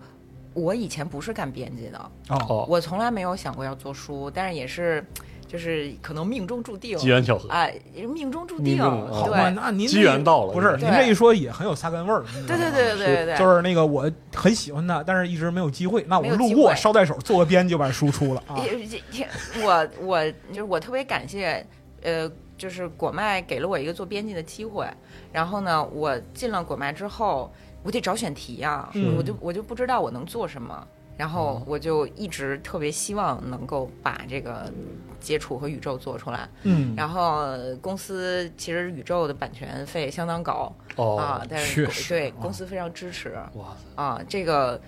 Speaker 4: 我以前不是干编辑的，
Speaker 3: 哦，
Speaker 2: 哦，
Speaker 4: 我从来没有想过要做书，但是也是，就是可能命中注定
Speaker 2: 机缘巧合，
Speaker 4: 啊，命中注
Speaker 2: 命
Speaker 4: 定，
Speaker 2: 中啊
Speaker 3: 好
Speaker 4: 对
Speaker 3: 吧，那您
Speaker 2: 机缘到了
Speaker 3: 不是
Speaker 2: 对
Speaker 3: 您这一说也很有萨根味儿，
Speaker 4: 对对对对对对，
Speaker 3: 就是那个我很喜欢他，但是一直没有机会。那我
Speaker 4: 没有机
Speaker 3: 路
Speaker 4: 会
Speaker 3: 过捎带手做个编就把书出了啊，
Speaker 4: 也也也我我就是我特别感谢，呃，就是果麦给了我一个做编辑的机会。然后呢，我进了果麦之后，我得找选题啊，
Speaker 3: 是
Speaker 4: 我就我就不知道我能做什么。然后我就一直特别希望能够把这个接触和宇宙做出来。
Speaker 3: 嗯，
Speaker 4: 然后公司其实宇宙的版权费相当高啊
Speaker 2: 哦，，
Speaker 4: 但
Speaker 3: 确
Speaker 4: 是公
Speaker 3: 实
Speaker 4: 对
Speaker 3: 啊
Speaker 4: 公司非常支持。
Speaker 2: 哇塞，
Speaker 4: 啊，这个，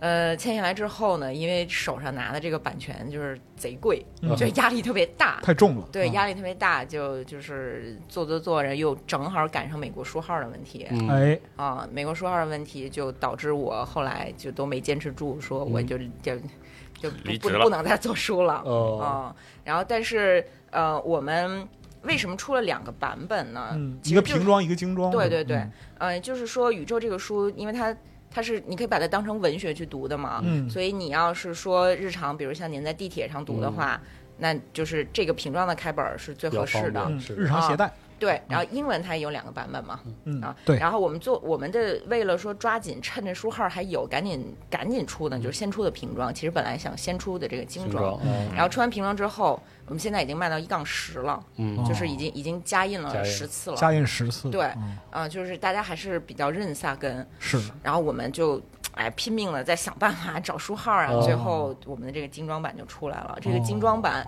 Speaker 4: 呃，签下来之后呢，因为手上拿的这个版权就是贼贵，
Speaker 3: 嗯
Speaker 4: 就压力特别大。
Speaker 3: 太重了，
Speaker 4: 对，
Speaker 3: 啊
Speaker 4: 压力特别大，就就是做做做，然后又正好赶上美国书号的问题、
Speaker 2: 嗯，
Speaker 3: 哎，
Speaker 4: 啊，美国书号的问题就导致我后来就都没坚持住，说我就、就就
Speaker 5: 离
Speaker 4: 不
Speaker 5: 职
Speaker 4: 不
Speaker 5: 了
Speaker 4: 不能再做书了。
Speaker 2: 哦，
Speaker 4: 啊，然后但是呃，我们为什么出了两个版本呢？
Speaker 3: 嗯，
Speaker 4: 呃其
Speaker 3: 一
Speaker 4: 实
Speaker 3: 个
Speaker 4: 就是
Speaker 3: 瓶装一个精装，
Speaker 4: 对对对
Speaker 3: 嗯，
Speaker 4: 呃，就是说宇宙这个书，因为它它是你可以把它当成文学去读的嘛，
Speaker 3: 嗯
Speaker 4: 所以你要是说日常，比如像您在地铁上读的话，那就是这个瓶装的开本儿是最
Speaker 2: 嗯比较
Speaker 4: 合
Speaker 2: 方
Speaker 4: 适的。
Speaker 2: 便嗯
Speaker 3: 嗯
Speaker 2: 是
Speaker 3: 日常携带，
Speaker 4: 对，然后英文它也有两个版本嘛。
Speaker 3: 嗯
Speaker 4: 啊，
Speaker 3: 对，
Speaker 4: 然后我们做我们的为了说抓紧，趁着书号还有，赶紧赶紧出呢，
Speaker 2: 嗯
Speaker 4: 就是先出的瓶装。其实本来想先出的这个精
Speaker 2: 形
Speaker 4: 装，
Speaker 2: 状，嗯
Speaker 4: 然后出完瓶装之后，我们现在已经卖到一杠十了，
Speaker 3: 哦
Speaker 2: 嗯，
Speaker 4: 就是已经已经加印
Speaker 2: 加
Speaker 4: 了
Speaker 2: 印
Speaker 4: 十次了。
Speaker 3: 加印十次，
Speaker 4: 对
Speaker 3: 嗯
Speaker 4: 啊、就是大家还是比较认萨根，
Speaker 3: 是
Speaker 4: 然后我们就哎拼命的在想办法找书号啊，
Speaker 2: 哦
Speaker 4: 最后我们的这个精装版就出来了。这个精装版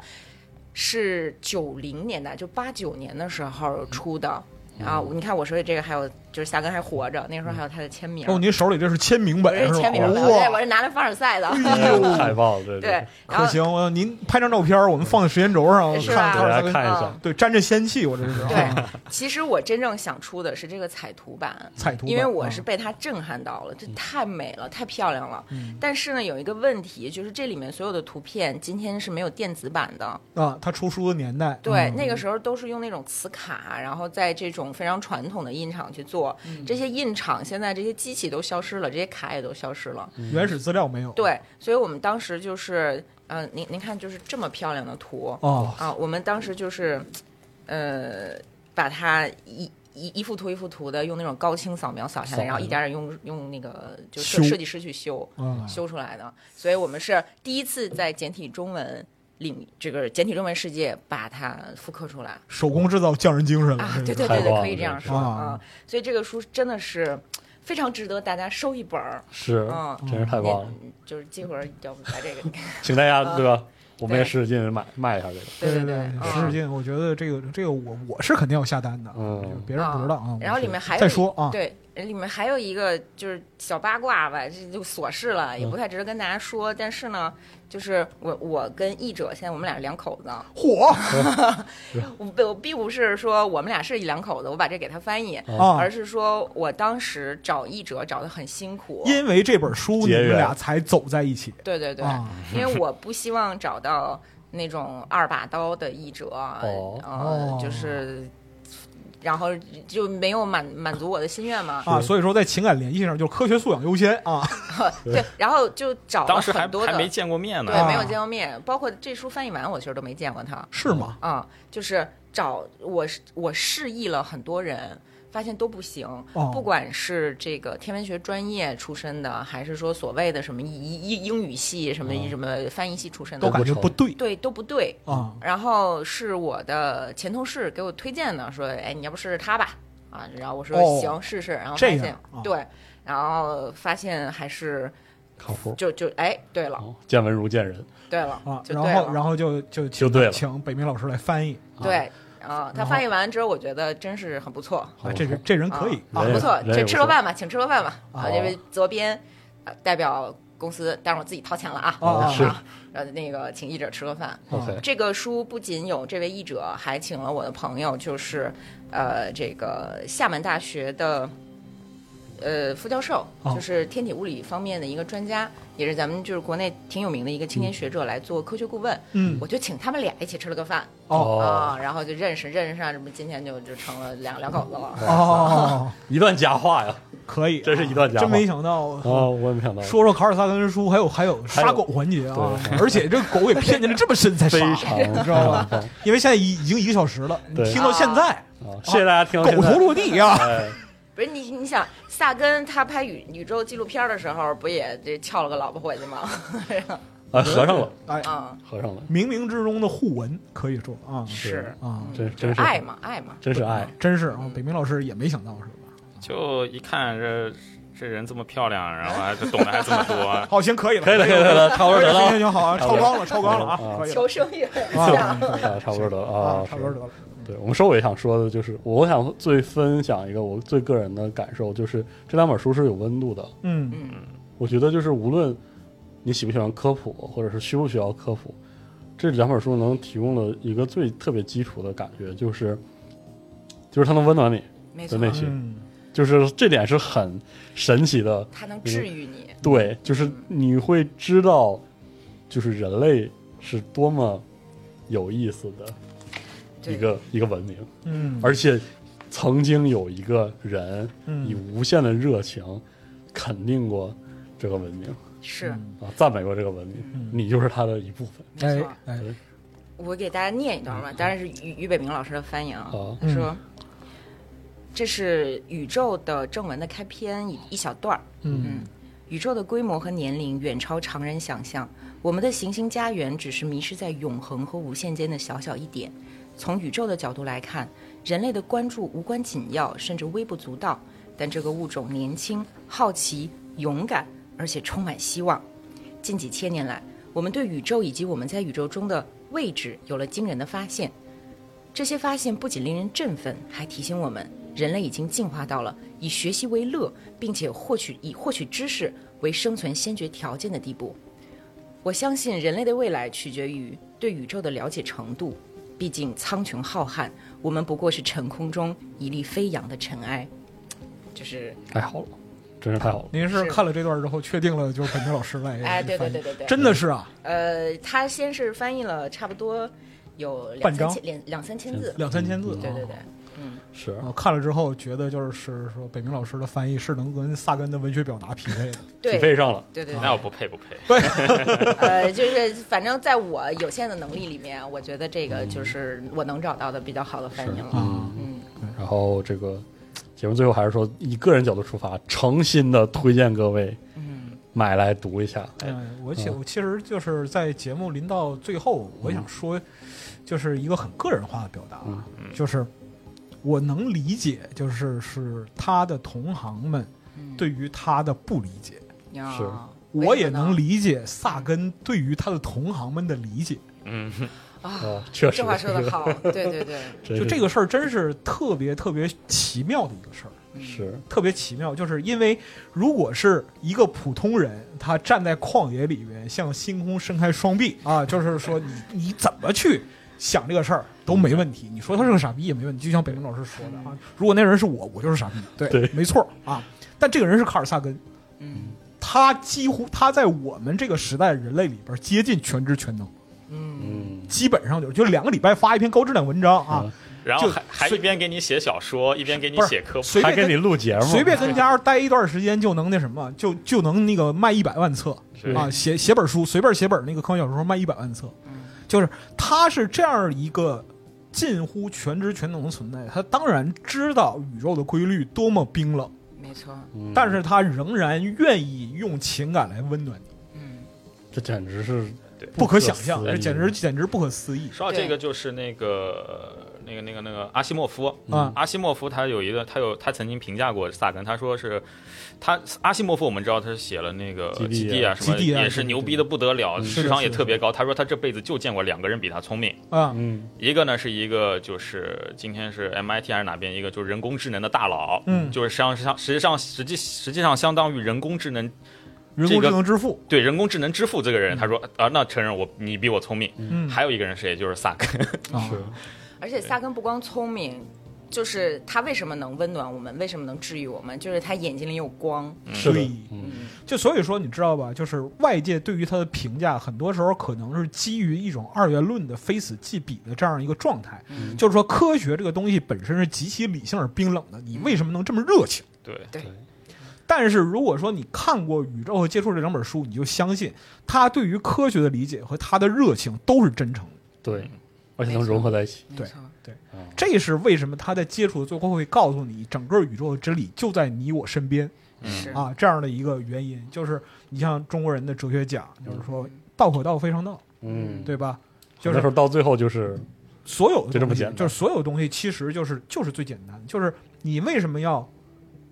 Speaker 4: 是九零年代，就八九年的时候出的。然后你看我说的这个还有就是夏根还活着，那时候还有他的签名，
Speaker 3: 哦，您手里这是签名
Speaker 4: 我
Speaker 3: 本
Speaker 4: 这
Speaker 3: 是吧？
Speaker 4: 签名本，对，我
Speaker 3: 哇，
Speaker 4: 是拿来凡尔赛的，
Speaker 2: 嗯太棒了，对
Speaker 4: 对，，然
Speaker 3: 可
Speaker 4: 后
Speaker 3: 行，我您拍张照片，我们放在时间轴上
Speaker 4: 是
Speaker 3: 看
Speaker 4: 吧嗯
Speaker 2: 给大
Speaker 3: 看
Speaker 2: 家看一下，
Speaker 3: 对，沾着仙气，我这是啊
Speaker 4: 对，其实我真正想出的是这个彩图版，
Speaker 3: 彩图版，
Speaker 4: 因为我是
Speaker 3: 啊嗯
Speaker 4: 被它震撼到了，这太美了，太漂亮了。但是呢，有一个问题，就是这里面所有的图片今天是没有电子版的。
Speaker 3: 啊，他出书的年代，
Speaker 4: 对，
Speaker 3: 嗯
Speaker 4: 那个时候都是用那种磁卡，然后在这种非常传统的印厂去做。
Speaker 3: 嗯
Speaker 4: 这些印厂现在这些机器都消失了，这些卡也都消失了。
Speaker 3: 嗯原始资料没有，
Speaker 4: 对，所以我们当时就是，呃，您您看，就是这么漂亮的图
Speaker 3: 哦，
Speaker 4: 啊，我们当时就是，呃，把它一。一一幅图一幅图的用那种高清扫描扫下
Speaker 2: 扫
Speaker 4: 来，然后
Speaker 2: 描
Speaker 4: 一点点用用那个就
Speaker 3: 修
Speaker 4: 设设计师去修，
Speaker 2: 哦
Speaker 3: 嗯
Speaker 4: 修出来的。所以我们是第一次在简体中文领这个简体中文世界把它复刻出来
Speaker 3: 手工制造匠人精嗯神了，
Speaker 4: 啊！
Speaker 3: 这
Speaker 4: 对
Speaker 3: 个
Speaker 4: 对
Speaker 2: 太
Speaker 4: 对
Speaker 2: 棒了
Speaker 4: 对，可以这样
Speaker 2: 这
Speaker 3: 个
Speaker 4: 说啊。所以这个书真的是非常值得大家收一本儿，
Speaker 2: 是，
Speaker 4: 嗯，
Speaker 2: 真是太棒了，
Speaker 4: 您就是这会儿要不把这个，
Speaker 2: 请大家对吧？我们也
Speaker 4: 对
Speaker 2: 使使劲买卖一下这个，
Speaker 4: 对
Speaker 3: 对
Speaker 4: 对对，
Speaker 3: 十指
Speaker 4: 嗯。
Speaker 3: 哎进，我觉得这个这个我我是肯定要下单的，
Speaker 2: 嗯
Speaker 3: 别人不知道啊。
Speaker 4: 然后里面还有
Speaker 3: 再
Speaker 4: 一
Speaker 3: 说啊，
Speaker 4: 对，里面还有一个就是小八卦吧，这就琐事了，
Speaker 3: 嗯
Speaker 4: 也不太值得跟大家说。但是呢，就是我我跟译者现在我们俩是两口子，
Speaker 3: 火
Speaker 4: 我我并不是说我们俩是一两口子，我把这给他翻译，
Speaker 3: 啊
Speaker 4: 而，是说我当时找译者找的很辛苦，
Speaker 3: 因为这本书你
Speaker 2: 结
Speaker 3: 们
Speaker 2: 缘
Speaker 3: 俩才走在一起
Speaker 4: 对对对，
Speaker 3: 啊。
Speaker 4: 因为我不希望找到那种二把刀的译者，
Speaker 2: 哦
Speaker 4: 呃
Speaker 3: 哦，
Speaker 4: 就是。然后就没有满满足我的心愿嘛。
Speaker 2: 嗯
Speaker 3: 啊，所以说在情感联系上，就是科学素养优先啊。
Speaker 4: 对，然后就找了
Speaker 5: 当时还
Speaker 4: 很多的，
Speaker 5: 还没见过面呢，
Speaker 4: 对，
Speaker 3: 啊
Speaker 4: 没有见过面，包括这书翻译完，我其实都没见过他。
Speaker 3: 是吗？
Speaker 4: 啊、就是找我是我示意了很多人，发现都不行。
Speaker 3: 哦
Speaker 4: 不管是这个天文学专业出身的，还是说所谓的什么英英英语系、什么
Speaker 2: 哦
Speaker 4: 什么翻译系出
Speaker 2: 嗯
Speaker 4: 身的，
Speaker 3: 都感觉不对
Speaker 4: 对都不对。
Speaker 3: 啊。
Speaker 4: 然后是我的前同事给我推荐的，说：“哎，你要不试试他吧？”啊，然后我说：“
Speaker 3: 哦
Speaker 4: 行，试试。”然后
Speaker 3: 这
Speaker 4: 发
Speaker 3: 样
Speaker 4: 现、
Speaker 3: 啊
Speaker 4: 对，然后发现还是
Speaker 2: 靠谱。
Speaker 4: 就就哎，对了，
Speaker 2: 哦见文如见人，
Speaker 4: 对了，
Speaker 3: 啊，
Speaker 4: 就
Speaker 3: 然
Speaker 4: 对
Speaker 3: 后
Speaker 4: 了，
Speaker 3: 然后就就
Speaker 2: 就对了
Speaker 3: 请北明老师来翻译
Speaker 4: 对。啊，他
Speaker 3: 然后
Speaker 4: 翻译完之后，我觉得真是很不错。
Speaker 2: 好
Speaker 3: 啊，这人这人可以
Speaker 4: 啊，
Speaker 2: 人也
Speaker 4: 不错，
Speaker 2: 人也
Speaker 4: 这
Speaker 2: 不
Speaker 4: 吃个
Speaker 2: 错
Speaker 4: 饭吧，请吃个饭吧。啊，
Speaker 2: 哦
Speaker 4: 这位责编，呃代表公司，但是我自己掏钱了啊。
Speaker 3: 哦
Speaker 4: 啊
Speaker 2: 是
Speaker 4: 呃，那个请译者吃个饭。
Speaker 2: OK，
Speaker 4: 这个书不仅有这位译者，还请了我的朋友，就是呃，这个厦门大学的呃副教授，
Speaker 3: 哦
Speaker 4: 就是天体物理方面的一个专家，也是咱们就是国内挺有名的一个青年学者来做科学顾问。
Speaker 3: 嗯
Speaker 4: 我就请他们俩一起吃了个饭
Speaker 3: 哦
Speaker 4: 啊、然后就认识认识上，这不今天就就成了两两口子了。
Speaker 3: 哦，
Speaker 2: 一段佳话呀！
Speaker 3: 可以，啊
Speaker 2: 真哎是一段佳话
Speaker 3: 真没想到。
Speaker 2: 哦，我也没想到，
Speaker 3: 说说卡尔萨根书，还有还有杀狗环节啊
Speaker 2: 还有！对
Speaker 3: 而且这狗给骗进来这么深才杀
Speaker 2: 非，常
Speaker 3: 你知 道吧？
Speaker 2: 棒
Speaker 3: 因为现在已已经一个小时了，你
Speaker 2: 对
Speaker 3: 听到现在，
Speaker 2: 啊！谢谢大家听到
Speaker 3: 狗
Speaker 2: 现在
Speaker 3: 头落 地啊！
Speaker 2: 哎，
Speaker 4: 不是你，你想萨根他拍宇宇宙纪录片的时候，不也这撬了个老婆回去吗？
Speaker 2: 啊，合上了，，
Speaker 3: 哎，
Speaker 4: 啊、
Speaker 2: 合上了，
Speaker 3: 冥冥之中的互文，可以说啊
Speaker 4: 是嗯
Speaker 3: 啊，
Speaker 2: 真
Speaker 4: 就
Speaker 2: 真
Speaker 4: 是
Speaker 2: 是
Speaker 4: 爱，嘛，爱嘛，
Speaker 2: 真是嗯爱，
Speaker 3: 真是啊！北明老师也没想到是吧？，
Speaker 5: 就一看这这人这么漂亮，然后还就懂得还这么多
Speaker 3: 好，行，可以了，
Speaker 2: 可以了，可以了可以了，差不多得
Speaker 3: 行行
Speaker 2: 了
Speaker 3: 行，好啊，
Speaker 2: 差不
Speaker 3: 超
Speaker 2: 多
Speaker 3: 纲了，超纲了
Speaker 2: 差
Speaker 3: 啊
Speaker 2: 不多，了
Speaker 3: 可以了
Speaker 4: 求生欲很
Speaker 3: 啊
Speaker 4: 强。
Speaker 2: 啊，差不多得了
Speaker 3: 啊
Speaker 2: 啊，，
Speaker 3: 差不多得了。
Speaker 2: 对我们收尾想说的就是，我想最分享一个我最个人的感受，就是这两本书是有温度的。
Speaker 3: 嗯
Speaker 4: 嗯，
Speaker 2: 我觉得就是无论你喜不喜欢科普，或者是需不需要科普，这两本书能提供的一个最特别基础的感觉就是，就是它能温暖你，
Speaker 4: 没
Speaker 2: 的
Speaker 4: 错，
Speaker 2: 内心
Speaker 3: 嗯，
Speaker 2: 就是这点是很神奇的。
Speaker 4: 他能治愈你。
Speaker 2: 对，就是你会知道，就是人类是多么有意思的一
Speaker 4: 对，
Speaker 2: 个一个文明，
Speaker 3: 嗯，
Speaker 2: 而且曾经有一个人以
Speaker 3: 嗯
Speaker 2: 无限的热情肯定过这个文明
Speaker 4: 是
Speaker 2: 啊，赞美过这个文明，
Speaker 3: 嗯
Speaker 2: 你就是它的一部分
Speaker 4: 没
Speaker 3: 哎
Speaker 4: 错。
Speaker 3: 哎，
Speaker 4: 我给大家念一段吧，当然是俞俞北明老师的翻译啊。
Speaker 2: 啊。
Speaker 4: 他说：“这是宇宙的正文的开篇一一小段儿。”
Speaker 3: 嗯
Speaker 4: 宇宙的规模和年龄远超常人想象，我们的行星家园只是迷失在永恒和无限间的小小一点。从宇宙的角度来看，人类的关注无关紧要，甚至微不足道。但这个物种年轻、好奇、勇敢，而且充满希望。近几千年来，我们对宇宙以及我们在宇宙中的位置有了惊人的发现。这些发现不仅令人振奋，还提醒我们，人类已经进化到了以学习为乐，并且获取以获取知识为生存先决条件的地步。我相信人类的未来取决于对宇宙的了解程度，毕竟苍穹浩瀚，我们不过是晨空中一粒飞扬的尘埃。就是，
Speaker 2: 太好了，真是太好了。
Speaker 3: 您是
Speaker 4: 是
Speaker 3: 看了这段之后确定了就是本明老师来？
Speaker 4: 哎，对对对，对对，
Speaker 3: 真的是啊，
Speaker 4: 呃，他先是翻译了差不多有两
Speaker 3: 半
Speaker 4: 三
Speaker 3: 张
Speaker 4: 千两两三千字，
Speaker 3: 两三千字。
Speaker 4: 嗯对对对，
Speaker 2: 是
Speaker 3: 我看了之后觉得就是说北明老师的翻译是能跟萨根的文学表达匹配 的。
Speaker 2: 匹
Speaker 4: 对
Speaker 2: 配上了，
Speaker 3: 啊
Speaker 4: 对对
Speaker 5: 那
Speaker 4: 对，
Speaker 5: 我不配不配。
Speaker 4: 呃，就是反正在我有限的能力里面，我觉得这个
Speaker 3: 嗯
Speaker 4: 就是我能找到的比较好的翻译
Speaker 3: 啊
Speaker 2: 是
Speaker 4: 了。
Speaker 2: 嗯
Speaker 4: 嗯，
Speaker 2: 然后这个节目最后还是说，以个人角度出发，诚心的推荐各位，
Speaker 4: 嗯，
Speaker 2: 买来读一下。哎，
Speaker 3: 嗯，我其我其实就是在节目临到最后，我想说，就是一个很个人化的表达啊
Speaker 2: 嗯，
Speaker 3: 就是我能理解，就是是他的同行们对于他的不理解，
Speaker 4: 嗯呀
Speaker 2: 是
Speaker 3: 我也能理解萨根对于他的同行们的理解。
Speaker 5: 嗯，
Speaker 4: 啊。
Speaker 2: 啊，确实，
Speaker 4: 这话说 的好，对对对，
Speaker 2: 真
Speaker 3: 就是这个事儿真是特别特别奇妙的一个事儿，
Speaker 2: 是
Speaker 3: 特别奇妙，就是因为如果是一个普通人，他站在旷野里面向星空伸开双臂啊，就是说你你怎么去想这个事儿都没问题，你说他是个傻逼也没问题，就像北明老师说的啊，如果那人是我，我就是傻逼，对，
Speaker 2: 嗯对
Speaker 3: 没错儿啊，但这个人是卡尔萨根，
Speaker 4: 嗯
Speaker 3: 他几乎他在我们这个时代人类里边接近全知全能。
Speaker 4: 嗯
Speaker 2: 嗯，
Speaker 3: 基本上就是就两个礼拜发一篇高质量文章啊
Speaker 2: 嗯，
Speaker 5: 然后
Speaker 3: 就
Speaker 5: 还还
Speaker 3: 随
Speaker 5: 一边给你写小说，一边给你
Speaker 3: 不是
Speaker 5: 写科普。
Speaker 3: 随
Speaker 2: 还
Speaker 3: 便
Speaker 2: 给你
Speaker 3: 跟
Speaker 2: 录节目，
Speaker 3: 随便跟家待一段时间就能那什么，就就能那个卖一百万册
Speaker 5: 是
Speaker 3: 啊，写写本书，随便写本那个科幻小说卖一百万册，就是他是这样一个近乎全知全能的存在，他当然知道宇宙的规律多么冰冷，
Speaker 4: 没错，
Speaker 2: 嗯
Speaker 3: 但是他仍然愿意用情感来温暖你，
Speaker 4: 嗯，
Speaker 2: 这简直是
Speaker 5: 对
Speaker 3: 不可想象，
Speaker 2: 不可思议
Speaker 3: 简直简直不可思议
Speaker 5: 说到这个，就是那个那个那个那个阿西莫夫，
Speaker 3: 啊！
Speaker 5: 阿西莫夫他有一个，他有他曾经评价过萨根，他说是他阿西莫夫，我们知道他是写了那个
Speaker 2: 基地啊
Speaker 5: 基地啊什么，
Speaker 3: 基地啊
Speaker 5: 也是牛逼的不得了，
Speaker 3: 是
Speaker 5: 智
Speaker 3: 的
Speaker 5: 商也
Speaker 3: 是的
Speaker 5: 特别高。他说他这辈子就见过两个人比他聪明，
Speaker 3: 啊，
Speaker 2: 嗯
Speaker 5: 一个呢是一个就是今天是 MIT 还是哪边一个就是人工智能的大佬，
Speaker 3: 嗯
Speaker 5: 就是实际上实际上实际实际上相当于人工智能
Speaker 3: 人工
Speaker 5: 这个
Speaker 3: 智能之父，
Speaker 5: 对人工智能之父这个人，他说啊那承认我你比我聪明。
Speaker 3: 嗯，
Speaker 5: 还有一个人是谁？就是萨根，
Speaker 3: 啊
Speaker 2: 是
Speaker 4: 而且萨根不光聪明，就是他为什么能温暖我们，为什么能治愈我们，就是他眼睛里有光。
Speaker 2: 是的
Speaker 3: 对，
Speaker 2: 嗯
Speaker 4: 嗯，
Speaker 3: 就所以说，你知道吧？就是外界对于他的评价，很多时候可能是基于一种二元论的非死即彼的这样一个状态。
Speaker 4: 嗯
Speaker 3: 就是说，科学这个东西本身是极其理性而冰冷的，你为什么能这么热情？
Speaker 5: 对
Speaker 4: 对
Speaker 3: 但是如果说你看过《宇宙和接触》这两本书，你就相信他对于科学的理解和他的热情都是真诚的。
Speaker 2: 对，而且能融合在一起，
Speaker 4: 没
Speaker 3: 对
Speaker 4: 错，
Speaker 3: 这是为什么他在接触的最后会告诉你，整个宇宙的真理就在你我身边
Speaker 4: 是
Speaker 3: 啊，这样的一个原因。就是你像中国人的哲学讲，就是
Speaker 4: 嗯
Speaker 3: 说道可道非常道，
Speaker 2: 嗯，
Speaker 3: 对吧？就
Speaker 2: 有
Speaker 3: 是
Speaker 2: 的时候到最后就是
Speaker 3: 所有的
Speaker 2: 就这
Speaker 3: 东
Speaker 2: 么
Speaker 3: 西
Speaker 2: 简单
Speaker 3: 就是所有东西其实就是就是最简单，就是你为什么要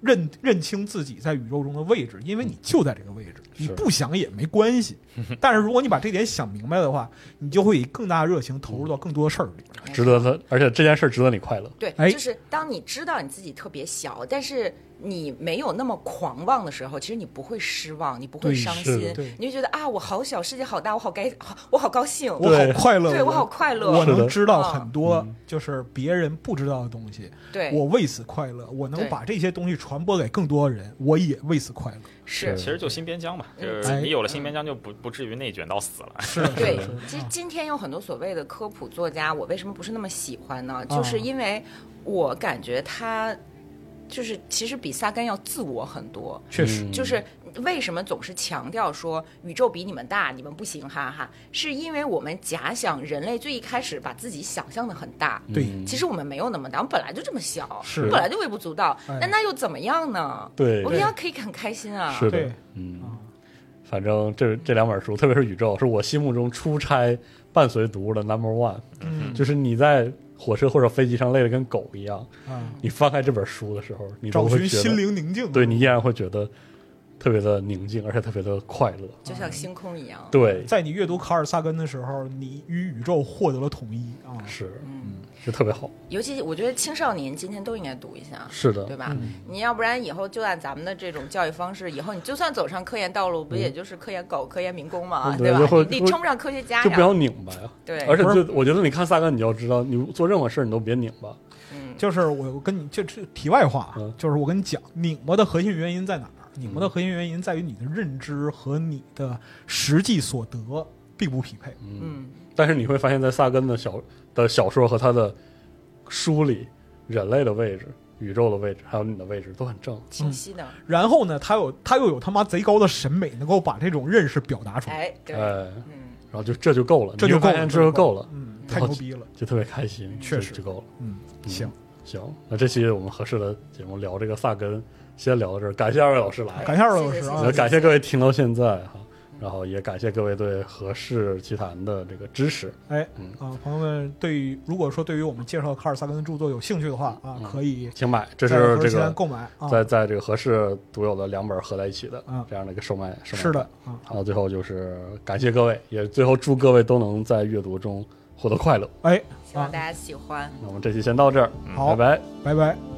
Speaker 3: 认认清自己在宇宙中的位置？因为你就在这个位置，
Speaker 2: 是
Speaker 3: 你不想也没 关系。但是如果你把这点想明白的话，你就会以更大的热情投入到更多事儿里。
Speaker 4: 没
Speaker 2: 值
Speaker 4: 错
Speaker 2: 得他，而且这件事值得你快乐，
Speaker 4: 对
Speaker 3: 哎，
Speaker 4: 就是当你知道你自己特别小，但是你没有那么狂妄的时候，其实你不会失望，你不会
Speaker 3: 对
Speaker 4: 伤
Speaker 2: 是的
Speaker 4: 心
Speaker 3: 对，
Speaker 4: 你就觉得啊，我好小，世界好大，我好该，好我好高兴，
Speaker 3: 我
Speaker 2: 对
Speaker 3: 好快乐，
Speaker 4: 对我好快乐，
Speaker 3: 我
Speaker 2: 是
Speaker 3: 能
Speaker 2: 的
Speaker 3: 知道
Speaker 4: 啊
Speaker 3: 很多
Speaker 2: 嗯
Speaker 3: 就是别人不知道的东西，
Speaker 4: 对，
Speaker 3: 我为此快乐，我能
Speaker 4: 对
Speaker 3: 把这些东西传播给更多人，我也为此快乐。
Speaker 4: 是
Speaker 2: 是
Speaker 5: 其实就新边疆嘛，就
Speaker 4: 嗯
Speaker 5: 是
Speaker 3: 哎
Speaker 5: 你有了新边疆，就不不至于内卷到死了。
Speaker 3: 是，
Speaker 4: 对
Speaker 3: 是，
Speaker 4: 其
Speaker 3: 是
Speaker 4: 实
Speaker 3: 啊
Speaker 4: 今天有很多所谓的科普作家，我为什么不是那么喜欢呢？
Speaker 3: 啊
Speaker 4: 就是因为我感觉他，就是其实比萨根要自我很多。
Speaker 3: 确实，
Speaker 2: 嗯
Speaker 4: 就是为什么总是强调说宇宙比你们大，你们不行，哈哈，是因为我们假想人类最一开始把自己想象的很大，
Speaker 3: 对
Speaker 2: 嗯
Speaker 4: 其实我们没有那么大，我们本来就这么小，
Speaker 3: 是
Speaker 4: 我们本来就微不足道，
Speaker 3: 哎
Speaker 4: 那那又怎么样呢？
Speaker 2: 对
Speaker 4: 我，们要可以很开心啊，
Speaker 2: 是
Speaker 3: 对
Speaker 2: 的，嗯
Speaker 3: 啊，
Speaker 2: 反正这这两本书，特别是《宇宙》，是我心目中出差伴随读物的 number one。
Speaker 3: 嗯
Speaker 2: 就是你在火车或者飞机上累得跟狗一样，
Speaker 3: 啊。
Speaker 2: 你翻开这本书的时候，你都
Speaker 3: 找
Speaker 2: 会
Speaker 3: 寻
Speaker 2: 觉得
Speaker 3: 心，灵宁静。
Speaker 2: 对你依然会觉得特别的宁静，而且特别的快乐。
Speaker 4: 就像星空一样。
Speaker 2: 对，
Speaker 3: 在你阅读卡尔萨根的时候，你与宇宙获得了统一啊！
Speaker 2: 是
Speaker 4: 嗯，
Speaker 2: 是特别好。
Speaker 4: 尤其我觉得青少年今天都应该读一下，
Speaker 2: 是的
Speaker 4: 对吧？
Speaker 3: 嗯
Speaker 4: 你要不然以后就按咱们的这种教育方式，以后你就算走上科研道路，不也就是科研狗、科研民工嘛，
Speaker 2: 嗯
Speaker 4: 对
Speaker 2: 对
Speaker 4: 吧
Speaker 2: 就会？
Speaker 4: 你你称不上科学家
Speaker 2: 就不要
Speaker 4: 呀，
Speaker 2: 拧巴呀。
Speaker 4: 对，
Speaker 2: 而且
Speaker 3: 不是
Speaker 2: 就我觉得你看萨根，你要知道，你做任何事儿你都别拧巴。
Speaker 4: 嗯，
Speaker 3: 就是我，我跟你就这题外话啊
Speaker 2: 嗯，
Speaker 3: 就是我跟你讲，拧巴的核心原因在哪儿？拧巴的核心原因在于你的认知和你的实际所得并不匹配。
Speaker 4: 嗯，
Speaker 2: 但是你会发现在萨根的小的小说和他的书里，人类的位置、宇宙的位置，还有你的位置都很正。
Speaker 4: 清晰的，
Speaker 3: 然后呢，他有他又有他妈贼高的审美，能够把这种认识表达出来，
Speaker 4: 哎，对，
Speaker 2: 哎，
Speaker 4: 嗯，
Speaker 2: 然后就这就够了，
Speaker 3: 这就
Speaker 2: 你会
Speaker 3: 够
Speaker 2: 发
Speaker 3: 了，
Speaker 2: 现这就够了，
Speaker 3: 嗯，太
Speaker 2: 然后
Speaker 3: 牛逼了，
Speaker 2: 就特别开心，
Speaker 3: 确
Speaker 2: 就
Speaker 3: 实
Speaker 2: 就够了。
Speaker 3: 嗯，
Speaker 2: 嗯
Speaker 3: 行，
Speaker 2: 行，那这期我们合适的节目聊这个萨根，先聊到这儿，感谢二位老师来，
Speaker 3: 感谢二位老师
Speaker 4: 谢谢
Speaker 3: 啊
Speaker 2: 也，感谢各位听到现在哈，然后也感谢各位对合适奇谈的这个支持。
Speaker 3: 哎
Speaker 2: 嗯
Speaker 3: 啊，朋友们，对于如果说对于我们介绍卡尔萨根的著作有兴趣的话啊，
Speaker 2: 嗯
Speaker 3: 可以
Speaker 2: 请买，这
Speaker 3: 在
Speaker 2: 是
Speaker 3: 和
Speaker 2: 这
Speaker 3: 其他人
Speaker 2: 个
Speaker 3: 购买啊，
Speaker 2: 在在这个合适独有的两本合在一起的
Speaker 3: 嗯
Speaker 2: 这样的一个售卖。售卖
Speaker 3: 是的。啊，
Speaker 2: 好，最后就是感谢各位，也最后祝各位都能在阅读中获得快乐。
Speaker 3: 哎，
Speaker 4: 希望大家喜欢。
Speaker 2: 那我们这期先到这儿，
Speaker 3: 好
Speaker 2: 嗯拜拜。
Speaker 3: 拜拜。
Speaker 4: 拜